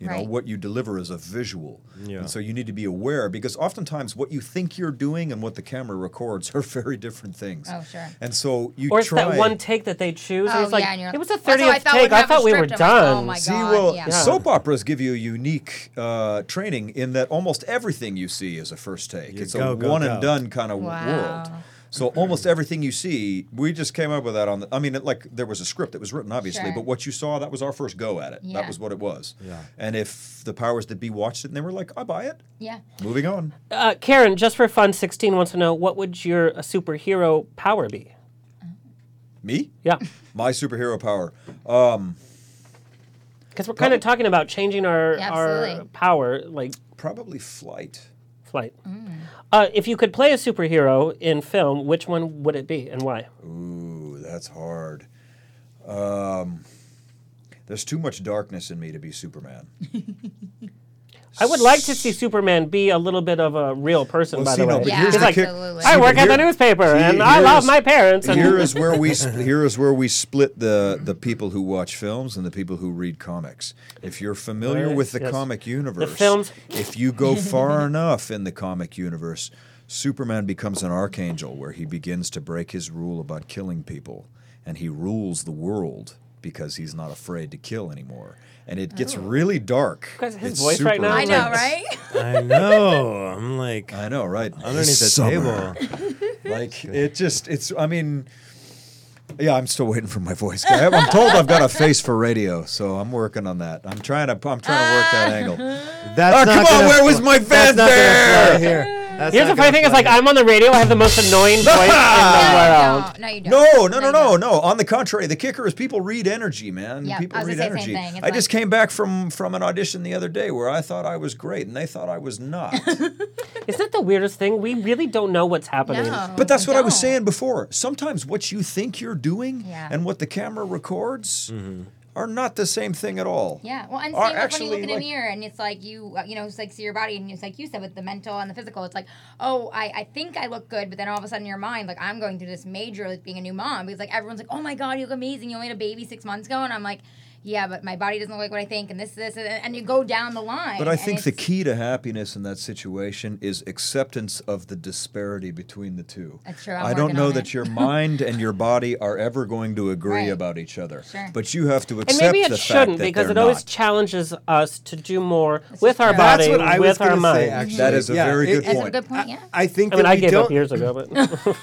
Speaker 7: know,
Speaker 2: Mm-hmm. Right.
Speaker 7: what you deliver is a visual.
Speaker 3: Yeah.
Speaker 7: And so you need to be aware because oftentimes what you think you're doing and what the camera records *laughs* are very different things.
Speaker 2: Oh, sure.
Speaker 7: And so you
Speaker 1: Or it's
Speaker 7: try
Speaker 1: that one take that they choose. and
Speaker 2: Oh,
Speaker 1: it's like,
Speaker 2: yeah, and you're
Speaker 1: it was a
Speaker 2: like- That's how I
Speaker 1: 30th
Speaker 2: felt
Speaker 1: take.
Speaker 2: when
Speaker 1: I
Speaker 2: Matt
Speaker 1: thought
Speaker 2: was
Speaker 1: we were
Speaker 2: stripped. I'm like, oh
Speaker 1: done.
Speaker 2: my
Speaker 7: See,
Speaker 2: God,
Speaker 7: well,
Speaker 2: yeah.
Speaker 7: soap operas give you a unique uh, training in that almost everything you see is a first take. it's
Speaker 3: go,
Speaker 7: a
Speaker 3: go,
Speaker 7: one
Speaker 3: go.
Speaker 7: and done kind of
Speaker 2: Wow.
Speaker 7: world. So almost everything you see, we just came up with that on the. I mean, it, like there was a script that was written, obviously,
Speaker 2: Sure.
Speaker 7: but what you saw, that was our first go at it. That
Speaker 2: Yeah.
Speaker 7: was what it was.
Speaker 3: Yeah.
Speaker 7: And if the powers that be watched it and they were like, "I buy it,"
Speaker 2: Yeah.
Speaker 7: moving on.
Speaker 1: Uh, Karen, just for fun, 16 wants to know what would your uh, superhero power be?
Speaker 7: Me,
Speaker 1: *laughs* Yeah.
Speaker 7: my superhero power.
Speaker 1: Because we're kind of talking about changing our,
Speaker 2: Yeah,
Speaker 1: our
Speaker 2: absolutely.
Speaker 1: power, like
Speaker 7: Probably flight.
Speaker 1: flight.
Speaker 2: Mm.
Speaker 1: Uh, if you could play a superhero in film, which one would it be and why?
Speaker 7: Ooh, that's hard. Um, there's too much darkness in me to be Superman.
Speaker 1: I would like to see Superman be a little bit of a real person,
Speaker 7: Well,
Speaker 1: by
Speaker 7: see,
Speaker 1: the
Speaker 7: no,
Speaker 1: way.
Speaker 7: but
Speaker 2: Yeah,
Speaker 1: He's
Speaker 7: here's the
Speaker 1: like,
Speaker 7: kick-
Speaker 2: absolutely.
Speaker 1: I
Speaker 7: See,
Speaker 1: work
Speaker 7: but
Speaker 1: at the
Speaker 7: here-
Speaker 1: newspaper
Speaker 7: see,
Speaker 1: and I
Speaker 7: here
Speaker 1: love
Speaker 7: is-
Speaker 1: my parents. And
Speaker 7: Here is where we
Speaker 1: *laughs*
Speaker 7: sp- here is where we split the the people who watch films and the people who read comics. If you're familiar
Speaker 1: Right,
Speaker 7: with the
Speaker 1: yes.
Speaker 7: comic universe,
Speaker 1: films-
Speaker 7: if you
Speaker 1: *laughs*
Speaker 7: go far enough in the comic universe, Superman becomes an archangel where he begins to break his rule about killing people and he rules the world because he's not afraid to kill anymore. And it gets really dark.
Speaker 1: Guys, Oh. his
Speaker 7: It's
Speaker 1: voice right now
Speaker 2: I
Speaker 1: is
Speaker 2: know,
Speaker 1: like-
Speaker 2: right?
Speaker 3: I know. I'm like
Speaker 7: I know, right?
Speaker 3: underneath the
Speaker 7: Summer.
Speaker 3: table.
Speaker 7: Like it just it's I mean yeah, I'm still waiting for my voice. guy. I'm I'm told I've got a face for radio, so I'm working on that. I'm trying to I'm trying to work that
Speaker 2: Ah.
Speaker 7: angle.
Speaker 3: That's
Speaker 7: Oh,
Speaker 3: not
Speaker 7: come on,
Speaker 3: gonna
Speaker 7: where
Speaker 3: fly-
Speaker 7: was my
Speaker 3: that's not gonna
Speaker 7: fanfare?
Speaker 3: fly Here. That's
Speaker 1: Here's the
Speaker 3: not
Speaker 1: funny
Speaker 3: gonna
Speaker 1: thing: is
Speaker 3: fly
Speaker 1: like I'm on the radio. I have the most
Speaker 7: *laughs*
Speaker 1: annoying voice in the world.
Speaker 2: No, *laughs* no, you don't.
Speaker 7: No, no, no, no,
Speaker 2: you don't.
Speaker 7: no. On the contrary, the kicker is people read energy, man.
Speaker 2: Yeah,
Speaker 7: people
Speaker 2: I was
Speaker 7: read
Speaker 2: gonna
Speaker 7: energy.
Speaker 2: say the same thing. It's
Speaker 7: I just
Speaker 2: like-
Speaker 7: came back from from an audition the other day where I thought I was great and they thought I was
Speaker 2: *laughs*
Speaker 7: not.
Speaker 2: Oh,
Speaker 1: Isn't that the weirdest thing? We really don't know what's happening.
Speaker 2: No.
Speaker 7: But that's
Speaker 2: you
Speaker 7: what I was
Speaker 2: don't.
Speaker 7: saying before. Sometimes what you think you're doing
Speaker 2: Yeah. Mm-hmm.
Speaker 7: and what the camera records are not the same thing at all.
Speaker 2: Yeah, well, and
Speaker 7: Or
Speaker 2: same with when you
Speaker 7: actually,
Speaker 2: look in
Speaker 7: like-
Speaker 2: a mirror and it's like you, uh, you know, it's like see your body and it's like you said with the mental and the physical, it's like, oh, I, I think I look good, but then all of a sudden your mind, like I'm going through this major like being a new mom because like everyone's like, oh my god, you look amazing, you only had a baby six months ago, and I'm like, yeah, but my body doesn't look like what I think, and this, this, and, and you go down the line.
Speaker 7: But I
Speaker 2: and
Speaker 7: think the
Speaker 2: it's-
Speaker 7: key to happiness in that situation is acceptance of the disparity between the two.
Speaker 2: That's true, I'm
Speaker 7: I don't
Speaker 2: working
Speaker 7: know
Speaker 2: on
Speaker 7: that
Speaker 2: it.
Speaker 7: your mind and
Speaker 2: *laughs*
Speaker 7: your body are ever going to agree
Speaker 2: Right.
Speaker 7: about each other.
Speaker 2: Sure.
Speaker 7: But you have to
Speaker 1: And
Speaker 7: accept
Speaker 1: maybe it
Speaker 7: the
Speaker 1: shouldn't
Speaker 7: fact that
Speaker 1: because it
Speaker 7: they're
Speaker 1: always
Speaker 7: not.
Speaker 1: challenges us to do more with our
Speaker 2: true.
Speaker 3: That's
Speaker 1: body,
Speaker 3: what I was
Speaker 1: with our
Speaker 3: gonna say,
Speaker 1: mind.
Speaker 3: actually.
Speaker 7: That is a
Speaker 3: Yeah,
Speaker 7: very
Speaker 3: it-
Speaker 7: good
Speaker 2: That's
Speaker 7: point.
Speaker 2: a good
Speaker 1: Uh,
Speaker 2: point. Yeah.
Speaker 3: I think
Speaker 1: I mean,
Speaker 3: that
Speaker 1: I
Speaker 3: we
Speaker 1: gave
Speaker 3: don't,
Speaker 1: up years ago,
Speaker 7: *laughs*
Speaker 1: but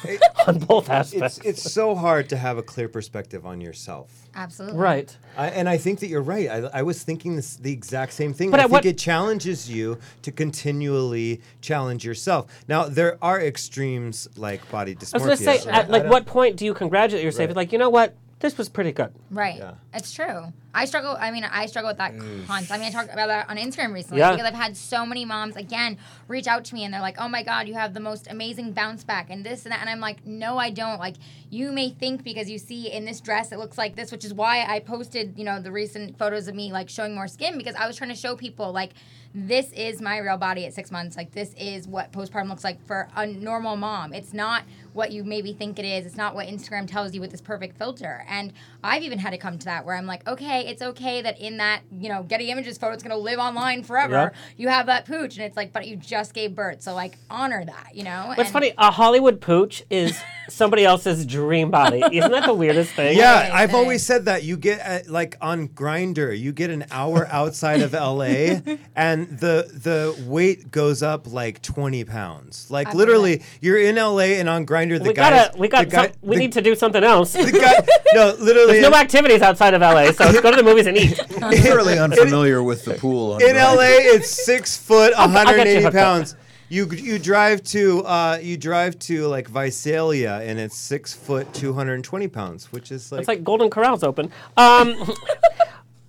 Speaker 1: *laughs* on both aspects.
Speaker 3: It's, it's so hard to have a clear perspective on yourself.
Speaker 2: Absolutely.
Speaker 1: right.
Speaker 3: I, and I think that you're right. I, I was thinking this, the exact same thing.
Speaker 1: But
Speaker 3: I
Speaker 1: at
Speaker 3: think
Speaker 1: what-
Speaker 3: it challenges you to continually challenge yourself. Now there are extremes like body dysmorphia.
Speaker 1: I was going to say, at like what point do you congratulate yourself?
Speaker 3: Right.
Speaker 1: Like, you know what? This was pretty good.
Speaker 2: Right. It's true. I struggle. I mean, I struggle with that
Speaker 7: Mm.
Speaker 2: concept. I mean, I talked about that on Instagram recently
Speaker 1: Yeah.
Speaker 2: because I've had so many moms again reach out to me and they're like, "Oh my God, you have the most amazing bounce back and this and that," and I'm like, "No, I don't." Like, you may think because you see in this dress it looks like this, which is why I posted, you know, the recent photos of me like showing more skin because I was trying to show people like. This is my real body at six months. Like, this is what postpartum looks like for a normal mom. It's not what you maybe think it is. It's not what Instagram tells you with this perfect filter. And I've even had to come to that where I'm like, okay, it's okay that in that, you know, Getty Images photo, it's going to live online forever. You have that pooch. And it's like, but you just gave birth. So, like, honor that, you know?
Speaker 1: What's
Speaker 2: And-
Speaker 1: funny, a Hollywood pooch is somebody else's dream body. Isn't that the weirdest thing?
Speaker 3: Yeah,
Speaker 2: Right,
Speaker 3: I've
Speaker 2: right.
Speaker 3: always said that you get uh, like on Grinder, you get an hour outside of LA,
Speaker 1: *laughs*
Speaker 3: and the the weight goes up like twenty pounds. Like
Speaker 2: I love
Speaker 3: literally, you're in LA and on Grinder, the
Speaker 1: we
Speaker 3: guys,
Speaker 1: gotta, we got,
Speaker 3: the guy-
Speaker 1: some, we
Speaker 3: the-
Speaker 1: need to do something else.
Speaker 3: *laughs* the guy- no, literally,
Speaker 1: There's no activities outside of LA, so let's go to the movies and eat.
Speaker 7: I'm
Speaker 1: *laughs*
Speaker 7: fairly unfamiliar with the pool. On
Speaker 3: in
Speaker 7: Grindr.
Speaker 3: LA, it's six foot,
Speaker 1: I'll get you
Speaker 3: 180
Speaker 1: hooked up.
Speaker 3: pounds. You you drive to uh, you drive to like Visalia, and it's six foot, 220 pounds, which is like,
Speaker 1: It's like Golden Corral's open. Um, *laughs*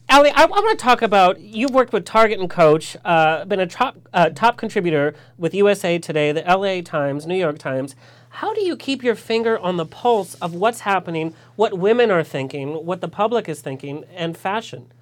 Speaker 1: Ali, I, I want to talk about you've worked with Target and Coach, uh, been a top, uh, top contributor with USA Today, the LA Times, New York Times. How do you keep your finger on the pulse of what's happening, what women are thinking, what the public is thinking, and fashion?
Speaker 2: *laughs*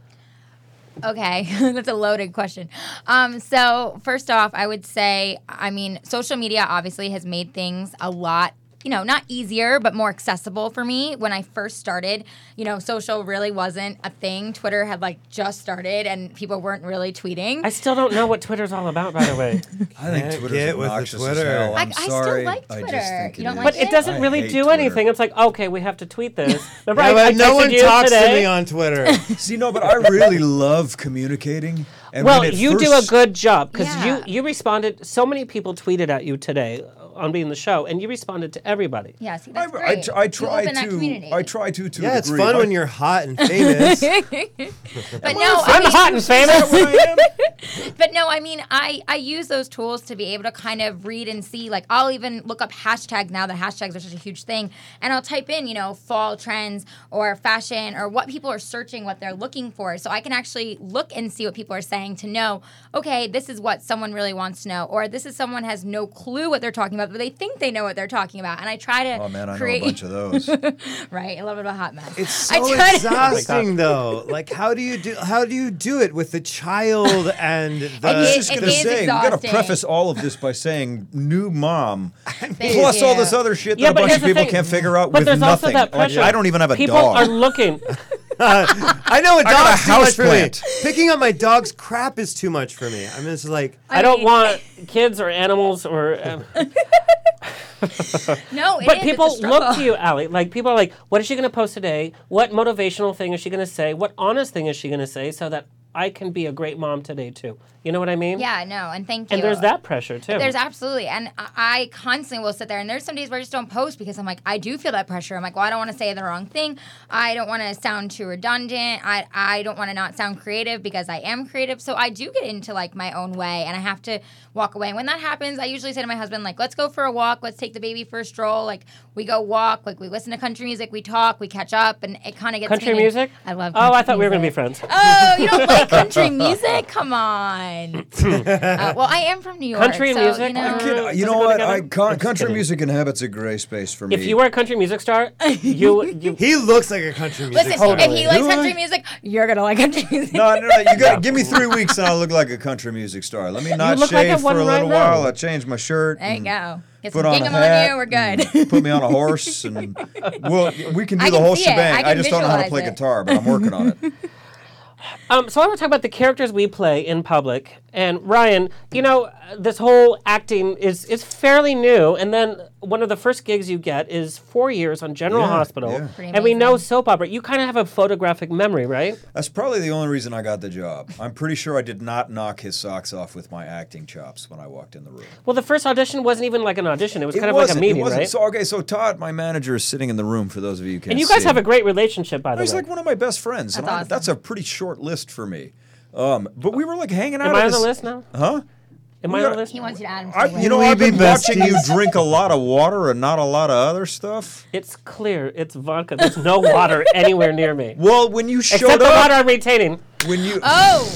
Speaker 2: Okay, *laughs* that's a loaded question. Um, so first off, I would say, I mean, social media obviously has made things a lot you know, not easier, but more accessible for me when I first started. You know, social really wasn't a thing. Twitter had like just started and people weren't really tweeting.
Speaker 1: I still don't know what Twitter's all about, by the
Speaker 3: *laughs*
Speaker 1: way.
Speaker 7: I think Twitter's
Speaker 3: get with the
Speaker 7: obnoxious
Speaker 3: Twitter.
Speaker 7: as hell.
Speaker 2: I-
Speaker 7: I'm
Speaker 2: I still
Speaker 7: sorry. I
Speaker 2: like
Speaker 7: just
Speaker 2: Twitter.
Speaker 7: think
Speaker 2: You don't
Speaker 7: is.
Speaker 2: like
Speaker 1: But it doesn't
Speaker 7: I
Speaker 1: really
Speaker 7: hate
Speaker 1: do
Speaker 7: Twitter.
Speaker 1: anything. It's like, okay, we have to tweet
Speaker 3: *laughs*
Speaker 1: this. Remember,
Speaker 3: Yeah,
Speaker 1: I, I
Speaker 3: but no
Speaker 1: texted
Speaker 3: one
Speaker 1: you
Speaker 3: talks to
Speaker 1: today?
Speaker 3: me on Twitter.
Speaker 1: *laughs*
Speaker 7: See, no, but I really love communicating. And
Speaker 1: well,
Speaker 7: when it
Speaker 1: you do a
Speaker 7: first-
Speaker 1: good job because
Speaker 2: Yeah.
Speaker 1: you you responded. So many people tweeted at you today on being the show, and you responded to everybody.
Speaker 2: yeah, see,
Speaker 7: I,
Speaker 2: that's
Speaker 7: I,
Speaker 2: great.
Speaker 7: tr- I
Speaker 2: You
Speaker 7: try
Speaker 2: open that
Speaker 7: to.
Speaker 2: community.
Speaker 7: I try to. to a
Speaker 3: yeah, it's
Speaker 7: degree.
Speaker 3: fun
Speaker 7: I-
Speaker 3: when
Speaker 7: *laughs*
Speaker 3: you're hot and
Speaker 2: *laughs*
Speaker 3: famous.
Speaker 2: but no, I
Speaker 1: I'm hot and famous.
Speaker 2: But no, I mean, I, I use those tools to be able to kind of read and see. Like, I'll even look up hashtags now that hashtags are such a huge thing. And I'll type in, you know, fall trends or fashion or what people are searching, what they're looking for. So I can actually look and see what people are saying to know, okay, this is what someone really wants to know. Or this is someone has no clue what they're talking about, but they think they know what they're talking about. And I try to
Speaker 7: Oh man, I know a
Speaker 2: create.
Speaker 7: bunch of those.
Speaker 2: *laughs* right. I love it about hot mess.
Speaker 3: It's
Speaker 2: I
Speaker 3: so
Speaker 2: try to-
Speaker 7: Oh
Speaker 3: exhausting, though. Like, how do you do? How do you do it with the child and
Speaker 2: *laughs*
Speaker 3: the?
Speaker 7: I was
Speaker 2: It-
Speaker 7: just
Speaker 2: it
Speaker 7: gonna
Speaker 2: is
Speaker 7: say we gotta
Speaker 2: exhausting.
Speaker 7: preface all of this by saying new *laughs* mom,
Speaker 2: Thank
Speaker 7: plus all
Speaker 2: you.
Speaker 7: this other shit that
Speaker 1: Yeah,
Speaker 7: a
Speaker 1: but
Speaker 7: bunch
Speaker 1: here's
Speaker 7: of
Speaker 1: the
Speaker 7: people
Speaker 1: thing.
Speaker 7: can't figure out
Speaker 1: But
Speaker 7: with
Speaker 1: there's
Speaker 7: nothing.
Speaker 1: also that
Speaker 7: Like,
Speaker 1: pressure.
Speaker 7: I don't even have a
Speaker 1: people
Speaker 7: dog.
Speaker 1: are
Speaker 2: *laughs*
Speaker 1: looking.
Speaker 3: I know a
Speaker 7: got a
Speaker 3: dog's too much for me.
Speaker 7: houseplant.
Speaker 3: Picking up my dog's crap is too much for me. I'm just like,
Speaker 1: I don't
Speaker 2: mean-
Speaker 1: want kids or animals
Speaker 2: *laughs*
Speaker 1: or. um,
Speaker 2: *laughs* No, it
Speaker 1: but
Speaker 2: is, it's a
Speaker 1: people look
Speaker 2: struggle.
Speaker 1: to you, Allie. Like people are like, what is she going to post today? What motivational thing is she going to say? What honest thing is she going to say so that I can be a great mom today too? You know what I mean?
Speaker 2: Yeah, no, and thank you.
Speaker 1: And there's that pressure too.
Speaker 2: There's absolutely, and I- I constantly will sit there. And there's some days where I just don't post because I'm like, I do feel that pressure. I'm like, well, I don't want to say the wrong thing. I don't want to sound too redundant. I I don't want to not sound creative because I am creative. So I do get into like my own way, and I have to walk away. And when that happens, I usually say to my husband, like, let's go for a walk. Let's take the baby for a stroll. Like we go walk. Like we listen to country music. We talk. We catch up, and it kind of gets me
Speaker 1: country
Speaker 2: in-
Speaker 1: music.
Speaker 2: I love.
Speaker 1: Oh, I
Speaker 2: country
Speaker 1: thought we were going to be
Speaker 2: music.
Speaker 1: friends.
Speaker 2: Oh, you don't like country music? Come
Speaker 7: *laughs*
Speaker 2: on. Uh, well, I am from New York.
Speaker 1: Country
Speaker 2: so,
Speaker 1: music?
Speaker 2: You know,
Speaker 1: I
Speaker 7: Kid,
Speaker 1: Uh,
Speaker 7: you
Speaker 1: does it
Speaker 7: know
Speaker 1: go
Speaker 7: what?
Speaker 1: together?
Speaker 7: I con-
Speaker 1: It's
Speaker 7: country
Speaker 1: kidding.
Speaker 7: music inhabits a gray space for me.
Speaker 1: If you were a country music star, you, you
Speaker 3: he looks like a country music
Speaker 2: listen,
Speaker 3: star.
Speaker 2: if he likes
Speaker 7: Do
Speaker 2: country
Speaker 7: I?
Speaker 2: music, you're gonna like country music.
Speaker 7: no, no, no,
Speaker 1: *laughs*
Speaker 7: you got to give me three weeks and I'll look like a country music star. Let me not
Speaker 1: look like
Speaker 7: shave
Speaker 1: I
Speaker 7: for
Speaker 1: won
Speaker 7: a
Speaker 1: right
Speaker 7: little
Speaker 1: now.
Speaker 7: while. I change my shirt.
Speaker 2: There you
Speaker 7: and
Speaker 2: go. Get some
Speaker 7: Put on a
Speaker 2: gingham on
Speaker 7: hat. Mm.
Speaker 2: you. We're good.
Speaker 7: and Put me on a horse, and well, we can do
Speaker 2: I
Speaker 7: the
Speaker 2: can
Speaker 7: whole
Speaker 2: see it. I
Speaker 7: shebang. I,
Speaker 2: can
Speaker 7: just don't know how to
Speaker 2: visualize
Speaker 7: play
Speaker 2: it.
Speaker 7: guitar, but I'm working
Speaker 2: *laughs*
Speaker 7: on it.
Speaker 1: Um, so I want to talk about the characters we play in public. And Ryan, you know, uh, this whole acting is is fairly new. And then one of the first gigs you get is four years on General
Speaker 7: Yeah,
Speaker 1: Hospital,
Speaker 7: yeah.
Speaker 2: Pretty
Speaker 1: and we know
Speaker 2: amazing.
Speaker 1: soap opera. You kind of have a photographic memory, right?
Speaker 7: That's probably the only reason I got the job. I'm pretty sure I did not knock his socks off with my acting chops when I walked in the room.
Speaker 1: Well, the first audition wasn't even like an audition. It was kind of like a
Speaker 7: wasn't- it
Speaker 1: meeting,
Speaker 7: wasn't.
Speaker 1: right?
Speaker 7: So okay, so Todd, my manager, is sitting in the room for those of you who can't.
Speaker 1: and you guys
Speaker 7: see.
Speaker 1: have a great relationship, by the
Speaker 7: He's
Speaker 1: way.
Speaker 7: like one of my best friends, and
Speaker 2: That's
Speaker 7: I-
Speaker 2: awesome.
Speaker 7: that's a pretty short list for me. Um, but we were like hanging out.
Speaker 1: Am
Speaker 7: at
Speaker 1: I on the
Speaker 7: this-
Speaker 1: list now?
Speaker 7: Huh?
Speaker 1: Am I
Speaker 7: Yeah.
Speaker 1: on the list?
Speaker 2: *laughs* he wants you to add him. To
Speaker 7: I,
Speaker 2: the
Speaker 7: you know,
Speaker 2: list.
Speaker 7: I've been
Speaker 3: be besties?
Speaker 7: watching you drink a lot of water and not a lot of other stuff.
Speaker 1: It's clear. It's vodka. There's no water *laughs* anywhere near me.
Speaker 7: Well, when you showed
Speaker 1: Except the
Speaker 7: up,
Speaker 1: water I'm retaining.
Speaker 7: when you
Speaker 2: Oh,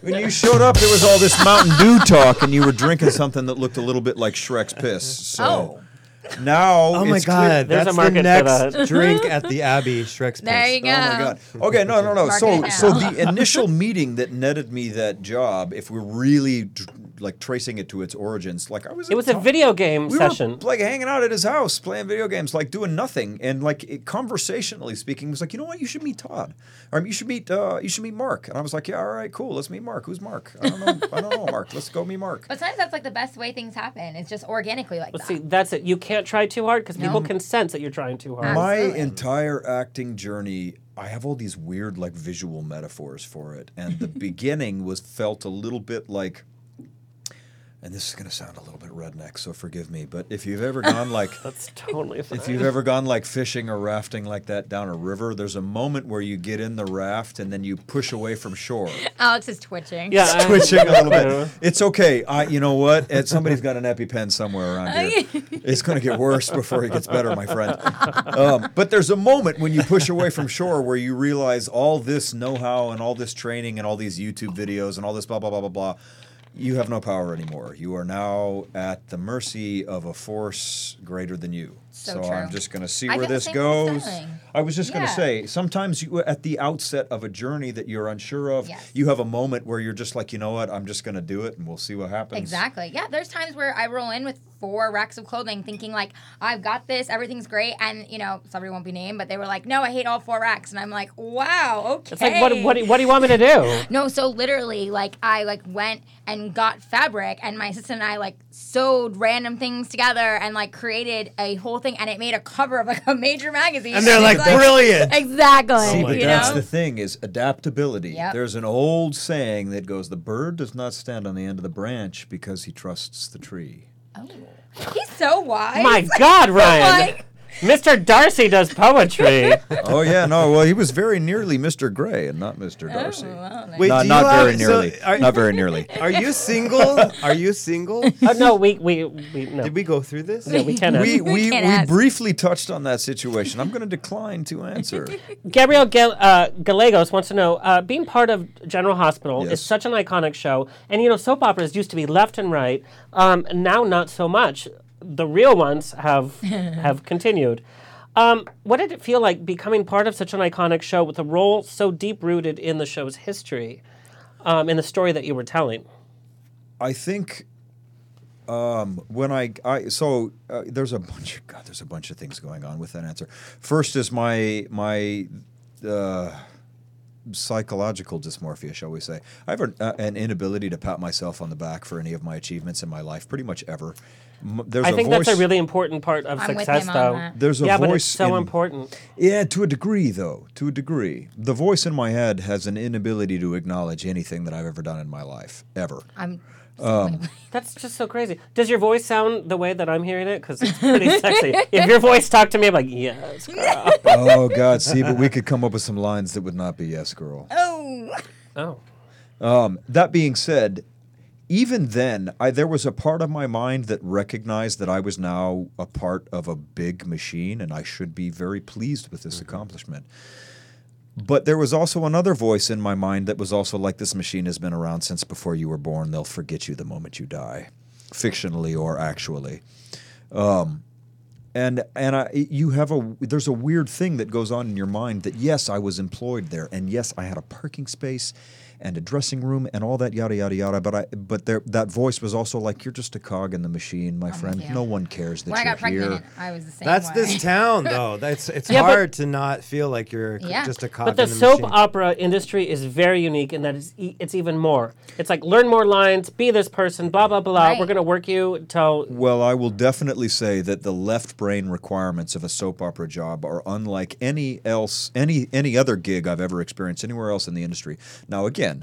Speaker 7: when you showed up, there was all this Mountain Dew talk, and you were drinking something that looked a little bit like Shrek's piss.
Speaker 2: Oh.
Speaker 7: So now,
Speaker 3: Oh my
Speaker 7: it's clear-
Speaker 3: god,
Speaker 1: There's a
Speaker 3: that's the
Speaker 1: market for
Speaker 3: next
Speaker 7: *laughs*
Speaker 1: that.
Speaker 3: drink at the Abbey, Shrek's
Speaker 2: there
Speaker 3: place.
Speaker 2: you go.
Speaker 7: Oh my god. Okay, no, no, no.
Speaker 2: Mark
Speaker 7: so,
Speaker 2: it
Speaker 7: so
Speaker 2: now.
Speaker 7: the initial meeting that netted me that job, if we're really tr- like tracing it to its origins, like I was.
Speaker 1: It was a video game
Speaker 7: we
Speaker 1: session.
Speaker 7: were like hanging out at his house, playing video games, like doing nothing, and like it, conversationally speaking, he was like, you know what, you should meet Todd, or you should meet, uh, you should meet Mark, and I was like, yeah, all right, cool, let's meet Mark. Who's Mark? I don't know, I don't know Mark. Let's go meet Mark.
Speaker 2: But sometimes that's like the best way things happen. It's just organically like
Speaker 1: Well,
Speaker 2: that.
Speaker 1: see, that's it. You can't try too hard because people can sense that you're trying too hard.
Speaker 7: my
Speaker 2: Absolutely.
Speaker 7: entire acting journey i have all these weird like visual metaphors for it
Speaker 1: *laughs*
Speaker 7: and the beginning was felt a little bit like and this is going to sound a little bit redneck so forgive me but if you've ever gone like
Speaker 1: *laughs* That's totally fine.
Speaker 7: if you've ever gone like fishing or rafting like that down a river there's a moment where you get in the raft and then you push away from shore
Speaker 2: Alex is twitching.
Speaker 1: yeah, I-
Speaker 7: *laughs* twitching a little
Speaker 1: Yeah.
Speaker 7: bit. It's okay. I, you know what? Ed, somebody's got an EpiPen somewhere around
Speaker 2: *laughs*
Speaker 7: here. It's going to get worse before it gets better, my friend. Um, but there's a moment when you push away from shore where you realize all this know-how and all this training and all these YouTube videos and all this blah blah blah blah blah. You have no power anymore. You are now at the mercy of a force greater than you.
Speaker 2: So
Speaker 7: So, I'm
Speaker 2: true.
Speaker 7: just going to see
Speaker 2: I
Speaker 7: where
Speaker 2: feel the
Speaker 7: this
Speaker 2: same with
Speaker 7: goes.
Speaker 2: styling.
Speaker 7: I was just going to
Speaker 2: Yeah.
Speaker 7: say, sometimes you at the outset of a journey that you're unsure of,
Speaker 2: Yes.
Speaker 7: you have a moment where you're just like, you know what, I'm just going to do it and we'll see what happens.
Speaker 2: Exactly. Yeah, there's times where I roll in with four racks of clothing thinking like, I've got this, everything's great, and you know, somebody won't be named, but they were like, No, I hate all four racks. And I'm like, Wow, okay.
Speaker 1: It's like, what, what, do- what do you want me to
Speaker 2: *laughs*
Speaker 1: do?
Speaker 2: No, so literally, like I like went and got fabric, and my sister and I like sewed random things together and like created a whole thing, and it made a cover of like a major magazine.
Speaker 3: And they're
Speaker 2: It's
Speaker 3: like, "Brilliant."
Speaker 2: Exactly.
Speaker 7: See, but
Speaker 2: you
Speaker 7: that's
Speaker 2: know?
Speaker 7: the thing is adaptability.
Speaker 2: Yep.
Speaker 7: There's an old saying that goes, "The bird does not stand on the end of the branch because he trusts the
Speaker 2: *laughs*
Speaker 7: tree."
Speaker 2: He's so wise.
Speaker 1: My God, Ryan.
Speaker 2: Like-
Speaker 1: Mr. Darcy does poetry.
Speaker 2: *laughs*
Speaker 1: Uh,
Speaker 7: oh yeah, no. Well, he was very nearly Mr. Gray and not
Speaker 2: Oh,
Speaker 7: Mr. Darcy.
Speaker 3: Wait,
Speaker 7: not
Speaker 3: do you
Speaker 7: not
Speaker 3: have- so
Speaker 7: very nearly.
Speaker 3: are-
Speaker 7: not very nearly.
Speaker 3: Are you single? Are you
Speaker 2: *laughs*
Speaker 3: single?
Speaker 1: oh, no, we, we, we, no.
Speaker 3: Did we go through this?
Speaker 1: No, we cannot.
Speaker 7: *laughs* We we,
Speaker 2: can't
Speaker 7: we
Speaker 2: ask.
Speaker 7: briefly touched on that situation. I'm going to decline to answer.
Speaker 2: *laughs*
Speaker 1: Gabriel Gal- uh, Gallegos wants to know uh, being part of General Hospital
Speaker 7: Yes.
Speaker 1: is such an iconic show, and you know, soap operas used to be left and right, um, now not so much. The real ones
Speaker 2: *laughs*
Speaker 1: have have continued. Um, what did it feel like becoming part of such an iconic show with a role so deep rooted in the show's history, um, in the story that you were telling?
Speaker 7: I think um, when I, I so uh, there's a bunch *laughs* of God, there's a bunch of things going on with that answer. First is my my uh, psychological dysmorphia, shall we say? I have an, uh, an inability to pat myself on the back for any of my achievements in my life, pretty much ever. M- there's
Speaker 1: I
Speaker 7: a
Speaker 1: think
Speaker 7: voice,
Speaker 1: that's a really important part of
Speaker 2: I'm with
Speaker 1: success,
Speaker 2: him on
Speaker 1: though.
Speaker 2: that.
Speaker 7: There's a
Speaker 1: yeah, but
Speaker 7: voice
Speaker 1: it's so
Speaker 7: in-
Speaker 1: important.
Speaker 7: yeah, to a degree, though. To a degree, the voice in my head has an inability to acknowledge anything that I've ever done in my life, ever.
Speaker 2: I'm
Speaker 1: That's just so crazy. Does your voice sound the way that I'm hearing it? Because it's pretty sexy. If your voice talked to me, I'm like, yes, girl.
Speaker 7: oh God, see, but we could come up with some lines that would not be yes, girl.
Speaker 2: oh
Speaker 1: Oh.
Speaker 7: That being said, even then, I, there was a part of my mind that recognized that I was now a part of a big machine and I should be very pleased with this accomplishment. But there was also another voice in my mind that was also like, this machine has been around since before you were born. They'll forget you the moment you die, fictionally or actually. Um, and and I, you have a there's a weird thing that goes on in your mind that yes I was employed there and yes I had a parking space and a dressing room and all that yada yada yada but I but there that voice was also like you're just a cog in the machine my friend
Speaker 2: you.
Speaker 7: no one cares that
Speaker 2: when I
Speaker 7: you're
Speaker 2: got pregnant,
Speaker 7: here
Speaker 2: I was the same.
Speaker 3: That's
Speaker 2: way.
Speaker 3: this town, though. That's it's
Speaker 1: *laughs* Yeah, but-
Speaker 3: hard to not feel like you're c-
Speaker 2: Yeah.
Speaker 3: just a cog
Speaker 1: But the
Speaker 3: in the
Speaker 1: soap
Speaker 3: machine.
Speaker 1: opera industry is very unique in that it's, e- it's even more. It's like learn more lines, be this person, blah blah blah.
Speaker 2: Right.
Speaker 1: We're gonna work you until
Speaker 7: Well, I will definitely say that the left brain requirements of a soap opera job are unlike any else any any other gig I've ever experienced anywhere else in the industry. Now again,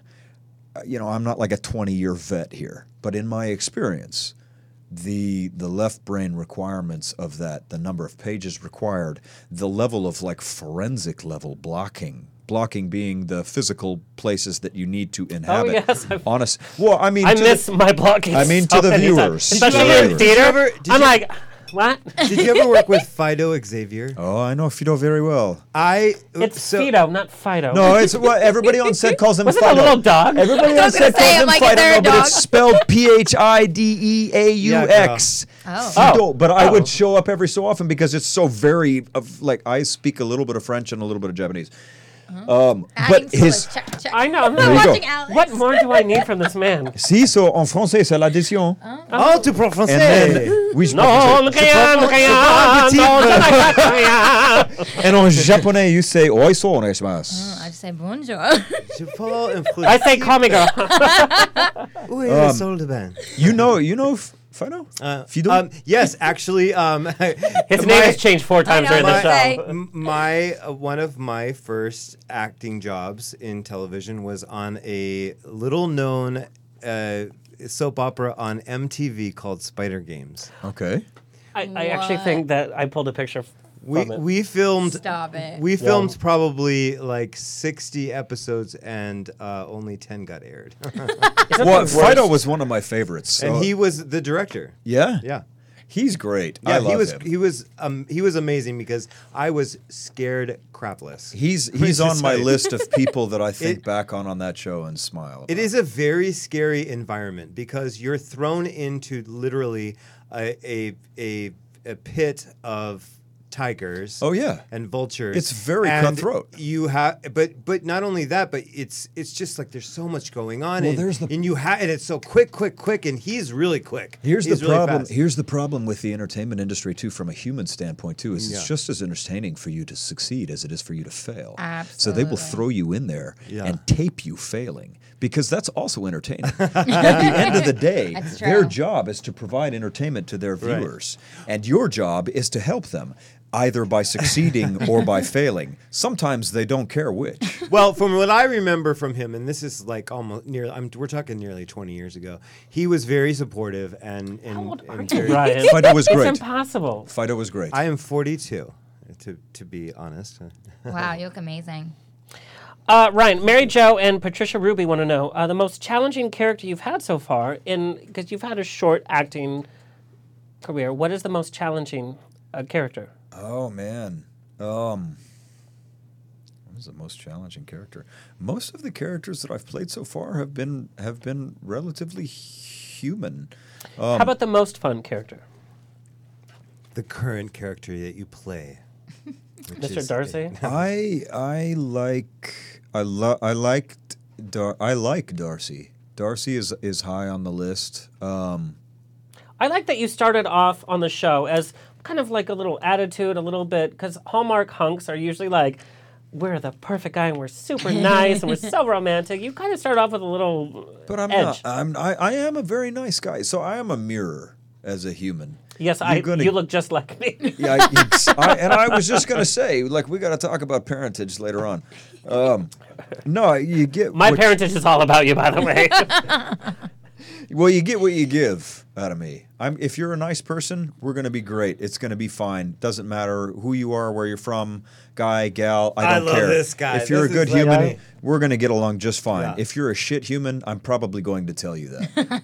Speaker 7: uh, you know, I'm not like a 20-year vet here, but in my experience, the the left brain requirements of that, the number of pages required, the level of like forensic level blocking Blocking being the physical places that you need to inhabit.
Speaker 1: Oh, yes, I've-
Speaker 7: on a s- well, I mean,
Speaker 1: I
Speaker 7: to the-
Speaker 1: miss my blocking.
Speaker 7: I mean, to
Speaker 1: so
Speaker 7: the
Speaker 1: many times.
Speaker 7: viewers.
Speaker 1: especially
Speaker 7: Did you
Speaker 1: in
Speaker 7: ever-
Speaker 1: theater.
Speaker 3: did you ever- did
Speaker 1: I'm
Speaker 3: you-
Speaker 1: like, what?
Speaker 3: Did you ever work with Fido Xavier?
Speaker 7: oh, I know Fido very well.
Speaker 1: *laughs*
Speaker 3: I
Speaker 1: It's
Speaker 3: so,
Speaker 1: Fido, not Fido. *laughs*
Speaker 7: No, it's what everybody on set calls him.
Speaker 1: Was it a
Speaker 7: Fido.
Speaker 1: little dog?
Speaker 7: Everybody on set
Speaker 2: say,
Speaker 7: calls
Speaker 2: I'm
Speaker 7: him
Speaker 2: like, is
Speaker 7: Fido,
Speaker 2: there a
Speaker 7: no, but
Speaker 2: dog?
Speaker 7: it's spelled
Speaker 1: *laughs*
Speaker 7: P H I D E A U X.
Speaker 2: Oh.
Speaker 7: Fido. But I
Speaker 1: Oh.
Speaker 7: would show up every so often because it's so very of like I speak a little bit of French and a little bit of Japanese. Um,
Speaker 2: Adding
Speaker 7: but
Speaker 2: to
Speaker 7: his
Speaker 2: it. check, check.
Speaker 1: I know. I'm
Speaker 7: you
Speaker 1: not
Speaker 7: go.
Speaker 1: watching
Speaker 2: Alex.
Speaker 1: What more do I need from this man?
Speaker 7: si so en français c'est l'addition.
Speaker 3: Oh, to Provençal.
Speaker 7: And then we
Speaker 1: No, look at look at no,
Speaker 7: *laughs* and en japonais you say oi so on esmas.
Speaker 2: Oh, I just say bonjour. *laughs*
Speaker 3: Je parle en
Speaker 1: I
Speaker 3: français.
Speaker 1: say, call me *laughs* girl.
Speaker 3: Où est
Speaker 1: Um,
Speaker 3: le sol de bain?
Speaker 7: You know, you know F- Fido.
Speaker 3: Uh,
Speaker 7: Fido.
Speaker 3: Um, yes, actually, um,
Speaker 1: *laughs*
Speaker 3: *laughs*
Speaker 1: His
Speaker 3: my-
Speaker 1: name has changed four times
Speaker 2: know,
Speaker 1: during the
Speaker 2: I
Speaker 1: show.
Speaker 2: say-
Speaker 3: M- my uh, one of my first acting jobs in television was on a little known uh, soap opera on MTV called Spider Games.
Speaker 7: okay.
Speaker 1: I, I actually think that I pulled a picture f-
Speaker 3: We
Speaker 1: from it.
Speaker 3: we filmed
Speaker 2: Stop it.
Speaker 3: we filmed probably like sixty episodes and uh, only ten got
Speaker 7: *laughs*
Speaker 3: aired.
Speaker 7: Well, Fido was one of my favorites. So.
Speaker 3: and he was the director.
Speaker 7: yeah,
Speaker 3: Yeah.
Speaker 7: he's great.
Speaker 3: Yeah,
Speaker 7: I love
Speaker 3: he was
Speaker 7: him.
Speaker 3: he was um, he was amazing because I was scared crapless.
Speaker 7: He's
Speaker 3: Let me
Speaker 7: he's
Speaker 3: just
Speaker 7: on my
Speaker 3: tell you.
Speaker 7: list of people that
Speaker 3: *laughs*
Speaker 7: I think
Speaker 3: It-
Speaker 7: back on on that show and smile.
Speaker 3: It is a very scary environment because you're thrown into literally a a, a a pit of tigers.
Speaker 7: Oh, yeah.
Speaker 3: and vultures.
Speaker 7: It's very
Speaker 3: And
Speaker 7: cutthroat.
Speaker 3: You have, but but not only that, but it's it's just like there's so much going on.
Speaker 7: Well,
Speaker 3: and,
Speaker 7: there's the-
Speaker 3: and you have, and it's so quick, quick, quick, and he's really quick.
Speaker 7: Here's
Speaker 3: He's
Speaker 7: the
Speaker 3: really
Speaker 7: problem.
Speaker 3: fast.
Speaker 7: Here's the problem with the entertainment industry too, from a human standpoint too, is
Speaker 3: Yeah.
Speaker 7: it's just as entertaining for you to succeed as it is for you to fail. So they will
Speaker 2: Absolutely.
Speaker 7: throw you in there
Speaker 3: Yeah.
Speaker 7: and tape you failing because that's
Speaker 3: *laughs*
Speaker 7: also entertaining. At the end of the day,
Speaker 2: That's
Speaker 7: their
Speaker 2: true.
Speaker 7: job is to provide entertainment to their
Speaker 3: Right.
Speaker 7: viewers, and your job is to help them. Either by succeeding or
Speaker 3: *laughs*
Speaker 7: by failing. Sometimes they don't care which.
Speaker 3: well, from what I remember from him, and this is like almost near, I'm, we're talking nearly 20 years ago. He was very supportive and and, and very,
Speaker 1: Brian.
Speaker 7: Fido was
Speaker 1: It's
Speaker 7: great.
Speaker 1: impossible.
Speaker 7: Fido was great.
Speaker 3: I am 42, to to be honest.
Speaker 2: Wow, you look amazing.
Speaker 1: Uh, Ryan, Mary Jo, and Patricia Ruby want to know uh, the most challenging character you've had so far, in because you've had a short acting career. What is the most challenging uh, character?
Speaker 7: Oh man. Um what is the most challenging character? Most of the characters that I've played so far have been have been relatively human.
Speaker 1: How about the most fun character,
Speaker 3: The current character that you play, which
Speaker 1: Mr.
Speaker 3: is-
Speaker 1: Darcy?
Speaker 7: I I like I lo- I liked Dar- I like Darcy. Darcy is is high on the list. Um
Speaker 1: I like that you started off on the show as kind of like a little attitude, a little bit, because Hallmark hunks are usually like, we're the perfect guy and we're
Speaker 2: *laughs*
Speaker 1: super nice and we're so romantic. You kind of start off with a little.
Speaker 7: but I'm
Speaker 1: edge.
Speaker 7: not I'm I, I am a very nice guy. So I am a mirror as a human.
Speaker 1: Yes,
Speaker 7: You're
Speaker 1: I.
Speaker 7: gonna-
Speaker 1: You look just like
Speaker 7: *laughs*
Speaker 1: me.
Speaker 7: Yeah, I, it's- I- and I was just gonna say, like, we got to talk about parentage later on. Um, no, you get
Speaker 1: My
Speaker 7: what-
Speaker 1: parentage is all about you, by the
Speaker 7: *laughs*
Speaker 1: way.
Speaker 7: Well, you get what you give out of me. I'm if you're a nice person, we're gonna be great. It's gonna be fine. Doesn't matter who you are, where you're from, guy, gal. I
Speaker 3: I
Speaker 7: don't
Speaker 3: love
Speaker 7: care.
Speaker 3: this guy.
Speaker 7: If you're
Speaker 3: This
Speaker 7: a good
Speaker 3: is like-
Speaker 7: human,
Speaker 3: I-
Speaker 7: we're gonna get along just fine.
Speaker 3: Yeah.
Speaker 7: If you're a shit human, I'm probably going to tell you that.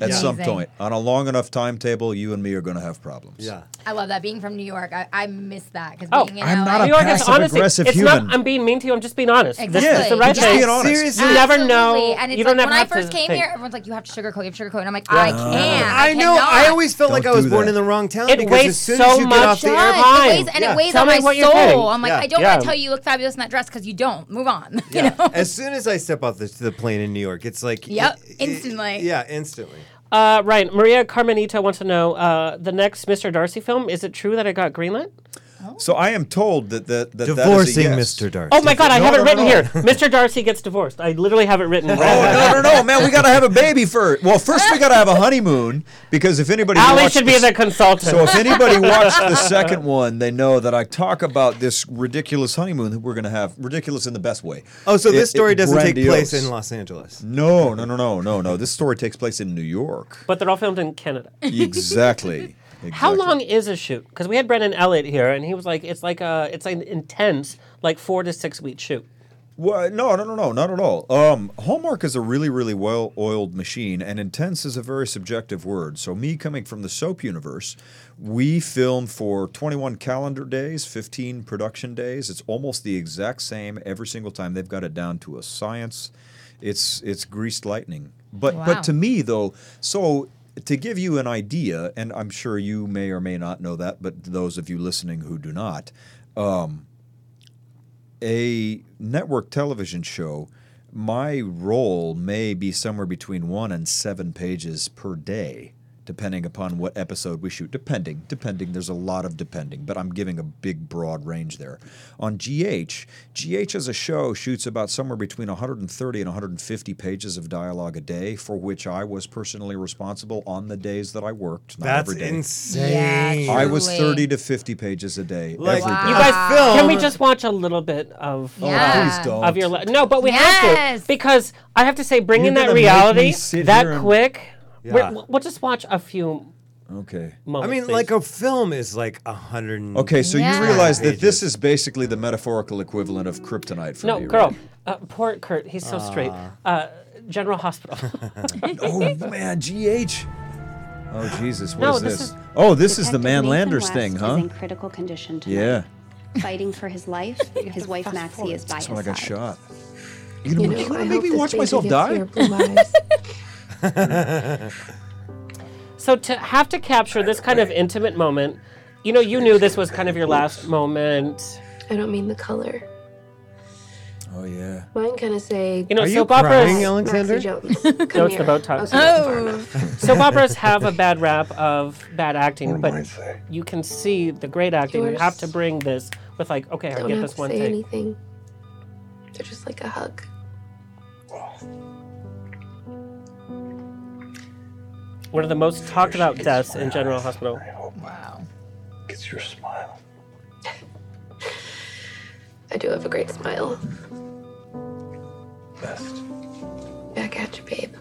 Speaker 7: At
Speaker 2: Yeah.
Speaker 7: some
Speaker 2: Amazing.
Speaker 7: point, on a long enough timetable, you and me are going to have problems.
Speaker 3: Yeah.
Speaker 2: I love that. Being from New York, I, I miss that because
Speaker 1: Oh,
Speaker 2: being in
Speaker 7: I'm
Speaker 2: LA,
Speaker 7: not
Speaker 1: New York is
Speaker 7: passive
Speaker 1: honestly. It's
Speaker 7: aggressive human.
Speaker 1: not. I'm being mean to you. I'm just being honest. This is the
Speaker 2: Exactly.
Speaker 1: right
Speaker 2: Just
Speaker 1: thing.
Speaker 2: being
Speaker 7: honest.
Speaker 1: You never know.
Speaker 2: Absolutely. And it's
Speaker 1: you
Speaker 2: like
Speaker 1: don't
Speaker 2: when
Speaker 1: ever
Speaker 2: I
Speaker 1: have to
Speaker 2: first came
Speaker 1: think.
Speaker 2: here, everyone's like, "You have to sugarcoat. You have to sugarcoat." And I'm like, "I can't."
Speaker 3: I know. I
Speaker 2: cannot."
Speaker 3: always felt like I
Speaker 7: Don't
Speaker 3: was
Speaker 7: do
Speaker 3: born
Speaker 7: that.
Speaker 3: in the wrong town
Speaker 1: It
Speaker 3: because as
Speaker 1: wastes
Speaker 3: soon
Speaker 1: so
Speaker 3: as you get off
Speaker 1: much
Speaker 3: the
Speaker 1: time. *laughs* airplane.
Speaker 3: airplane,
Speaker 2: It weighs, and
Speaker 1: Yeah.
Speaker 2: it weighs
Speaker 1: Tell
Speaker 2: on
Speaker 1: me
Speaker 2: my
Speaker 1: what you're
Speaker 2: soul.
Speaker 1: getting.
Speaker 2: I'm like,
Speaker 3: Yeah.
Speaker 2: I don't
Speaker 1: Yeah.
Speaker 2: want to tell you you look fabulous in that dress because you don't. Move on. *laughs* You
Speaker 3: Yeah.
Speaker 2: know.
Speaker 3: As soon as I step off the, the plane in New York, it's like
Speaker 2: Yep, instantly.
Speaker 3: yeah, instantly.
Speaker 1: Uh, right. Maria Carmenita wants to know uh, the next Mr. Darcy film. Is it true that it got greenlit?
Speaker 7: So I am told that that, that
Speaker 3: Divorcing
Speaker 7: that is a yes.
Speaker 3: Mr. Darcy.
Speaker 1: Oh my God! I
Speaker 7: No,
Speaker 1: have it
Speaker 7: no,
Speaker 1: written
Speaker 7: no.
Speaker 1: here.
Speaker 7: *laughs*
Speaker 1: Mr. Darcy gets divorced. I literally have it written.
Speaker 7: Oh no no no man! We gotta have a baby first. Well, first we gotta have a honeymoon because if anybody
Speaker 1: Ali
Speaker 7: watched
Speaker 1: should be
Speaker 7: this-
Speaker 1: the consultant.
Speaker 7: So if anybody watched the second one, they know that I talk about this ridiculous honeymoon that we're gonna have. Ridiculous in the best way.
Speaker 3: Oh, so
Speaker 7: It-
Speaker 3: this story
Speaker 7: it-
Speaker 3: doesn't take place
Speaker 7: grandiose.
Speaker 3: in Los Angeles.
Speaker 7: No no no no no no. This story takes place in
Speaker 3: *laughs*
Speaker 7: New York.
Speaker 1: but they're all filmed in Canada.
Speaker 7: Exactly.
Speaker 1: How
Speaker 7: Exactly.
Speaker 1: long is a shoot? Because we had Brendan Elliott here, and he was like, "It's like a, it's an intense, like four to six week shoot."
Speaker 7: Well, no, no, no, no, not at all. Um, Hallmark is a really, really well-oiled machine, and intense is a very subjective word. So, me coming from the soap universe, we film for 21 calendar days, 15 production days. It's almost the exact same every single time. They've got it down to a science. It's it's greased lightning. But
Speaker 2: Wow.
Speaker 7: but to me though, so to give you an idea, and I'm sure you may or may not know that, but those of you listening who do not, a network television show, my role may be somewhere between one and seven pages per day, depending upon what episode we shoot. Depending, depending, there's a lot of depending, but I'm giving a big, broad range there. On GH, GH as a show shoots about somewhere between 130 and 150 pages of dialogue a day, for which I was personally responsible on the days that I worked, not
Speaker 3: That's
Speaker 7: every day.
Speaker 3: insane.
Speaker 7: I was
Speaker 2: Truly.
Speaker 7: 30 to 50 pages a day.
Speaker 3: Like,
Speaker 7: every day.
Speaker 3: you
Speaker 1: guys,
Speaker 3: guys film.
Speaker 1: Can we just watch a little bit of
Speaker 2: Oh, Ah. Yeah.
Speaker 7: please don't.
Speaker 1: of your life? No, but we have
Speaker 2: Yes.
Speaker 1: to because I have to say, bringing
Speaker 7: You're
Speaker 1: that
Speaker 7: gonna make me
Speaker 1: reality
Speaker 7: sit
Speaker 1: that
Speaker 7: here and-
Speaker 1: quick. we're-
Speaker 3: Yeah.
Speaker 1: We'll, we'll just watch a few
Speaker 7: Okay.
Speaker 1: moments.
Speaker 3: I mean,
Speaker 1: please.
Speaker 3: like a film is like a hundred.
Speaker 7: Okay, so
Speaker 2: Yeah.
Speaker 7: you realize that
Speaker 3: Pages.
Speaker 7: this is basically the metaphorical equivalent of kryptonite for
Speaker 1: no,
Speaker 7: me.
Speaker 1: girl.
Speaker 7: right?
Speaker 1: Uh, poor Kurt. He's so straight.
Speaker 7: Ah.
Speaker 1: Uh, General Hospital. *laughs*
Speaker 7: Oh man, GH. Oh Jesus, what
Speaker 1: No,
Speaker 7: is
Speaker 1: this
Speaker 7: this?
Speaker 1: is-
Speaker 7: oh, this is the
Speaker 11: Detective
Speaker 7: man
Speaker 11: Nathan
Speaker 7: Landers
Speaker 11: West
Speaker 7: thing,
Speaker 11: is
Speaker 7: huh?
Speaker 11: in critical condition tonight.
Speaker 7: Yeah,
Speaker 11: Fighting for his
Speaker 12: *laughs*
Speaker 11: life. His wife Maxie is by
Speaker 7: that's
Speaker 11: his
Speaker 7: when I got
Speaker 11: side.
Speaker 7: shot. You know, you know, make me watch myself die.
Speaker 1: So So to have to capture this kind of intimate moment, you know, you knew this was kind of your last moment.
Speaker 12: I don't mean the color.
Speaker 7: Oh yeah.
Speaker 12: Mine kind of say.
Speaker 1: You know, Are you soap operas- crying,
Speaker 12: Alexander? Jones. Come
Speaker 1: no, it's
Speaker 12: here.
Speaker 1: the Botox.
Speaker 12: Oh.
Speaker 1: soap operas have a bad rap of bad
Speaker 3: Oh
Speaker 1: acting, but you can see the great acting. You
Speaker 12: Yours-
Speaker 1: have to bring this with like, okay, I
Speaker 12: Don't
Speaker 1: get
Speaker 12: have
Speaker 1: this
Speaker 12: to
Speaker 1: one
Speaker 12: say
Speaker 1: take.
Speaker 12: anything. They're just like a hug.
Speaker 1: One of the most talked about deaths in General Hospital. Oh,
Speaker 12: Wow.
Speaker 13: It's your smile.
Speaker 12: I do have a great smile.
Speaker 13: Best.
Speaker 12: Back at you, babe.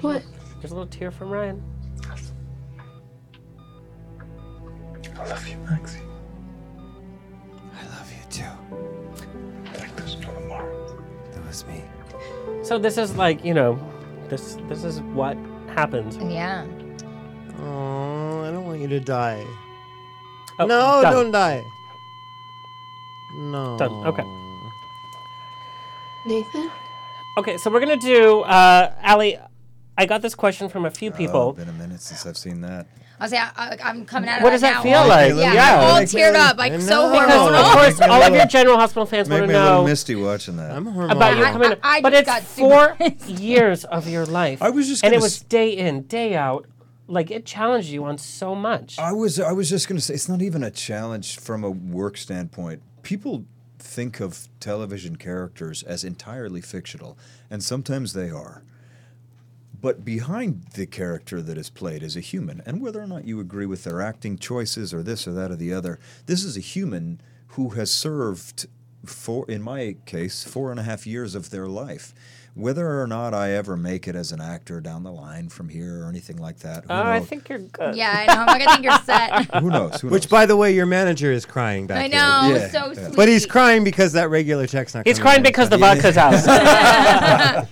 Speaker 12: What?
Speaker 1: There's a little tear from Ryan.
Speaker 13: I love you, Maxie.
Speaker 3: I love you too.
Speaker 13: Like there's no tomorrow.
Speaker 3: That was me.
Speaker 1: So this is like, you know, this this is what happens.
Speaker 2: Yeah.
Speaker 3: Oh, I don't want you to die.
Speaker 1: Oh,
Speaker 3: no,
Speaker 1: done.
Speaker 3: don't die. No.
Speaker 1: Done. Okay.
Speaker 2: Um,
Speaker 12: Nathan?
Speaker 1: Okay, so we're gonna do uh Allie, I got this question from a few
Speaker 7: Oh,
Speaker 1: people.
Speaker 7: been a minute since I've seen that.
Speaker 2: I'll say I, I, am coming out of
Speaker 1: What
Speaker 2: that
Speaker 1: does that
Speaker 2: now.
Speaker 1: feel like?
Speaker 2: Yeah,
Speaker 1: Yeah.
Speaker 2: I'm all
Speaker 1: Make
Speaker 2: teared
Speaker 1: me-
Speaker 2: up, like so
Speaker 1: Because,
Speaker 2: hormonal.
Speaker 1: of course
Speaker 7: Make me a
Speaker 1: all of
Speaker 7: little-
Speaker 1: your general hospital fans
Speaker 7: Make
Speaker 1: want to
Speaker 7: me a little
Speaker 1: know
Speaker 7: misty watching that. I'm
Speaker 1: about you
Speaker 2: I-
Speaker 1: coming in.
Speaker 2: I- I
Speaker 1: but
Speaker 2: just
Speaker 1: it's
Speaker 2: got super
Speaker 1: four *laughs* years of your life. I
Speaker 7: was just
Speaker 1: and it
Speaker 7: gonna
Speaker 1: was day in, day out. Like it challenged you on so much.
Speaker 7: I was I was just gonna say it's not even a challenge from a work standpoint. People think of television characters as entirely fictional, and sometimes they are. But behind the character that is played is a human, and whether or not you agree with their acting choices or this or that or the other, this is a human who has served four, in my case, four and a half years of their life. Whether or not I ever make it as an actor down the line from here or anything like that, who
Speaker 1: Oh, I
Speaker 7: knows?
Speaker 1: think you're good.
Speaker 2: Yeah, I know. I'm like, I think you're
Speaker 3: *laughs*
Speaker 2: set.
Speaker 7: who knows? Who
Speaker 3: Which, by the way, your manager is crying back
Speaker 2: I
Speaker 3: there.
Speaker 2: know, Yeah. so Yeah.
Speaker 3: But
Speaker 1: *laughs*
Speaker 3: he's crying because that regular check's not
Speaker 1: He's
Speaker 3: coming
Speaker 1: crying
Speaker 3: in.
Speaker 1: because the vodka's
Speaker 7: *laughs*
Speaker 1: out.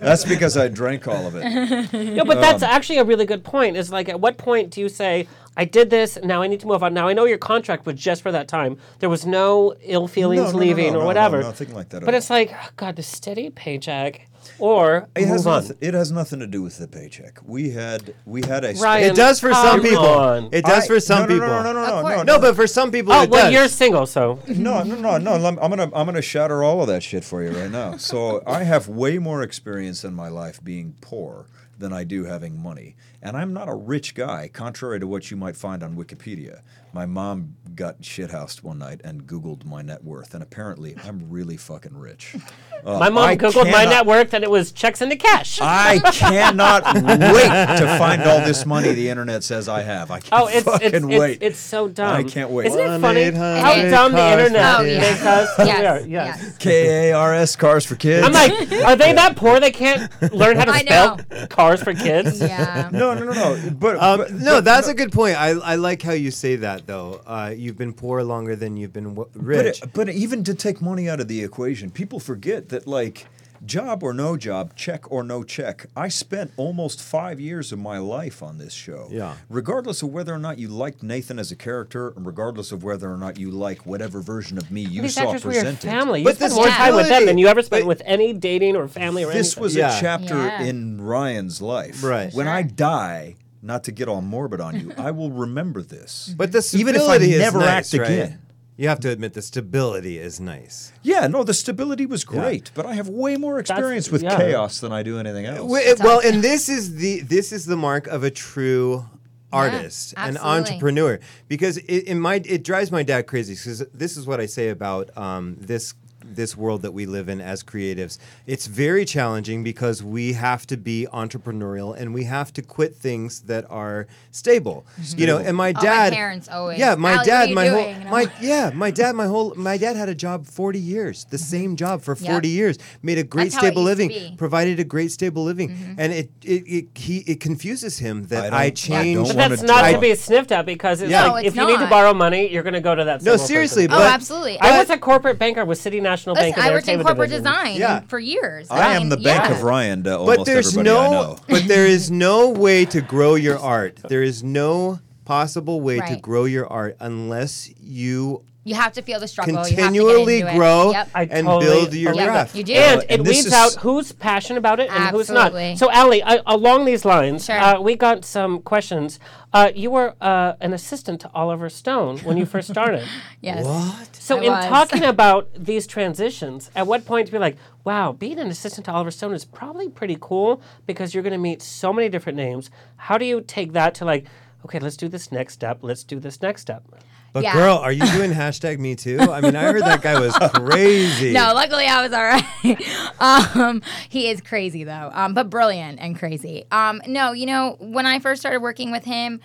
Speaker 7: That's because I drank all of *laughs* it.
Speaker 1: no, but that's
Speaker 7: Um,
Speaker 1: actually a really good point. Is like, at what point do you say, "I did this, now I need to move on"? Now I know your contract was just for that time. There was no ill feelings
Speaker 7: No, no, no,
Speaker 1: leaving
Speaker 7: no,
Speaker 1: or
Speaker 7: no,
Speaker 1: whatever.
Speaker 7: no, nothing like that at
Speaker 1: But
Speaker 7: all.
Speaker 1: it's like, oh, God, the steady paycheck, or
Speaker 7: It has
Speaker 1: move on.
Speaker 7: nothing. It has nothing to do with the paycheck. We had we had a.
Speaker 1: Ryan,
Speaker 3: It does for some
Speaker 1: come
Speaker 3: people.
Speaker 1: on.
Speaker 3: It does
Speaker 7: I-
Speaker 3: for some
Speaker 7: no, no,
Speaker 3: people.
Speaker 7: No, no, no, no, no, no,
Speaker 3: No, but for some people,
Speaker 1: Oh
Speaker 3: it
Speaker 1: well,
Speaker 3: does.
Speaker 1: you're single, so
Speaker 7: no, no, no, no. lem- I'm gonna I'm gonna shatter all of that shit for you right now.
Speaker 1: *laughs*
Speaker 7: So I have way more experience in my life being poor than I do having money, and I'm not a rich guy, contrary to what you might find on Wikipedia. My mom got shithoused one night and Googled my net worth, and apparently I'm really fucking rich. Uh,
Speaker 1: my mom
Speaker 7: I
Speaker 1: googled my
Speaker 7: cannot-
Speaker 1: net worth, and it was checks into cash. *laughs*
Speaker 7: I cannot wait to find all this money the internet says I have. I can't
Speaker 1: Oh, it's
Speaker 7: fucking
Speaker 1: it's,
Speaker 7: wait.
Speaker 1: it's it's so dumb.
Speaker 7: I can't wait.
Speaker 1: Isn't it funny how
Speaker 3: 1-800
Speaker 1: dumb the
Speaker 3: cars
Speaker 1: internet
Speaker 2: for kids.
Speaker 1: makes us?
Speaker 2: Oh, *laughs* Yes,
Speaker 1: We are,
Speaker 2: yes.
Speaker 7: K A R S cars for kids.
Speaker 1: I'm like, are they that poor they can't learn how to
Speaker 2: I
Speaker 1: spell cars for
Speaker 2: *laughs*
Speaker 1: kids?
Speaker 3: *laughs*
Speaker 2: Yeah.
Speaker 7: no, no, no, no. But,
Speaker 3: Um,
Speaker 7: but-
Speaker 3: no,
Speaker 7: but-
Speaker 3: that's a good point. I, I like how you say that though. Uh, you've been poor longer than you've been w-
Speaker 7: but,
Speaker 3: rich.
Speaker 7: but even to take money out of the equation, people forget that like job or no job, check or no check. I spent almost five years of my life on this show.
Speaker 3: Yeah.
Speaker 7: Regardless of whether or not you liked Nathan as a character, and regardless of whether or not you like whatever version of me you
Speaker 1: These
Speaker 7: saw
Speaker 1: actors were your
Speaker 7: presented.
Speaker 1: family. You
Speaker 3: But
Speaker 1: spent
Speaker 3: this
Speaker 1: more time with them
Speaker 3: reality-
Speaker 1: than you ever spent
Speaker 3: but-
Speaker 1: with any dating or family or
Speaker 7: this
Speaker 1: anything.
Speaker 7: was
Speaker 3: Yeah.
Speaker 7: a chapter
Speaker 2: Yeah.
Speaker 7: in Ryan's life.
Speaker 3: Right. For
Speaker 7: When I die, not to get all morbid on you, I will remember this.
Speaker 3: But the
Speaker 7: even if I
Speaker 3: stability is
Speaker 7: never
Speaker 3: nice,
Speaker 7: act
Speaker 3: right?
Speaker 7: again.
Speaker 3: You have to admit the stability is nice.
Speaker 7: Yeah, no, the stability was great, but I have way more experience with
Speaker 1: yeah.
Speaker 7: chaos than I do anything else.
Speaker 3: Well, it- well, and this is the this is the mark of a true artist, an
Speaker 2: absolutely.
Speaker 3: entrepreneur, because it, in my it drives my dad crazy because this is what I say about um, this this world that we live in as creatives. It's very challenging because we have to be entrepreneurial and we have to quit things that are stable. You know, and my
Speaker 2: Oh, my
Speaker 3: dad
Speaker 2: parents always,
Speaker 3: Yeah, my
Speaker 2: "Ally, what are
Speaker 3: dad
Speaker 2: you
Speaker 3: my
Speaker 2: doing?"
Speaker 3: whole
Speaker 2: And
Speaker 3: my
Speaker 2: I'm like-
Speaker 3: yeah, my dad my whole my dad had a job 40 years, the same job for 40 years, made a great
Speaker 2: Mm-hmm. That's how it
Speaker 3: stable
Speaker 2: used to
Speaker 3: living,
Speaker 2: be.
Speaker 3: provided a great stable living,
Speaker 2: Mm-hmm.
Speaker 3: and it, it, it he it confuses him that
Speaker 7: I
Speaker 3: I,
Speaker 7: don't- I
Speaker 3: changed.
Speaker 7: don't
Speaker 1: But
Speaker 7: wanna
Speaker 1: that's not to
Speaker 7: talk.
Speaker 1: be sniffed at because it's
Speaker 3: Yeah. No,
Speaker 1: like
Speaker 2: it's
Speaker 1: if you need to
Speaker 2: not.
Speaker 1: borrow money, you're going to go to that.
Speaker 3: No,
Speaker 1: single
Speaker 3: seriously,
Speaker 1: person.
Speaker 2: Oh,
Speaker 3: but-
Speaker 2: absolutely.
Speaker 1: I
Speaker 2: I
Speaker 1: was a corporate banker with City National
Speaker 2: Listen,
Speaker 1: Bank. in
Speaker 2: I
Speaker 1: their
Speaker 2: worked in
Speaker 1: Teva
Speaker 2: corporate
Speaker 1: division.
Speaker 2: design
Speaker 3: Yeah.
Speaker 2: for years.
Speaker 7: I am
Speaker 2: mean,
Speaker 7: the bank
Speaker 2: yeah.
Speaker 7: of Ryan to almost
Speaker 3: but there's
Speaker 7: everybody I
Speaker 3: no
Speaker 7: *laughs* know.
Speaker 3: *laughs* but there is no way to grow your art. There is no possible way to
Speaker 2: Right.
Speaker 3: grow your art unless you
Speaker 2: You have to feel the struggle. You have to get
Speaker 3: Continually
Speaker 2: into it.
Speaker 3: grow
Speaker 2: Yep.
Speaker 3: and build your
Speaker 2: Yep.
Speaker 3: craft.
Speaker 2: You do.
Speaker 1: And it weeds out who's passionate about it and
Speaker 2: Absolutely.
Speaker 1: who's not. So, Allie, I, along these lines,
Speaker 2: Sure.
Speaker 1: uh, we got some questions. Uh, you were uh, an assistant to Oliver Stone when you first
Speaker 2: *laughs*
Speaker 1: started.
Speaker 2: Yes. What?
Speaker 1: So,
Speaker 2: I
Speaker 1: in
Speaker 2: was.
Speaker 1: talking about these transitions, at what point to be like, wow, being an assistant to Oliver Stone is probably pretty cool because you're going to meet so many different names. How do you take that to like, okay, let's do this next step, let's do this next step?
Speaker 3: But
Speaker 2: Yeah.
Speaker 3: girl, are you doing hashtag me too? I mean, I heard that guy
Speaker 2: *laughs*
Speaker 3: was crazy.
Speaker 2: No, luckily I was all right. *laughs* um, he is crazy though, um, but brilliant and crazy. Um, no, you know, when I first started working with him,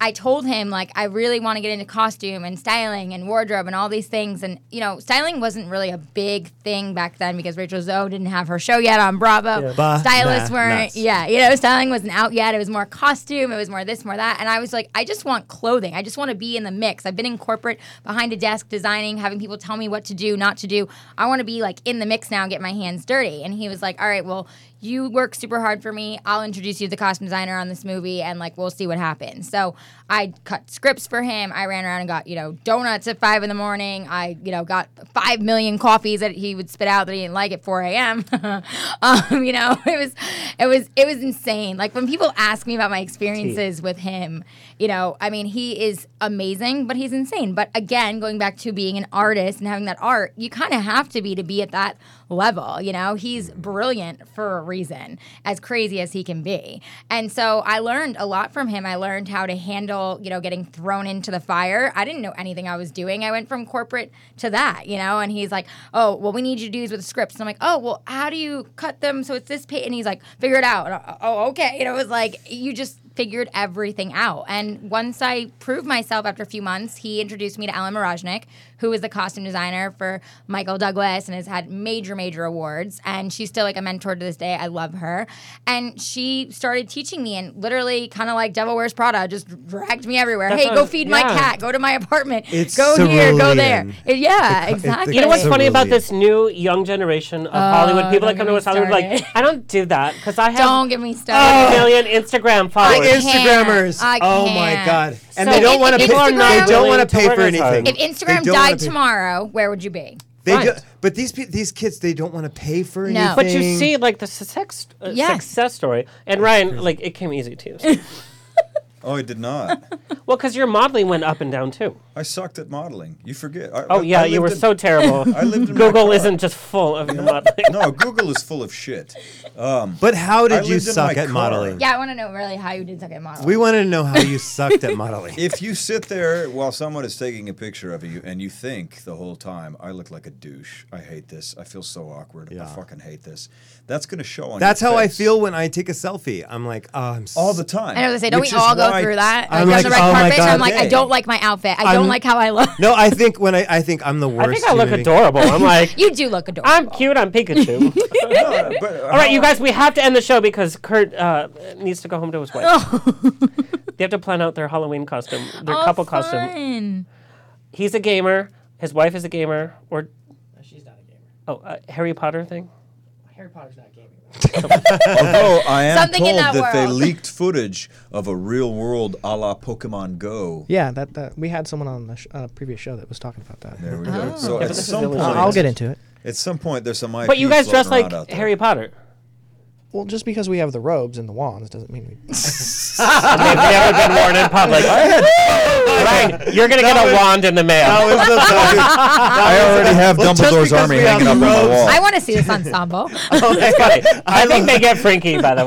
Speaker 2: I told him like I really want to get into costume and styling and wardrobe and all these things. And you know, styling wasn't really a big thing back then because Rachel Zoe didn't have her show yet on Bravo.
Speaker 14: Yeah. Ba-
Speaker 2: Stylists
Speaker 14: nah,
Speaker 2: weren't.
Speaker 14: nuts.
Speaker 2: Yeah, you know, styling wasn't out yet. It was more costume. It was more this, more that. And I was like, I just want clothing. I just want to be in the mix. I've been in corporate behind a desk designing, having people tell me what to do, not to do. I want to be like in the mix now and get my hands dirty. And he was like, All right, well, you work super hard for me. I'll introduce you to the costume designer on this movie and like we'll see what happens. So I cut scripts for him. I ran around and got, you know, donuts at five in the morning. I, you know, got five million coffees that he would spit out that he didn't like at 4 a.m. *laughs* um, you know, it was it was it was insane. Like when people ask me about my experiences with him, you know, I mean, he is amazing, but he's insane. But again, going back to being an artist and having that art, you kind of have to be to be at that level, you know? He's brilliant for a reason, as crazy as he can be. And so I learned a lot from him. I learned how to handle, you know, getting thrown into the fire. I didn't know anything I was doing. I went from corporate to that, you know? And he's like, oh, well, we need you to do these with scripts. And I'm like, oh, well, how do you cut them so it's this page? And he's like, figure it out. And I- oh, okay. And it was like, you just figured everything out. And once I proved myself after a few months, he introduced me to Alan Mirajnik, who is the costume designer for Michael Douglas and has had major, major awards. And she's still like a mentor to this day. I love her. And she started teaching me and literally kind of like Devil Wears Prada, just dragged me everywhere.
Speaker 1: That's
Speaker 2: hey,
Speaker 1: what I
Speaker 2: go
Speaker 1: was-
Speaker 2: feed my
Speaker 1: yeah.
Speaker 2: cat. Go to my apartment.
Speaker 1: It's
Speaker 2: go here. Go there.
Speaker 1: cerulean.
Speaker 2: It- yeah, exactly.
Speaker 1: You know what's funny about this new young generation of
Speaker 2: Oh,
Speaker 1: Hollywood? People that come to
Speaker 2: don't get me
Speaker 1: West Hollywood are like, I don't do that because I have
Speaker 2: Don't get me
Speaker 1: a
Speaker 2: started.
Speaker 1: million Instagram
Speaker 3: The
Speaker 1: followers.
Speaker 3: Instagrammers.
Speaker 2: I
Speaker 3: oh my
Speaker 2: can't.
Speaker 3: god. And
Speaker 1: So
Speaker 3: they don't
Speaker 1: if-
Speaker 3: want to
Speaker 1: if
Speaker 3: pay. They
Speaker 1: Instagram-
Speaker 3: don't want
Speaker 1: To
Speaker 3: to pay
Speaker 1: work
Speaker 3: for
Speaker 1: as hard.
Speaker 3: anything.
Speaker 2: If Instagram
Speaker 3: They don't wanna
Speaker 2: died
Speaker 3: pay-
Speaker 2: tomorrow, where would you be?
Speaker 3: They do, but these pe- these kids they don't want to pay for anything.
Speaker 2: No.
Speaker 1: But you see, like the success, uh,
Speaker 2: Yes.
Speaker 1: success story, and Ryan, like it came easy
Speaker 2: *laughs*
Speaker 1: to you. so-
Speaker 7: Oh, I did not.
Speaker 1: well, because your modeling went up and down too.
Speaker 7: I sucked at modeling. You forget. I,
Speaker 1: Oh
Speaker 7: I-
Speaker 1: yeah,
Speaker 7: I
Speaker 1: you were
Speaker 7: lived in-
Speaker 1: so terrible.
Speaker 7: *laughs* I lived in my
Speaker 1: Google
Speaker 7: car.
Speaker 1: isn't just full of your modeling.
Speaker 7: *laughs* No, Google is full of shit. Um,
Speaker 3: But how
Speaker 7: I
Speaker 3: did you
Speaker 7: lived in
Speaker 3: suck
Speaker 7: my
Speaker 3: at
Speaker 7: car.
Speaker 3: modeling?
Speaker 2: Yeah, I want to know really how you did suck at model.
Speaker 3: We wanted to know how you sucked at
Speaker 7: *laughs*
Speaker 3: modeling.
Speaker 7: If you sit there while someone is taking a picture of you and you think the whole time, I look like a douche. I hate this. I feel so awkward. I fucking hate this. That's going to show on
Speaker 3: That's
Speaker 7: your
Speaker 3: how I
Speaker 7: face.
Speaker 3: feel when I take a selfie. I'm like, oh, I'm all
Speaker 7: the time.
Speaker 2: I know they say, don't
Speaker 3: Which
Speaker 2: we
Speaker 3: is
Speaker 2: all go
Speaker 3: why
Speaker 7: *laughs*
Speaker 2: through that?
Speaker 3: I'm
Speaker 2: like,
Speaker 3: like,
Speaker 2: on
Speaker 3: oh
Speaker 2: the red
Speaker 3: my
Speaker 2: carpet,
Speaker 3: God.
Speaker 2: I'm like, I
Speaker 3: Hey.
Speaker 2: don't like my outfit. I
Speaker 3: I'm-
Speaker 2: don't like how I look.
Speaker 3: No, I think when I, I think I'm the worst.
Speaker 1: I think I look
Speaker 3: human- *laughs*
Speaker 1: adorable. I'm
Speaker 7: *laughs*
Speaker 1: like,
Speaker 2: you do look adorable.
Speaker 1: I'm cute. I'm Pikachu. *laughs* All right, you
Speaker 7: uh,
Speaker 1: guys, we have to end the show because Kurt uh, needs to go home to his wife. they have to plan out their Halloween costume, their
Speaker 2: Oh,
Speaker 1: couple costume.
Speaker 2: fun.
Speaker 1: He's a gamer. His wife is a gamer. Or she's not a gamer. Oh, uh, Harry Potter thing.
Speaker 15: Harry Potter's not gaming.
Speaker 7: Although Oh, I am
Speaker 15: Something in
Speaker 7: told
Speaker 15: that
Speaker 7: that, they
Speaker 15: world.
Speaker 7: leaked footage of a real world a la Pokemon Go.
Speaker 8: Yeah, that, that we had someone on the sh- uh, previous show that was talking about that.
Speaker 7: There we
Speaker 2: Oh.
Speaker 7: go. So
Speaker 8: Yeah,
Speaker 7: at
Speaker 8: but this is
Speaker 7: some
Speaker 8: really-
Speaker 7: point,
Speaker 8: I'll get into it.
Speaker 7: At some point, there's some IP
Speaker 1: But you guys dress
Speaker 7: floating
Speaker 1: like
Speaker 7: around out there.
Speaker 1: Harry
Speaker 7: *laughs*
Speaker 1: Potter.
Speaker 8: Well, just because we have the robes and the wands doesn't mean we.
Speaker 1: They've never been worn in
Speaker 7: *laughs*
Speaker 1: public. right, you're gonna get a wand in the mail. *laughs*
Speaker 7: I already have Dumbledore's army hanging up on my wall.
Speaker 2: I want to see this ensemble.
Speaker 1: That's
Speaker 7: *laughs*
Speaker 1: funny. I, think they get Frankie, by the *laughs*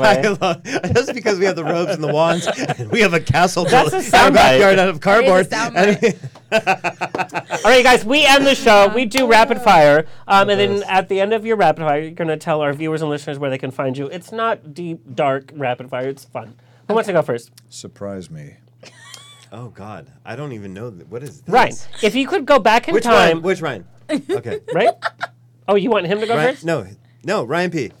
Speaker 1: way.
Speaker 3: Just because we have the robes and the wands, *laughs* and we have a castle
Speaker 1: That's
Speaker 3: built
Speaker 1: a
Speaker 3: in our
Speaker 1: soundbite.
Speaker 3: backyard out of
Speaker 1: That is
Speaker 3: cardboard.
Speaker 1: a All right, guys, we end the show. We do rapid fire. Um, and then at the end of your rapid fire, you're going to tell our viewers and listeners where they can find you. It's not deep, dark rapid fire. It's fun. Who wants to go first?
Speaker 7: Surprise me.
Speaker 3: *laughs* oh God, I don't even know th- what is this.
Speaker 1: Ryan, if you could go back in
Speaker 3: Which
Speaker 1: time.
Speaker 3: Ryan?
Speaker 1: *laughs*
Speaker 3: Which Ryan? Okay.
Speaker 1: Right? Oh, you want him to go
Speaker 3: Ryan-
Speaker 1: first?
Speaker 3: No, no, Ryan P.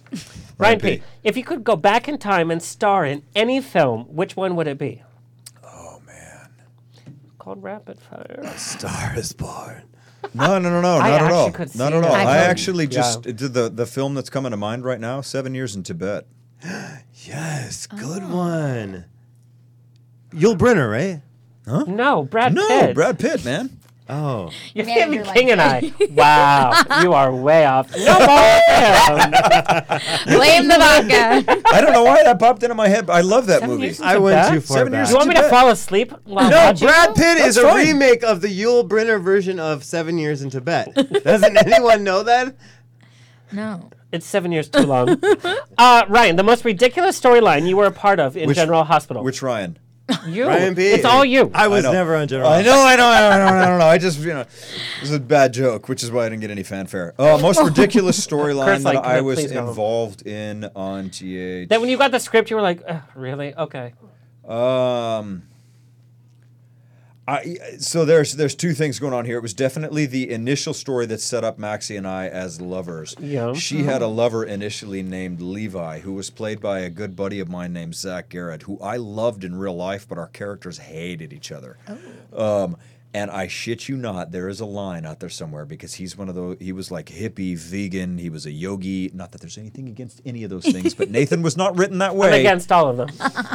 Speaker 1: Ryan P. If you could go back in time and star in any film, which one would it be? Called rapid fire.
Speaker 3: Star is born.
Speaker 7: No, no, no, no,
Speaker 1: I
Speaker 7: not at
Speaker 1: actually
Speaker 7: all.
Speaker 1: could
Speaker 7: Not
Speaker 1: see
Speaker 7: at all.
Speaker 1: that. I
Speaker 7: I
Speaker 1: could-
Speaker 7: actually
Speaker 1: yeah.
Speaker 7: just did the the film that's coming to mind right now. Seven years in Tibet.
Speaker 3: Yes, good
Speaker 2: Oh.
Speaker 3: one. Yul Brynner, right?
Speaker 7: Huh?
Speaker 1: No, Brad
Speaker 7: No,
Speaker 1: Pitt.
Speaker 7: Brad Pitt, man.
Speaker 3: Oh.
Speaker 1: You're
Speaker 2: Manager
Speaker 1: Stephen
Speaker 2: like-
Speaker 1: King and I. Wow, you are way off. No more.
Speaker 2: Blame the vodka.
Speaker 7: I don't know why that popped into my head. but I love that movie.
Speaker 3: I went too far
Speaker 7: Seven
Speaker 3: back.
Speaker 7: years
Speaker 1: You want me to
Speaker 7: Tibet.
Speaker 1: fall asleep? While
Speaker 3: no,
Speaker 1: watching
Speaker 3: Brad
Speaker 1: you?
Speaker 3: Pitt is
Speaker 7: That's
Speaker 3: a
Speaker 7: fine.
Speaker 3: remake of the Yul Brynner version of Seven Years in Tibet. Doesn't *laughs* anyone know that?
Speaker 2: *laughs* No.
Speaker 1: It's seven years too long. *laughs* uh, Ryan, the most ridiculous storyline you were a part of in
Speaker 7: Which-
Speaker 1: General Hospital.
Speaker 7: Which Ryan?
Speaker 1: you?
Speaker 3: Ryan P.
Speaker 1: Oh, It's all you.
Speaker 3: I was
Speaker 7: know.
Speaker 3: never on General.
Speaker 7: I know, I know, I know, I know, I don't know. I just, you know, this is a bad joke, which is why I didn't get any fanfare. Uh,
Speaker 1: *laughs*
Speaker 7: most ridiculous
Speaker 1: Kurt's
Speaker 7: storyline
Speaker 1: like,
Speaker 7: that I
Speaker 1: "No,
Speaker 7: was
Speaker 1: please don't."
Speaker 7: involved in on GH.
Speaker 1: That when you got the script, you were like, "Ugh, really? Okay.
Speaker 7: Um, I so there's there's two things going on here. It was definitely the initial story that set up Maxie and I as lovers.
Speaker 1: Yeah.
Speaker 7: She had a lover initially named Levi, who was played by a good buddy of mine named Zach Garrett, who I loved in real life, but our characters hated each other.
Speaker 1: Oh.
Speaker 7: Um, and I shit you not, there is a line out there somewhere because he's one of those. He was like hippie, vegan. He was a yogi. Not that there's anything against any of those things,
Speaker 1: *laughs*
Speaker 7: but Nathan was not written that
Speaker 1: I'm
Speaker 7: way.
Speaker 1: against all *laughs* of them,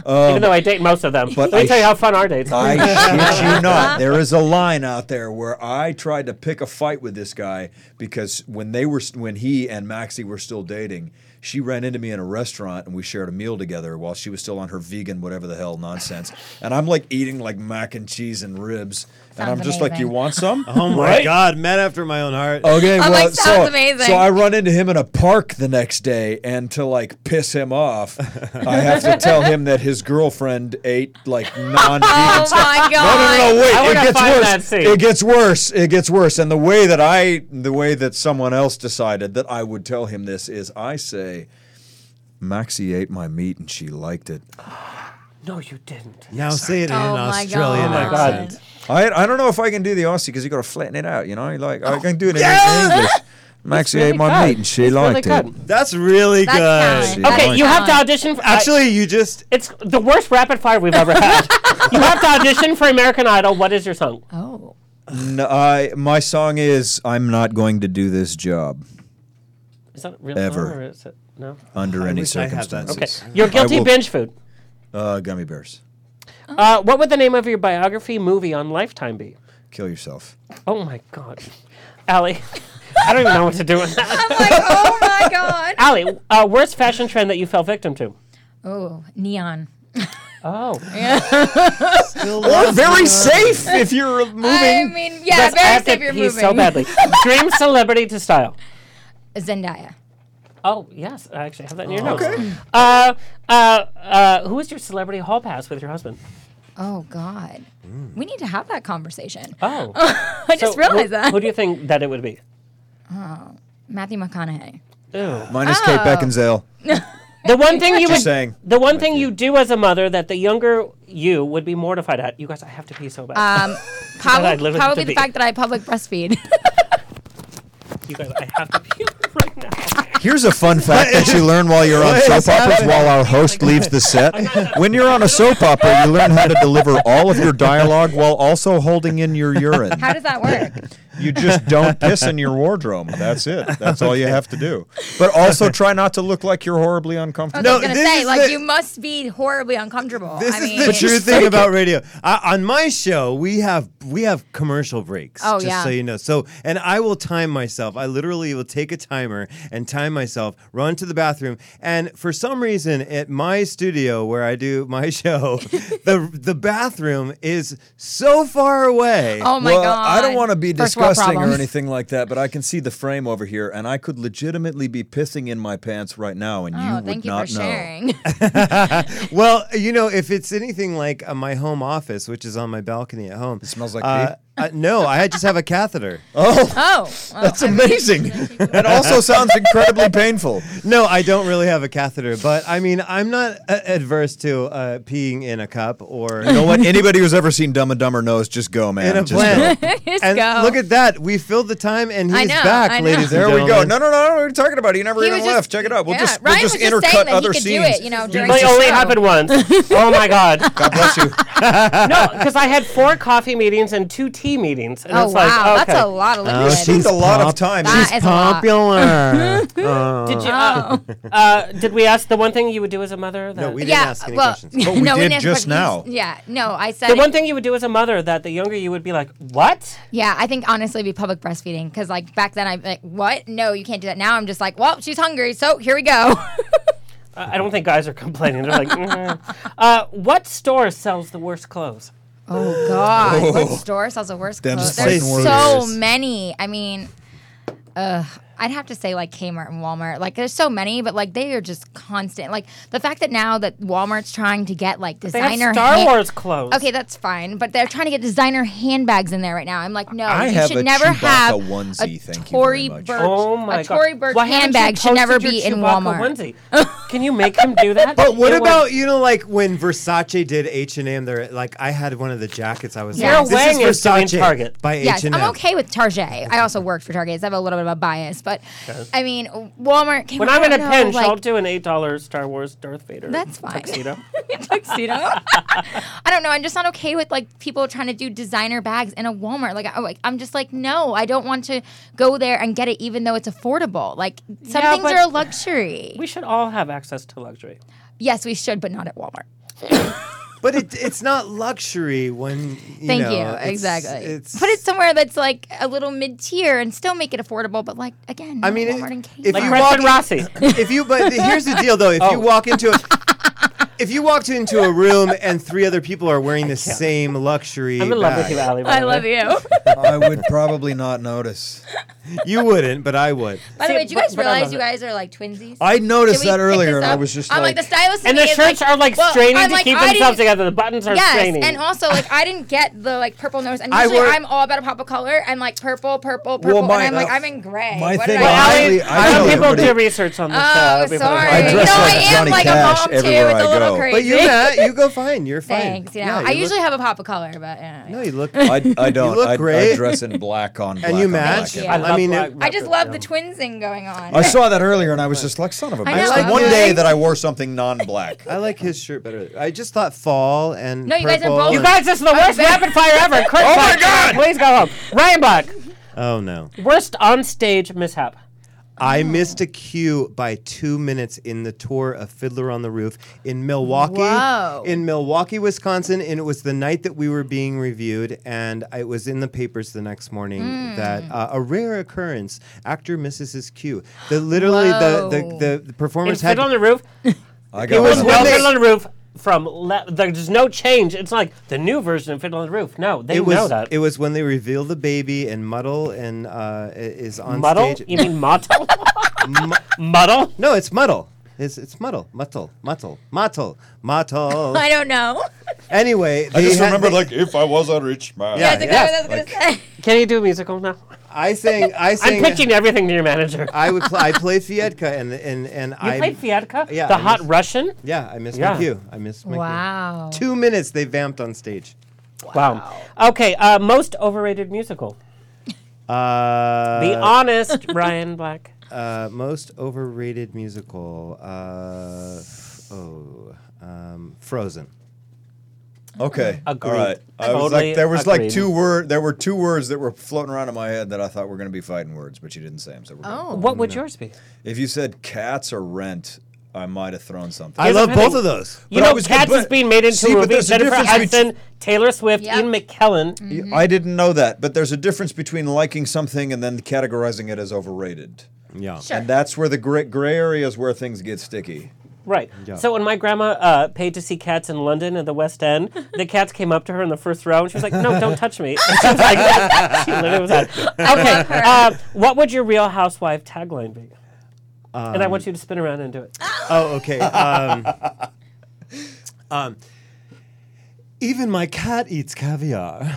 Speaker 7: Um,
Speaker 1: even though I date most of them.
Speaker 7: but
Speaker 1: Let me
Speaker 7: I
Speaker 1: tell you
Speaker 7: sh-
Speaker 1: how fun our dates are.
Speaker 3: *laughs*
Speaker 7: I shit you not. There is a line out there where I tried to pick a fight with this guy because when they were when he and Maxie were still dating, she ran into me in a restaurant and we shared a meal together while she was still on her vegan whatever the hell nonsense. And I'm like eating like mac and cheese and ribs, and I'm
Speaker 2: Sounds
Speaker 7: just like,
Speaker 2: amazing.
Speaker 7: "You want some?"
Speaker 3: *laughs* Oh my
Speaker 7: Right? Oh,
Speaker 3: God, man after my own heart.
Speaker 7: *laughs* Okay,
Speaker 2: I'm
Speaker 7: well,
Speaker 2: like,
Speaker 7: so,
Speaker 2: sounds amazing.
Speaker 7: so I run into him in a park the next day, and to like piss him off, I have to tell him that his girlfriend ate
Speaker 2: *laughs*
Speaker 7: like non-vegan
Speaker 2: Oh
Speaker 7: stuff.
Speaker 2: my god.
Speaker 7: No, no, no, no, wait.
Speaker 1: I
Speaker 7: it
Speaker 1: wanna
Speaker 7: gets
Speaker 1: find
Speaker 7: worse.
Speaker 1: that scene.
Speaker 7: It gets worse. It gets worse. And the way that I, the way that someone else decided that I would tell him this is, I say, Maxie ate my meat and she liked it.
Speaker 1: no, you didn't.
Speaker 3: Now say it in
Speaker 2: Oh
Speaker 3: an
Speaker 2: my
Speaker 3: Australian
Speaker 1: God. Oh my God.
Speaker 3: accent.
Speaker 7: I, I don't know if I can do the Aussie because you got to flatten it out. You know, like I can do it in
Speaker 1: *laughs*
Speaker 7: English. Maxie
Speaker 1: really
Speaker 7: ate my
Speaker 1: good.
Speaker 7: meat and she
Speaker 1: It's really
Speaker 7: liked it.
Speaker 1: good.
Speaker 3: That's really
Speaker 2: That's
Speaker 3: good.
Speaker 2: talent.
Speaker 7: Yeah.
Speaker 1: Okay,
Speaker 7: Mine.
Speaker 1: you have to
Speaker 2: Come on.
Speaker 1: audition. For, Actually,
Speaker 3: Actually, you just
Speaker 1: it's the worst rapid fire we've ever
Speaker 7: *laughs*
Speaker 1: had. you have to audition for American Idol. What is your song?
Speaker 2: Oh.
Speaker 7: No, I my song is I'm not going to do this job
Speaker 1: Is that real?
Speaker 7: Ever.
Speaker 1: Or is it, no.
Speaker 7: under
Speaker 3: I
Speaker 7: any
Speaker 3: wish I had that
Speaker 7: circumstances.
Speaker 1: Okay. Your guilty
Speaker 7: will-
Speaker 1: binge food.
Speaker 7: Uh, gummy bears,
Speaker 1: Uh, what would the name of your biography movie on Lifetime be?
Speaker 7: kill yourself.
Speaker 1: Oh my God, Allie, I don't even know what to do with that.
Speaker 2: *laughs* I'm like, oh my god.
Speaker 1: Allie, uh, worst fashion trend that you fell victim to?
Speaker 2: Oh, neon.
Speaker 1: Oh,
Speaker 7: Or very safe if you're moving.
Speaker 2: I mean, yeah,
Speaker 1: That's- I
Speaker 2: very
Speaker 1: have to
Speaker 2: safe you're
Speaker 1: pee
Speaker 2: moving.
Speaker 1: so
Speaker 2: *laughs*
Speaker 1: badly. Dream celebrity to style.
Speaker 2: Zendaya.
Speaker 1: Oh yes, I actually have that in your notes. Uh, uh, uh, who is your celebrity hall pass with your husband?
Speaker 2: Oh god. We need to have that conversation.
Speaker 1: Oh,
Speaker 2: *laughs* I just realized
Speaker 1: who,
Speaker 2: that.
Speaker 1: Who do you think that it would be?
Speaker 2: Matthew McConaughey.
Speaker 1: Ew.
Speaker 7: Mine is
Speaker 1: Ah.
Speaker 7: Kate Beckinsale.
Speaker 1: The one thing you
Speaker 7: Just
Speaker 1: would,
Speaker 7: saying.
Speaker 1: the one thing you do as a mother that the younger you would be mortified at. You guys, I have to pee so bad.
Speaker 2: Um,
Speaker 1: I
Speaker 2: *laughs* probably,
Speaker 1: literally
Speaker 2: probably
Speaker 1: have to
Speaker 2: the
Speaker 1: pee.
Speaker 2: fact that I public breastfeed.
Speaker 1: you guys, I have to pee right now.
Speaker 7: Here's a fun fact that you learn while you're on
Speaker 3: What is
Speaker 7: soap operas while our host leaves the set. When you're on a soap opera, you learn how to deliver all of your dialogue while also holding in your urine.
Speaker 2: *laughs* How does
Speaker 7: *laughs*
Speaker 2: that work?
Speaker 7: You just don't piss in your wardrobe. That's it. That's all you have to do. But also try not to look like you're horribly uncomfortable.
Speaker 2: I
Speaker 3: No,
Speaker 2: was gonna
Speaker 3: this
Speaker 2: say,
Speaker 3: is
Speaker 2: like,
Speaker 3: the-
Speaker 2: you must be horribly uncomfortable.
Speaker 3: This is
Speaker 2: I mean,
Speaker 3: the true thing about radio. Uh, on my show, we have we have commercial breaks.
Speaker 2: Oh,
Speaker 3: just
Speaker 2: yeah.
Speaker 3: so you know. So, and I will time myself. I literally will take a timer and time myself, run to the bathroom, and for some reason, at my studio where I do my *laughs* show, the the bathroom is so far away.
Speaker 2: Oh my
Speaker 7: well,
Speaker 2: god!
Speaker 7: I don't want to be
Speaker 2: First world
Speaker 7: disgusting or
Speaker 2: problems.
Speaker 7: anything like that, but I can see the frame over here, and I could legitimately be pissing in my pants right now, and you
Speaker 2: Oh,
Speaker 7: would
Speaker 2: thank you
Speaker 7: not
Speaker 2: for
Speaker 7: know. *laughs*
Speaker 2: sharing.
Speaker 3: Well, you know, if it's anything like uh, my home office, which is on my balcony at home, it
Speaker 7: smells like
Speaker 3: uh, uh, no, I just have a catheter.
Speaker 2: oh, well, *laughs*
Speaker 7: That's amazing. that also sounds incredibly painful.
Speaker 3: No, I don't really have a catheter, but I mean, I'm not uh, adverse to uh, peeing in a cup or
Speaker 7: You
Speaker 3: *laughs*
Speaker 7: know what? Anybody who's ever seen Dumb and Dumber knows just go, man.
Speaker 3: in a
Speaker 7: Just
Speaker 3: plant. *laughs*
Speaker 2: Just
Speaker 3: and
Speaker 2: go.
Speaker 3: look at that. We filled the time and he's
Speaker 2: I know,
Speaker 3: back,
Speaker 2: I know.
Speaker 3: ladies.
Speaker 7: go. There
Speaker 3: and
Speaker 7: we go.
Speaker 3: gentlemen.
Speaker 7: No, no, no, no. What are you talking about? You never
Speaker 2: He
Speaker 7: even
Speaker 2: was
Speaker 7: left.
Speaker 2: just-
Speaker 7: Check it out. We'll
Speaker 2: yeah,
Speaker 7: just we'll
Speaker 2: Ryan
Speaker 7: just
Speaker 2: was just saying
Speaker 7: intercut
Speaker 2: that he
Speaker 7: other
Speaker 2: could do
Speaker 7: scenes.
Speaker 2: it, you know, during
Speaker 1: But it
Speaker 2: the
Speaker 1: only
Speaker 2: show.
Speaker 1: happened
Speaker 2: *laughs*
Speaker 1: once. Oh my god.
Speaker 7: God bless you.
Speaker 1: No, because I had four coffee meetings and two tea pee meetings. And
Speaker 2: Oh,
Speaker 1: it's like,
Speaker 2: wow, that's
Speaker 1: okay.
Speaker 2: a lot of
Speaker 7: Oh,
Speaker 2: liquid. She's
Speaker 1: Seems
Speaker 2: pop- that is a lot. *laughs*
Speaker 3: Oh.
Speaker 1: Did you? Uh, uh, did we ask the one thing you would do as a mother? That,
Speaker 3: we
Speaker 2: yeah, well, no, we didn't ask questions.
Speaker 1: now.
Speaker 2: Yeah, no, I said
Speaker 1: The
Speaker 2: it-
Speaker 1: one thing you would do as a mother that the younger you would be like, what?
Speaker 2: Yeah, I think honestly it'd be public breastfeeding because like back then I'd be like, what? No, you can't do that. Now I'm just like, well, she's hungry, so here we go. *laughs*
Speaker 1: I I don't think guys are complaining. They're like, "Mhm." uh, what store sells the worst clothes?
Speaker 2: Oh God, what store sells the worst
Speaker 1: Them
Speaker 2: clothes?
Speaker 1: just
Speaker 2: There's
Speaker 1: fighting
Speaker 2: so
Speaker 1: words.
Speaker 2: many. I mean, uh, I'd have to say like Kmart and Walmart. Like there's so many, but like they are just constant. Like the fact that now that Walmart's trying to get like
Speaker 1: They have
Speaker 2: designer
Speaker 1: Star
Speaker 2: hand-
Speaker 1: Wars clothes.
Speaker 2: Okay, that's fine, but they're trying to get designer handbags in there right now. I'm like, no,
Speaker 7: I
Speaker 2: you
Speaker 7: have
Speaker 2: should
Speaker 7: a
Speaker 2: never
Speaker 7: Chewbacca
Speaker 2: have
Speaker 7: onesie,
Speaker 2: a
Speaker 7: thank you
Speaker 2: Tory
Speaker 7: very much.
Speaker 2: Burch,
Speaker 7: Oh my
Speaker 2: a
Speaker 7: God.
Speaker 2: Tory Burch
Speaker 1: Why haven't you
Speaker 2: handbag should never
Speaker 1: posted your
Speaker 2: be in
Speaker 1: Chewbacca
Speaker 2: Walmart. *laughs*
Speaker 1: onesie? Can you make him do that?
Speaker 3: But what
Speaker 1: It would-
Speaker 3: about you know like when Versace did H and M? There, like I had one of the jackets. I was
Speaker 2: Yeah.
Speaker 1: Sarah
Speaker 3: like, this
Speaker 1: Wang
Speaker 3: is
Speaker 1: is doing
Speaker 3: Versace
Speaker 1: Target.
Speaker 3: by
Speaker 2: Yes,
Speaker 3: H and M.
Speaker 2: I'm okay with Target. I also worked for Target. So I have a little bit of a bias, but
Speaker 1: Okay.
Speaker 2: I mean, Walmart. Kmart,
Speaker 1: When
Speaker 2: I
Speaker 1: I'm in a
Speaker 2: don't know,
Speaker 1: pinch,
Speaker 2: like,
Speaker 1: I'll do an eight dollar Star Wars Darth Vader.
Speaker 2: That's fine.
Speaker 1: Tuxedo.
Speaker 2: *laughs* tuxedo. I don't know. I'm just not okay with like people trying to do designer bags in a Walmart. Like, I, like I'm just like, no, I don't want to go there and get it, even though it's affordable. Like some
Speaker 1: Yeah,
Speaker 2: things
Speaker 1: but
Speaker 2: are a luxury.
Speaker 1: We should all have access to luxury.
Speaker 2: Yes, we should, but not at Walmart.
Speaker 3: But it, it's not luxury when you
Speaker 2: Thank
Speaker 3: know,
Speaker 2: you.
Speaker 3: it's-
Speaker 2: exactly.
Speaker 3: It's.
Speaker 2: Put it somewhere that's like a little mid tier and still make it affordable. But like again,
Speaker 3: I
Speaker 2: not
Speaker 3: mean,
Speaker 2: Walmart and
Speaker 3: it,
Speaker 2: Kmart.
Speaker 3: if you walk, *laughs* if you but here's the deal though. If
Speaker 2: Oh.
Speaker 3: you walk into a
Speaker 2: *laughs*
Speaker 3: if you walked into a room and three other people are wearing the same luxury,
Speaker 1: I'm in love with
Speaker 3: bag,
Speaker 1: you, Allie. by
Speaker 2: I
Speaker 1: the
Speaker 2: love
Speaker 1: way.
Speaker 2: you.
Speaker 7: I would probably not notice.
Speaker 3: You wouldn't, but I would.
Speaker 2: By the
Speaker 1: See,
Speaker 2: way, did you
Speaker 1: but-
Speaker 2: guys
Speaker 1: but I
Speaker 2: realize
Speaker 1: love
Speaker 2: you guys are like twinsies?
Speaker 7: I noticed
Speaker 2: Did we
Speaker 7: that
Speaker 2: pick
Speaker 7: earlier,
Speaker 2: this
Speaker 7: and I
Speaker 2: up?
Speaker 7: was just
Speaker 2: I'm like,
Speaker 7: like,
Speaker 2: the stylist. to
Speaker 1: And
Speaker 2: me
Speaker 1: the
Speaker 2: is
Speaker 1: shirts are like
Speaker 2: well,
Speaker 1: straining
Speaker 2: I'm
Speaker 1: to
Speaker 2: like,
Speaker 1: keep
Speaker 2: I
Speaker 1: themselves
Speaker 2: didn't-
Speaker 1: together. The buttons are
Speaker 2: yes,
Speaker 1: straining.
Speaker 2: and also like I didn't get the like purple nose, and
Speaker 1: I
Speaker 2: usually
Speaker 1: wor-
Speaker 2: I'm all about a pop of color and like purple, purple, purple,
Speaker 7: my-
Speaker 2: and I'm like
Speaker 7: uh,
Speaker 2: I'm in gray.
Speaker 7: my
Speaker 2: what
Speaker 7: thing-
Speaker 2: did
Speaker 7: Well,
Speaker 2: I,
Speaker 7: I-
Speaker 2: do?
Speaker 7: I- I know
Speaker 1: people
Speaker 7: everybody-
Speaker 1: do research on the
Speaker 2: Oh,
Speaker 1: show. People are
Speaker 2: sorry.
Speaker 7: I
Speaker 2: You
Speaker 7: dress
Speaker 2: know,
Speaker 7: like
Speaker 2: I am
Speaker 7: Johnny
Speaker 2: like a
Speaker 7: Cash
Speaker 2: mom, too,
Speaker 7: everywhere
Speaker 2: with a
Speaker 7: I
Speaker 2: little
Speaker 7: go.
Speaker 2: crazy.
Speaker 3: But you, Matt, you go fine. You're fine.
Speaker 2: Thanks. You know,
Speaker 3: Yeah,
Speaker 2: I
Speaker 3: you
Speaker 2: usually
Speaker 3: look-
Speaker 2: have a pop of color, but yeah.
Speaker 3: No, you look.
Speaker 7: I,
Speaker 2: *laughs*
Speaker 7: I don't.
Speaker 3: look
Speaker 7: I,
Speaker 3: great.
Speaker 7: I dress in black on black.
Speaker 3: And you
Speaker 7: on
Speaker 3: match.
Speaker 7: black.
Speaker 2: Yeah. I
Speaker 3: I mean, it-
Speaker 2: I just love the twinsing going on.
Speaker 7: I saw that earlier, and I was just like, son of a
Speaker 2: I
Speaker 7: bitch.
Speaker 2: know,
Speaker 7: Like,
Speaker 2: I'm
Speaker 7: one
Speaker 2: like-
Speaker 7: day that I wore something
Speaker 2: *laughs*
Speaker 7: non-black.
Speaker 3: I like his shirt better. I just thought fall and
Speaker 2: No, you guys are
Speaker 3: purple
Speaker 2: both-
Speaker 1: You
Speaker 3: and-
Speaker 1: guys, this is the worst rapid fire ever. Quick
Speaker 3: Oh my
Speaker 1: fire.
Speaker 3: God!
Speaker 1: Please go home. Ryan Buck,
Speaker 3: Oh no.
Speaker 1: worst on stage mishap.
Speaker 2: Oh.
Speaker 3: I missed a cue by two minutes in the tour of Fiddler on the Roof in Milwaukee,
Speaker 2: Whoa.
Speaker 3: in Milwaukee, Wisconsin, and it was the night that we were being reviewed, and it was in the papers the next morning that
Speaker 2: Hmm.
Speaker 3: uh, a rare occurrence, actor misses his cue. The literally the,
Speaker 2: Whoa.
Speaker 3: the the the
Speaker 1: In
Speaker 3: performers had
Speaker 1: Fiddle on the Roof.
Speaker 7: I got
Speaker 1: It was
Speaker 7: one.
Speaker 1: no
Speaker 3: when they-
Speaker 1: Fiddle on the Roof from le- there's no change. It's like the new version of Fiddle on the Roof. No, they
Speaker 3: it was
Speaker 1: know that.
Speaker 3: it was when they reveal the baby and Muddle and uh, i- is on
Speaker 1: Muddle?
Speaker 3: stage.
Speaker 1: You mean muddle?
Speaker 3: Mu-
Speaker 1: muddle?
Speaker 3: no, it's Muddle. It's it's Muddle, Muddle, Muddle, Muddle,
Speaker 2: *laughs*
Speaker 3: Muddle.
Speaker 2: I don't know.
Speaker 3: Anyway,
Speaker 7: I
Speaker 3: they
Speaker 7: just
Speaker 3: had-
Speaker 7: remembered,
Speaker 3: they-
Speaker 7: like, if I was a rich man.
Speaker 3: Yeah,
Speaker 2: That's exactly
Speaker 3: yeah.
Speaker 2: what I was gonna say.
Speaker 1: Can you do a musical now?
Speaker 3: I sang. I
Speaker 1: I'm
Speaker 3: sang.
Speaker 1: pitching everything to your
Speaker 7: *laughs*
Speaker 1: manager.
Speaker 3: I would. Pl- I play Fiedka, and and and
Speaker 1: You
Speaker 3: I
Speaker 1: played Fiatka?
Speaker 3: Yeah,
Speaker 1: The
Speaker 3: I
Speaker 1: hot
Speaker 3: missed-
Speaker 1: Russian?
Speaker 3: Yeah, I missed
Speaker 1: Yeah.
Speaker 3: my cue. I missed my
Speaker 2: Wow.
Speaker 3: cue. Two minutes they vamped on stage.
Speaker 1: Wow. Okay, uh, most overrated musical.
Speaker 3: Uh,
Speaker 1: Be
Speaker 7: *laughs*
Speaker 1: honest, Ryan Black.
Speaker 3: uh, most overrated musical. Uh, f- oh, um, Frozen.
Speaker 7: Okay.
Speaker 1: Agreed.
Speaker 7: All right. I was
Speaker 1: Totally
Speaker 7: like, there was
Speaker 1: agreed.
Speaker 7: like two word. There were two words that were floating around in my head that I thought were going to be fighting words, but you didn't say them. So we're good.
Speaker 2: Oh,
Speaker 1: What would yours be?
Speaker 7: If you said cats or rent, I might have thrown something.
Speaker 3: I
Speaker 1: Here's
Speaker 3: love
Speaker 1: the thing.
Speaker 3: both of those.
Speaker 1: You
Speaker 7: But I
Speaker 1: know,
Speaker 7: was gonna-
Speaker 1: Cats is
Speaker 7: but-
Speaker 1: being made into
Speaker 7: see,
Speaker 1: a
Speaker 7: but
Speaker 1: movie.
Speaker 7: there's a
Speaker 1: Jennifer
Speaker 7: difference bet-
Speaker 1: Hudson, Taylor Swift,
Speaker 2: Yep.
Speaker 1: Ian McKellen.
Speaker 7: I didn't know that, but there's a difference between liking something and then categorizing it as overrated.
Speaker 3: Yeah.
Speaker 7: And that's where the gray, gray area is where things get sticky.
Speaker 1: Right.
Speaker 3: Yeah.
Speaker 1: So when my grandma uh, paid to see cats in London at the West End, the cats came up to her in the first row, and she was like, "No, don't touch me." *laughs* And she was like, *laughs* she literally was like, "Okay, uh, what would your Real Housewife tagline be?"
Speaker 7: Um,
Speaker 1: and I want you to spin around and do it.
Speaker 3: Oh, okay. Um, um, even my cat eats caviar.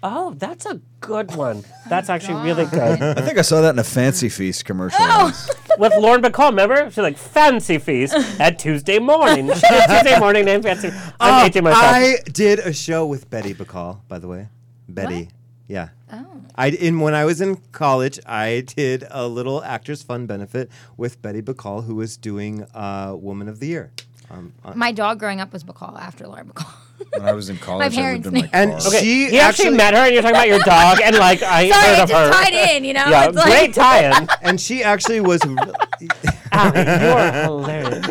Speaker 1: Oh, that's a good one.
Speaker 2: Oh,
Speaker 1: That's actually really good.
Speaker 7: I think I saw that in a Fancy Feast commercial. once.
Speaker 1: With Lauren Bacall, remember? She's like fancy feast at Tuesday
Speaker 2: *laughs*
Speaker 1: morning. She did Tuesday morning and fancy.
Speaker 2: Oh,
Speaker 1: *laughs* I'm
Speaker 3: Uh,
Speaker 1: dating myself.
Speaker 3: I did a show with Betty Bacall, by the way. Betty. Yeah. Oh. I in when I was in college, I did a little actors fund benefit with Betty Bacall, who was doing uh, Woman of the Year. Um, uh,
Speaker 2: My dog growing up was Bacall after Lauren Bacall.
Speaker 7: When I was in college, I lived
Speaker 2: parents'
Speaker 7: in my
Speaker 1: And
Speaker 7: car.
Speaker 1: okay, you actually, met her, and you're talking about your dog, and like I
Speaker 2: *laughs* Sorry,
Speaker 1: heard
Speaker 2: I
Speaker 1: of
Speaker 2: just
Speaker 1: her.
Speaker 2: tied in, you know?
Speaker 1: Yeah,
Speaker 2: It's like-
Speaker 1: great
Speaker 2: *laughs*
Speaker 1: tie-in.
Speaker 3: and she actually was.
Speaker 1: You're
Speaker 2: *laughs*
Speaker 1: hilarious.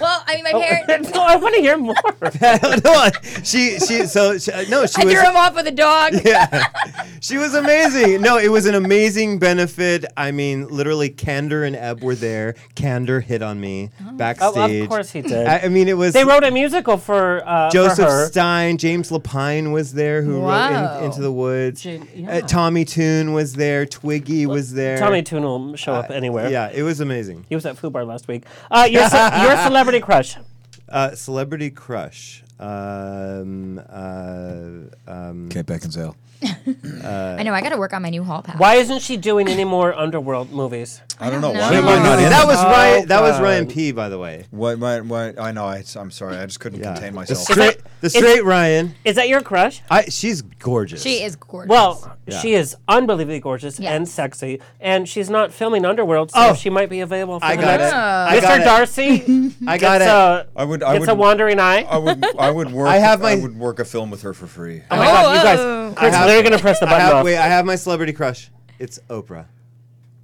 Speaker 2: Well, I mean, my parents.
Speaker 1: Oh, *laughs* no, I want to hear
Speaker 3: *laughs*
Speaker 1: more.
Speaker 3: *laughs* no, she she so she, uh, no she
Speaker 2: I
Speaker 3: was
Speaker 2: threw him off with a dog.
Speaker 3: yeah. She was amazing. No, it was an amazing benefit. I mean, literally, Candor and Ebb were there. Candor hit on me
Speaker 1: Oh,
Speaker 3: backstage.
Speaker 1: of course he did.
Speaker 3: I, I mean, it was
Speaker 1: They wrote a musical for uh, for
Speaker 3: Joseph
Speaker 1: her.
Speaker 3: Stein, James Lapine was there, who wrote
Speaker 1: Wow.
Speaker 3: in, Into the Woods.
Speaker 1: Jim-
Speaker 3: Uh, Tommy Toon was there. Twiggy was there.
Speaker 1: Tommy Toon will show up
Speaker 3: Uh,
Speaker 1: anywhere.
Speaker 3: Yeah, it was amazing.
Speaker 1: He was at Foo Bar last week. Uh, your, ce-
Speaker 3: *laughs*
Speaker 1: your celebrity crush.
Speaker 3: Uh, celebrity crush. Um, uh, um,
Speaker 7: Kate Beckinsale.
Speaker 3: uh,
Speaker 2: I know, I got to work on my new hall pass.
Speaker 1: Why isn't she doing any more Underworld movies?
Speaker 7: I don't know
Speaker 2: No.
Speaker 7: why.
Speaker 2: She
Speaker 7: am I
Speaker 2: was-
Speaker 7: not in
Speaker 3: That
Speaker 7: it?
Speaker 3: was
Speaker 1: Oh,
Speaker 3: Ryan. That was
Speaker 1: God.
Speaker 3: Ryan P. By the way,
Speaker 7: Why, why, why, I know. I, I'm sorry. I just couldn't contain
Speaker 3: the
Speaker 7: myself.
Speaker 3: straight, the
Speaker 1: Is it-
Speaker 3: straight Ryan.
Speaker 1: Is that your crush?
Speaker 3: I, she's gorgeous.
Speaker 2: She is gorgeous.
Speaker 1: Well,
Speaker 3: Yeah.
Speaker 1: she is unbelievably gorgeous and sexy, and she's not filming Underworld, so
Speaker 3: Oh.
Speaker 1: she might be available for
Speaker 3: I
Speaker 1: the
Speaker 3: got
Speaker 1: next-
Speaker 3: it. I
Speaker 1: Mr.
Speaker 3: got it.
Speaker 1: Darcy,
Speaker 3: I *laughs* got
Speaker 1: gets
Speaker 3: it. Oh.
Speaker 1: A,
Speaker 7: I would. I
Speaker 1: gets
Speaker 7: would.
Speaker 1: a wandering eye.
Speaker 7: I would. *laughs* I would work.
Speaker 3: I have my-
Speaker 7: would work a film with her for free.
Speaker 1: oh my God, you guys, Chris,
Speaker 3: have-
Speaker 1: they're gonna press the
Speaker 3: I
Speaker 1: button
Speaker 3: have-
Speaker 1: off.
Speaker 3: Wait, I have my celebrity crush. It's Oprah.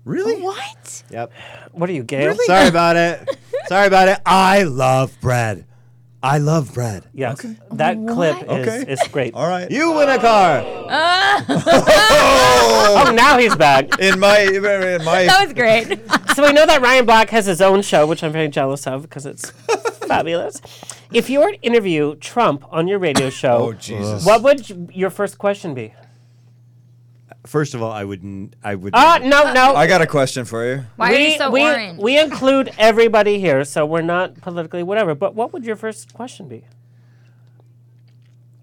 Speaker 7: Really?
Speaker 2: What?
Speaker 3: Yep.
Speaker 1: What are you, Gail?
Speaker 3: Sorry about it. Sorry about it. I love bread. I love bread.
Speaker 1: Yes, that clip is,
Speaker 7: Okay.
Speaker 1: is great.
Speaker 7: All right.
Speaker 3: You win a car.
Speaker 1: oh, now he's back.
Speaker 3: *laughs*
Speaker 7: In my. In my.
Speaker 2: That was great.
Speaker 1: so we know that Ryan Black has his own show, which I'm very jealous of because
Speaker 3: *laughs*
Speaker 1: it's fabulous. If you were to interview Trump on your radio
Speaker 7: Oh
Speaker 1: show,
Speaker 7: Jesus.
Speaker 1: what would y- your first question be?
Speaker 3: First of all, I wouldn't. I would.
Speaker 1: Ah, no, no.
Speaker 7: I got a question for you.
Speaker 2: Why are
Speaker 1: we,
Speaker 2: you so
Speaker 1: we,
Speaker 2: orange?
Speaker 1: we include everybody here, so we're not politically whatever. But what would your first question be?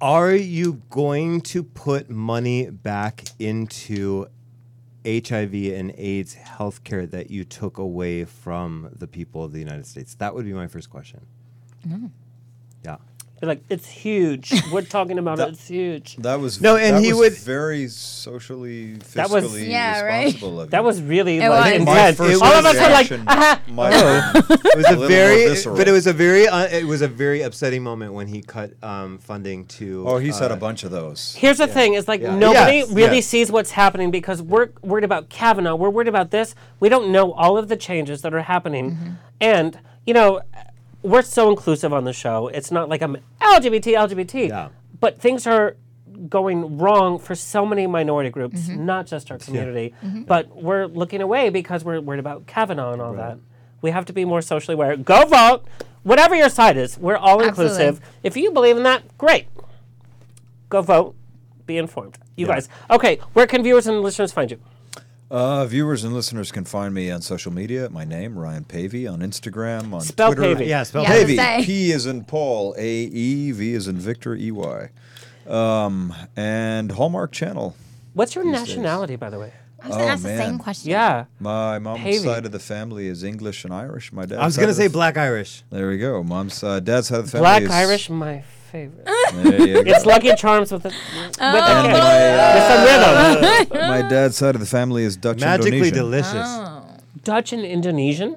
Speaker 3: Are you going to put money back into HIV and AIDS healthcare that you took away from the people of the United States? That would be my first question. Yeah.
Speaker 1: Be like, it's huge.
Speaker 2: *laughs*
Speaker 1: we're talking about it. It's huge.
Speaker 7: That was
Speaker 3: No, and
Speaker 7: that
Speaker 3: he
Speaker 7: was
Speaker 3: would-
Speaker 7: very socially fiscally
Speaker 1: That was-
Speaker 2: Yeah, right.
Speaker 7: responsible of
Speaker 1: That
Speaker 7: you.
Speaker 1: was really like,
Speaker 2: It was.
Speaker 7: My
Speaker 1: intense.
Speaker 7: first
Speaker 1: All of us were like,
Speaker 7: reaction
Speaker 1: "Ah,
Speaker 7: might
Speaker 1: *laughs*
Speaker 7: have been
Speaker 3: It was
Speaker 7: a
Speaker 3: a,
Speaker 7: little more
Speaker 3: very,
Speaker 7: visceral.
Speaker 3: but it was a very, uh, it was a very upsetting moment when he cut um, funding to.
Speaker 7: Oh, he's had
Speaker 3: uh,
Speaker 7: a bunch of those.
Speaker 1: Here's the thing: is like nobody
Speaker 3: Yes,
Speaker 1: really
Speaker 3: yes.
Speaker 1: sees what's happening because we're worried about Kavanaugh. We're worried about this. We don't know all of the changes that are happening, and you know, we're so inclusive on the show. It's not like I'm LGBT, LGBT,
Speaker 3: Yeah.
Speaker 1: but things are going wrong for so many minority groups, not just our community. But we're looking away because we're worried about Kavanaugh and all that. We have to be more socially aware. Go vote, whatever your side is. We're all
Speaker 2: Absolutely.
Speaker 1: inclusive. If you believe in that, great go vote, be informed. You guys. Okay, where can viewers and listeners find you?
Speaker 7: Uh, viewers and listeners can find me on social media. My name Ryan Pavey on Instagram on
Speaker 1: Spell
Speaker 7: Twitter.
Speaker 1: Pavey.
Speaker 3: Yeah, spell
Speaker 2: Yeah.
Speaker 3: Hey,
Speaker 7: Pavey.
Speaker 2: Say.
Speaker 7: P is in Paul. A E V is in Victor. E Y. Um, and Hallmark Channel.
Speaker 1: What's your nationality, by the way?
Speaker 2: I was going
Speaker 7: Oh,
Speaker 2: to ask the
Speaker 7: man.
Speaker 2: same question.
Speaker 1: Yeah.
Speaker 7: My mom's
Speaker 1: Pavey.
Speaker 7: side of the family is English and Irish. My dad.
Speaker 3: I was gonna say Black Irish.
Speaker 7: There we go. Mom's uh, dad's side of the family.
Speaker 1: Black
Speaker 7: is,
Speaker 1: Irish, my *laughs* favorite.
Speaker 7: *laughs* There you go.
Speaker 1: it's Lucky Charms with a with a
Speaker 7: And
Speaker 1: kick.
Speaker 7: my,
Speaker 1: There's
Speaker 7: uh,
Speaker 1: some rhythm. *laughs*
Speaker 7: my dad's side of the family is Dutch
Speaker 3: Magically
Speaker 7: Indonesian.
Speaker 3: delicious.
Speaker 1: Dutch and Indonesian.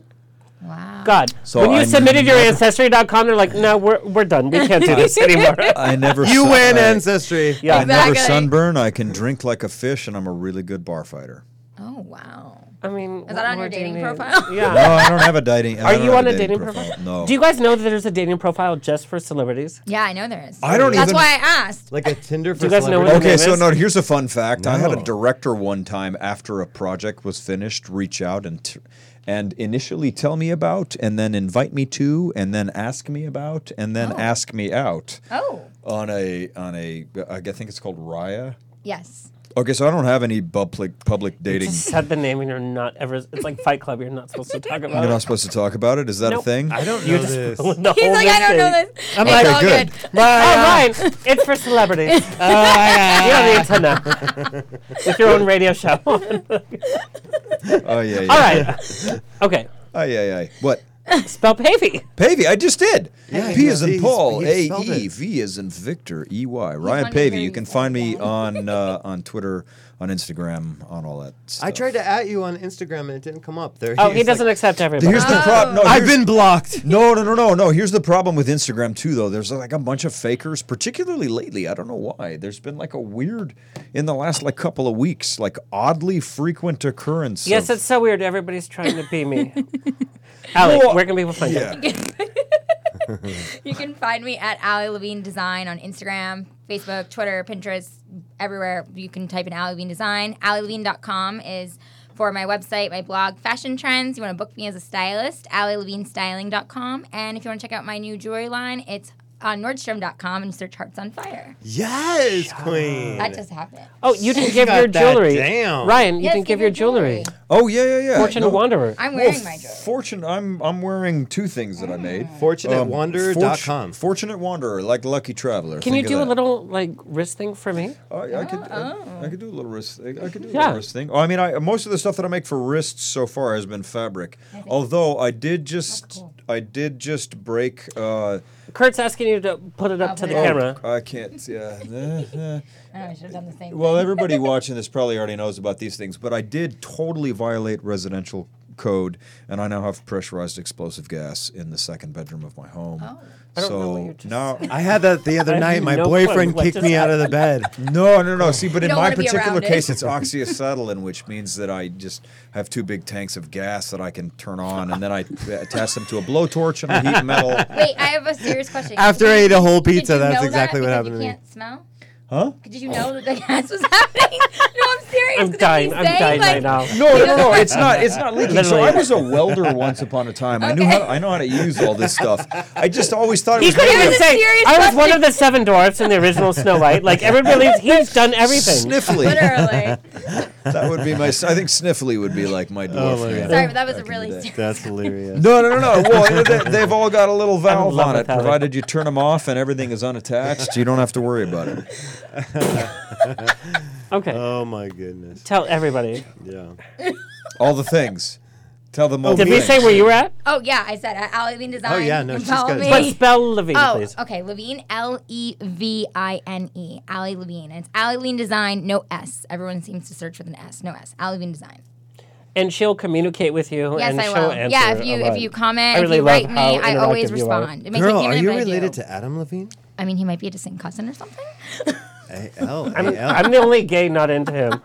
Speaker 2: Wow.
Speaker 1: God.
Speaker 7: So
Speaker 1: when you
Speaker 7: I
Speaker 1: submitted your
Speaker 7: never-
Speaker 1: ancestry.com, they're like, no, we're, we're done. We
Speaker 7: *laughs*
Speaker 1: can't do this anymore.
Speaker 7: I never.
Speaker 3: *laughs* You
Speaker 7: sun-
Speaker 3: win
Speaker 7: I-
Speaker 3: ancestry.
Speaker 1: Yeah.
Speaker 7: I never
Speaker 2: Exactly.
Speaker 7: sunburn. I can drink like a fish, and I'm a really good bar fighter.
Speaker 2: Oh, wow.
Speaker 1: I mean, is
Speaker 2: that on your dating profile?
Speaker 1: *laughs*
Speaker 7: No,
Speaker 1: Yeah.
Speaker 7: I don't have a dating. I
Speaker 1: Are
Speaker 7: don't
Speaker 1: you
Speaker 7: have
Speaker 1: on a dating profile?
Speaker 7: No.
Speaker 1: Do you guys know that there's a dating profile just for
Speaker 7: *laughs*
Speaker 1: celebrities?
Speaker 2: *laughs* Yeah, I know there is.
Speaker 7: I don't
Speaker 2: That's
Speaker 7: even-
Speaker 2: why I asked.
Speaker 3: Like a Tinder for
Speaker 1: you guys know
Speaker 3: celebrities.
Speaker 1: what
Speaker 7: okay,
Speaker 1: name
Speaker 7: so
Speaker 1: is?
Speaker 7: no. Here's a fun fact. I had a
Speaker 3: No.
Speaker 7: director one time after a project was finished reach out and t- and initially tell me about, and then invite me to, and then ask me about, and then
Speaker 1: Oh.
Speaker 7: ask me out
Speaker 2: Oh,
Speaker 7: on a on a. I think it's called Raya.
Speaker 2: yes.
Speaker 7: Okay, so I don't have any public public dating.
Speaker 1: Said the name and you're not ever. It's like Fight Club. You're not supposed to
Speaker 7: *laughs*
Speaker 1: talk about
Speaker 7: You're
Speaker 1: it.
Speaker 7: not supposed to talk about it. Is that a
Speaker 1: Nope.
Speaker 7: thing?
Speaker 3: I don't
Speaker 1: You
Speaker 3: know
Speaker 1: just
Speaker 3: this.
Speaker 1: ruined *laughs* the
Speaker 2: He's
Speaker 1: whole
Speaker 2: like, I don't know
Speaker 1: mistake.
Speaker 2: this.
Speaker 3: I'm
Speaker 2: it's
Speaker 3: like,
Speaker 2: all
Speaker 3: good.
Speaker 2: good.
Speaker 1: Oh, Ryan, it's for *laughs* celebrities. *laughs* you don't need to know. With your own radio show. All *laughs*
Speaker 7: Oh yeah. yeah.
Speaker 1: right. Okay.
Speaker 7: Oh yeah yeah. What?
Speaker 1: Spell Pavey.
Speaker 7: Pavey, I just did. P
Speaker 3: yeah,
Speaker 7: is in
Speaker 3: he's-
Speaker 7: Paul,
Speaker 3: he
Speaker 7: A
Speaker 3: spelled
Speaker 7: E
Speaker 3: it.
Speaker 7: V is in Victor, E Y. Ryan
Speaker 2: wanted
Speaker 7: Pavey.
Speaker 2: to
Speaker 7: You
Speaker 2: hear
Speaker 7: can
Speaker 2: you
Speaker 7: find
Speaker 2: say
Speaker 7: me on uh, on Twitter on Instagram, on all that stuff.
Speaker 3: I tried to at you on Instagram and it didn't come up. There.
Speaker 1: Oh,
Speaker 3: is,
Speaker 1: he doesn't
Speaker 3: like-
Speaker 1: accept everybody.
Speaker 7: Here's the problem. No,
Speaker 3: I've
Speaker 7: here's-
Speaker 3: been blocked.
Speaker 7: No, no, no, no, no. Here's the problem with Instagram too, though. There's like a bunch of fakers, particularly lately. I don't know why. There's been like a weird in the last like couple of weeks, like oddly frequent occurrence.
Speaker 1: Yes,
Speaker 7: of,
Speaker 1: it's so weird. Everybody's trying to be *laughs* me. Alec,
Speaker 7: Well,
Speaker 1: where can people
Speaker 7: *laughs*
Speaker 1: find you?
Speaker 2: You can find me at Allie Levine Design on Instagram, Facebook, Twitter, Pinterest, everywhere. You can type in Allie Levine Design. AllieLevine.com is for my website, my blog, fashion trends. You want to book me as a stylist, AllieLevineStyling.com. And if you want to check out my new jewelry line, it's on Nordstrom.com and you search Hearts on Fire.
Speaker 3: Yes, queen.
Speaker 2: That just happened.
Speaker 1: Oh, you didn't
Speaker 3: She
Speaker 1: give your
Speaker 3: got that
Speaker 1: jewelry.
Speaker 3: down.
Speaker 1: Ryan, you
Speaker 2: Yes,
Speaker 1: didn't
Speaker 2: give
Speaker 1: give
Speaker 2: your
Speaker 1: your jewelry.
Speaker 7: Oh yeah, yeah, yeah.
Speaker 1: Fortune
Speaker 7: No.
Speaker 1: Wanderer.
Speaker 2: I'm wearing my Mm. jewelry.
Speaker 7: Fortune. I'm I'm wearing two things that I made. um,
Speaker 3: Um, FortunateWanderer.com.
Speaker 7: Fortu- Fortunate Wanderer, like Lucky Traveler.
Speaker 1: Can you
Speaker 7: Think of
Speaker 1: do a
Speaker 7: that.
Speaker 1: little like wrist thing for me?
Speaker 7: Oh, I, I could I, I could do a little wrist. I, I could do a
Speaker 1: Yeah.
Speaker 7: little wrist thing. Oh, I mean, I, most of the stuff that I make for wrists so far has been fabric. Although I did just I did just break. Uh,
Speaker 1: Kurt's asking you to put it up to the
Speaker 7: oh,
Speaker 1: camera.
Speaker 7: I can't. Yeah. *laughs* Uh, uh.
Speaker 2: Oh, I should have done the same.
Speaker 7: Well, everybody watching this probably already knows about these things, but I did totally violate residential code, and I now have pressurized explosive gas in the second bedroom of my home.
Speaker 1: I don't
Speaker 7: so
Speaker 1: know what you just
Speaker 7: now
Speaker 3: I had that the other
Speaker 1: I
Speaker 3: night.
Speaker 1: have
Speaker 3: My
Speaker 1: no clue
Speaker 3: boyfriend
Speaker 1: what
Speaker 3: kicked
Speaker 1: just
Speaker 3: me out of the bed. *laughs*
Speaker 7: No, no, no. See, but
Speaker 2: You
Speaker 7: in
Speaker 2: don't
Speaker 7: my
Speaker 2: wanna be
Speaker 7: particular
Speaker 2: around it.
Speaker 7: case, it's oxyacetylene, which means that I just have two big tanks of gas that I can turn on, and then I attach them to a blowtorch and I heat metal.
Speaker 2: Wait, I have a serious question.
Speaker 3: After I ate a whole
Speaker 2: Did you
Speaker 3: pizza, that's
Speaker 2: know
Speaker 3: exactly
Speaker 2: that
Speaker 3: what
Speaker 2: because
Speaker 3: happened to
Speaker 2: you
Speaker 3: me.
Speaker 2: can't smell?
Speaker 7: Huh?
Speaker 2: Did you know that the gas was *laughs* happening? No, I'm serious.
Speaker 1: I'm
Speaker 2: 'cause that'd be
Speaker 1: dying. I'm
Speaker 2: insane,
Speaker 1: dying
Speaker 2: like-
Speaker 1: right now.
Speaker 7: No, no, no, no. It's not. It's not leaking. So I
Speaker 1: Literally.
Speaker 7: was a welder once upon a time. I knew how. I know how to use all this stuff. I just always thought it
Speaker 1: He
Speaker 7: was.
Speaker 1: couldn't even
Speaker 2: Here's a
Speaker 1: say.
Speaker 2: serious
Speaker 1: I was one of the seven dwarfs in the
Speaker 3: *laughs*
Speaker 1: original Snow White. Like everybody believes he's done everything. *laughs*
Speaker 7: Sniffly.
Speaker 2: Literally.
Speaker 7: That would be my. I think Sniffly would be like my dwarf.
Speaker 3: Oh, my
Speaker 7: name.
Speaker 3: God.
Speaker 2: Sorry, but that was
Speaker 7: Back
Speaker 2: a
Speaker 7: in the
Speaker 2: really
Speaker 7: day.
Speaker 2: serious.
Speaker 3: *laughs* That's hilarious.
Speaker 7: No, no, no, no. Well, they, they've all got a little
Speaker 1: in
Speaker 7: valve
Speaker 1: love
Speaker 7: on it,
Speaker 1: with Alec.
Speaker 7: provided you turn them off and everything is unattached. You don't have to worry about it.
Speaker 1: Okay.
Speaker 3: Oh my goodness.
Speaker 1: Tell everybody.
Speaker 3: Yeah.
Speaker 7: All the things. Tell them all.
Speaker 1: Did
Speaker 7: the
Speaker 1: we say
Speaker 7: things.
Speaker 1: where you were at?
Speaker 2: Oh yeah, I said at Ally Levine Design.
Speaker 3: Oh, yeah, no,
Speaker 2: you can
Speaker 3: she's
Speaker 2: follow
Speaker 3: got it.
Speaker 2: me.
Speaker 1: But spell Levine,
Speaker 2: Oh,
Speaker 1: please.
Speaker 2: okay. Levine, L E V I N E, Ally Levine. It's Ally Levine Design, no S. Everyone seems to search with an S, no S. Ally Levine Design.
Speaker 1: And she'll communicate with you.
Speaker 2: Yes,
Speaker 1: and
Speaker 2: I
Speaker 1: she'll
Speaker 2: will.
Speaker 1: Answer
Speaker 2: Yeah, if you
Speaker 1: a lot.
Speaker 2: if you
Speaker 1: I
Speaker 2: comment, if
Speaker 1: really
Speaker 2: you
Speaker 1: love
Speaker 2: write me,
Speaker 1: how
Speaker 2: I always
Speaker 1: interactive you are.
Speaker 2: respond. It makes
Speaker 3: Girl,
Speaker 2: me
Speaker 3: are
Speaker 2: human,
Speaker 3: you
Speaker 2: but I do.
Speaker 3: related to Adam Levine?
Speaker 2: I mean, he might be a distant cousin or something.
Speaker 3: A L
Speaker 1: *laughs* I'm,
Speaker 3: A L.
Speaker 1: I'm the only gay not into him.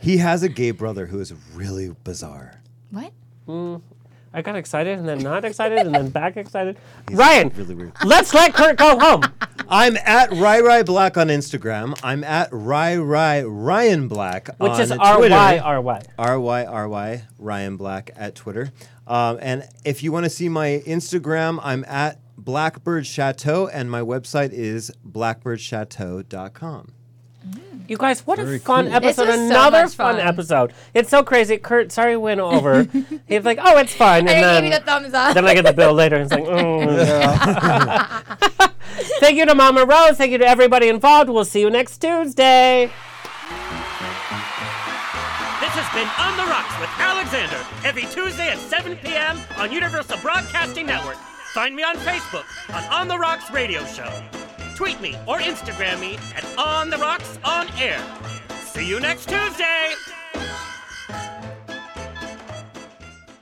Speaker 3: He has a gay brother who is really bizarre.
Speaker 2: What?
Speaker 1: I got excited and then not excited and then back excited. Ryan,
Speaker 3: really weird.
Speaker 1: let's let Kurt go home.
Speaker 3: I'm at Ry Ry Black on Instagram. I'm at Ry Ry Ryan Black
Speaker 1: Which
Speaker 3: on
Speaker 1: is R
Speaker 3: Twitter.
Speaker 1: Y R Y.
Speaker 3: R Y R Y Ryan Black at Twitter. Um, and if you want to see my Instagram, I'm at Blackbird Chateau, and my website is blackbirdchateau.com.
Speaker 1: You guys, what a fun episode!
Speaker 2: This was so
Speaker 1: Another
Speaker 2: much
Speaker 1: fun
Speaker 2: fun.
Speaker 1: episode. It's so crazy. Kurt, sorry, went over.
Speaker 2: *laughs*
Speaker 1: He's like, oh, it's fine, and
Speaker 2: And I
Speaker 1: then
Speaker 2: gave you the thumbs
Speaker 1: *laughs*
Speaker 2: up.
Speaker 1: then I get the bill later, and it's like, mm. *laughs* thank you to Mama Rose. Thank you to everybody involved. We'll see you next Tuesday. This has been On the Rocks with Alexander every Tuesday at 7 p.m. on Universal Broadcasting Network. Find me on Facebook on On the Rocks Radio Show. Tweet me or Instagram me at On the Rocks On Air. See you next Tuesday.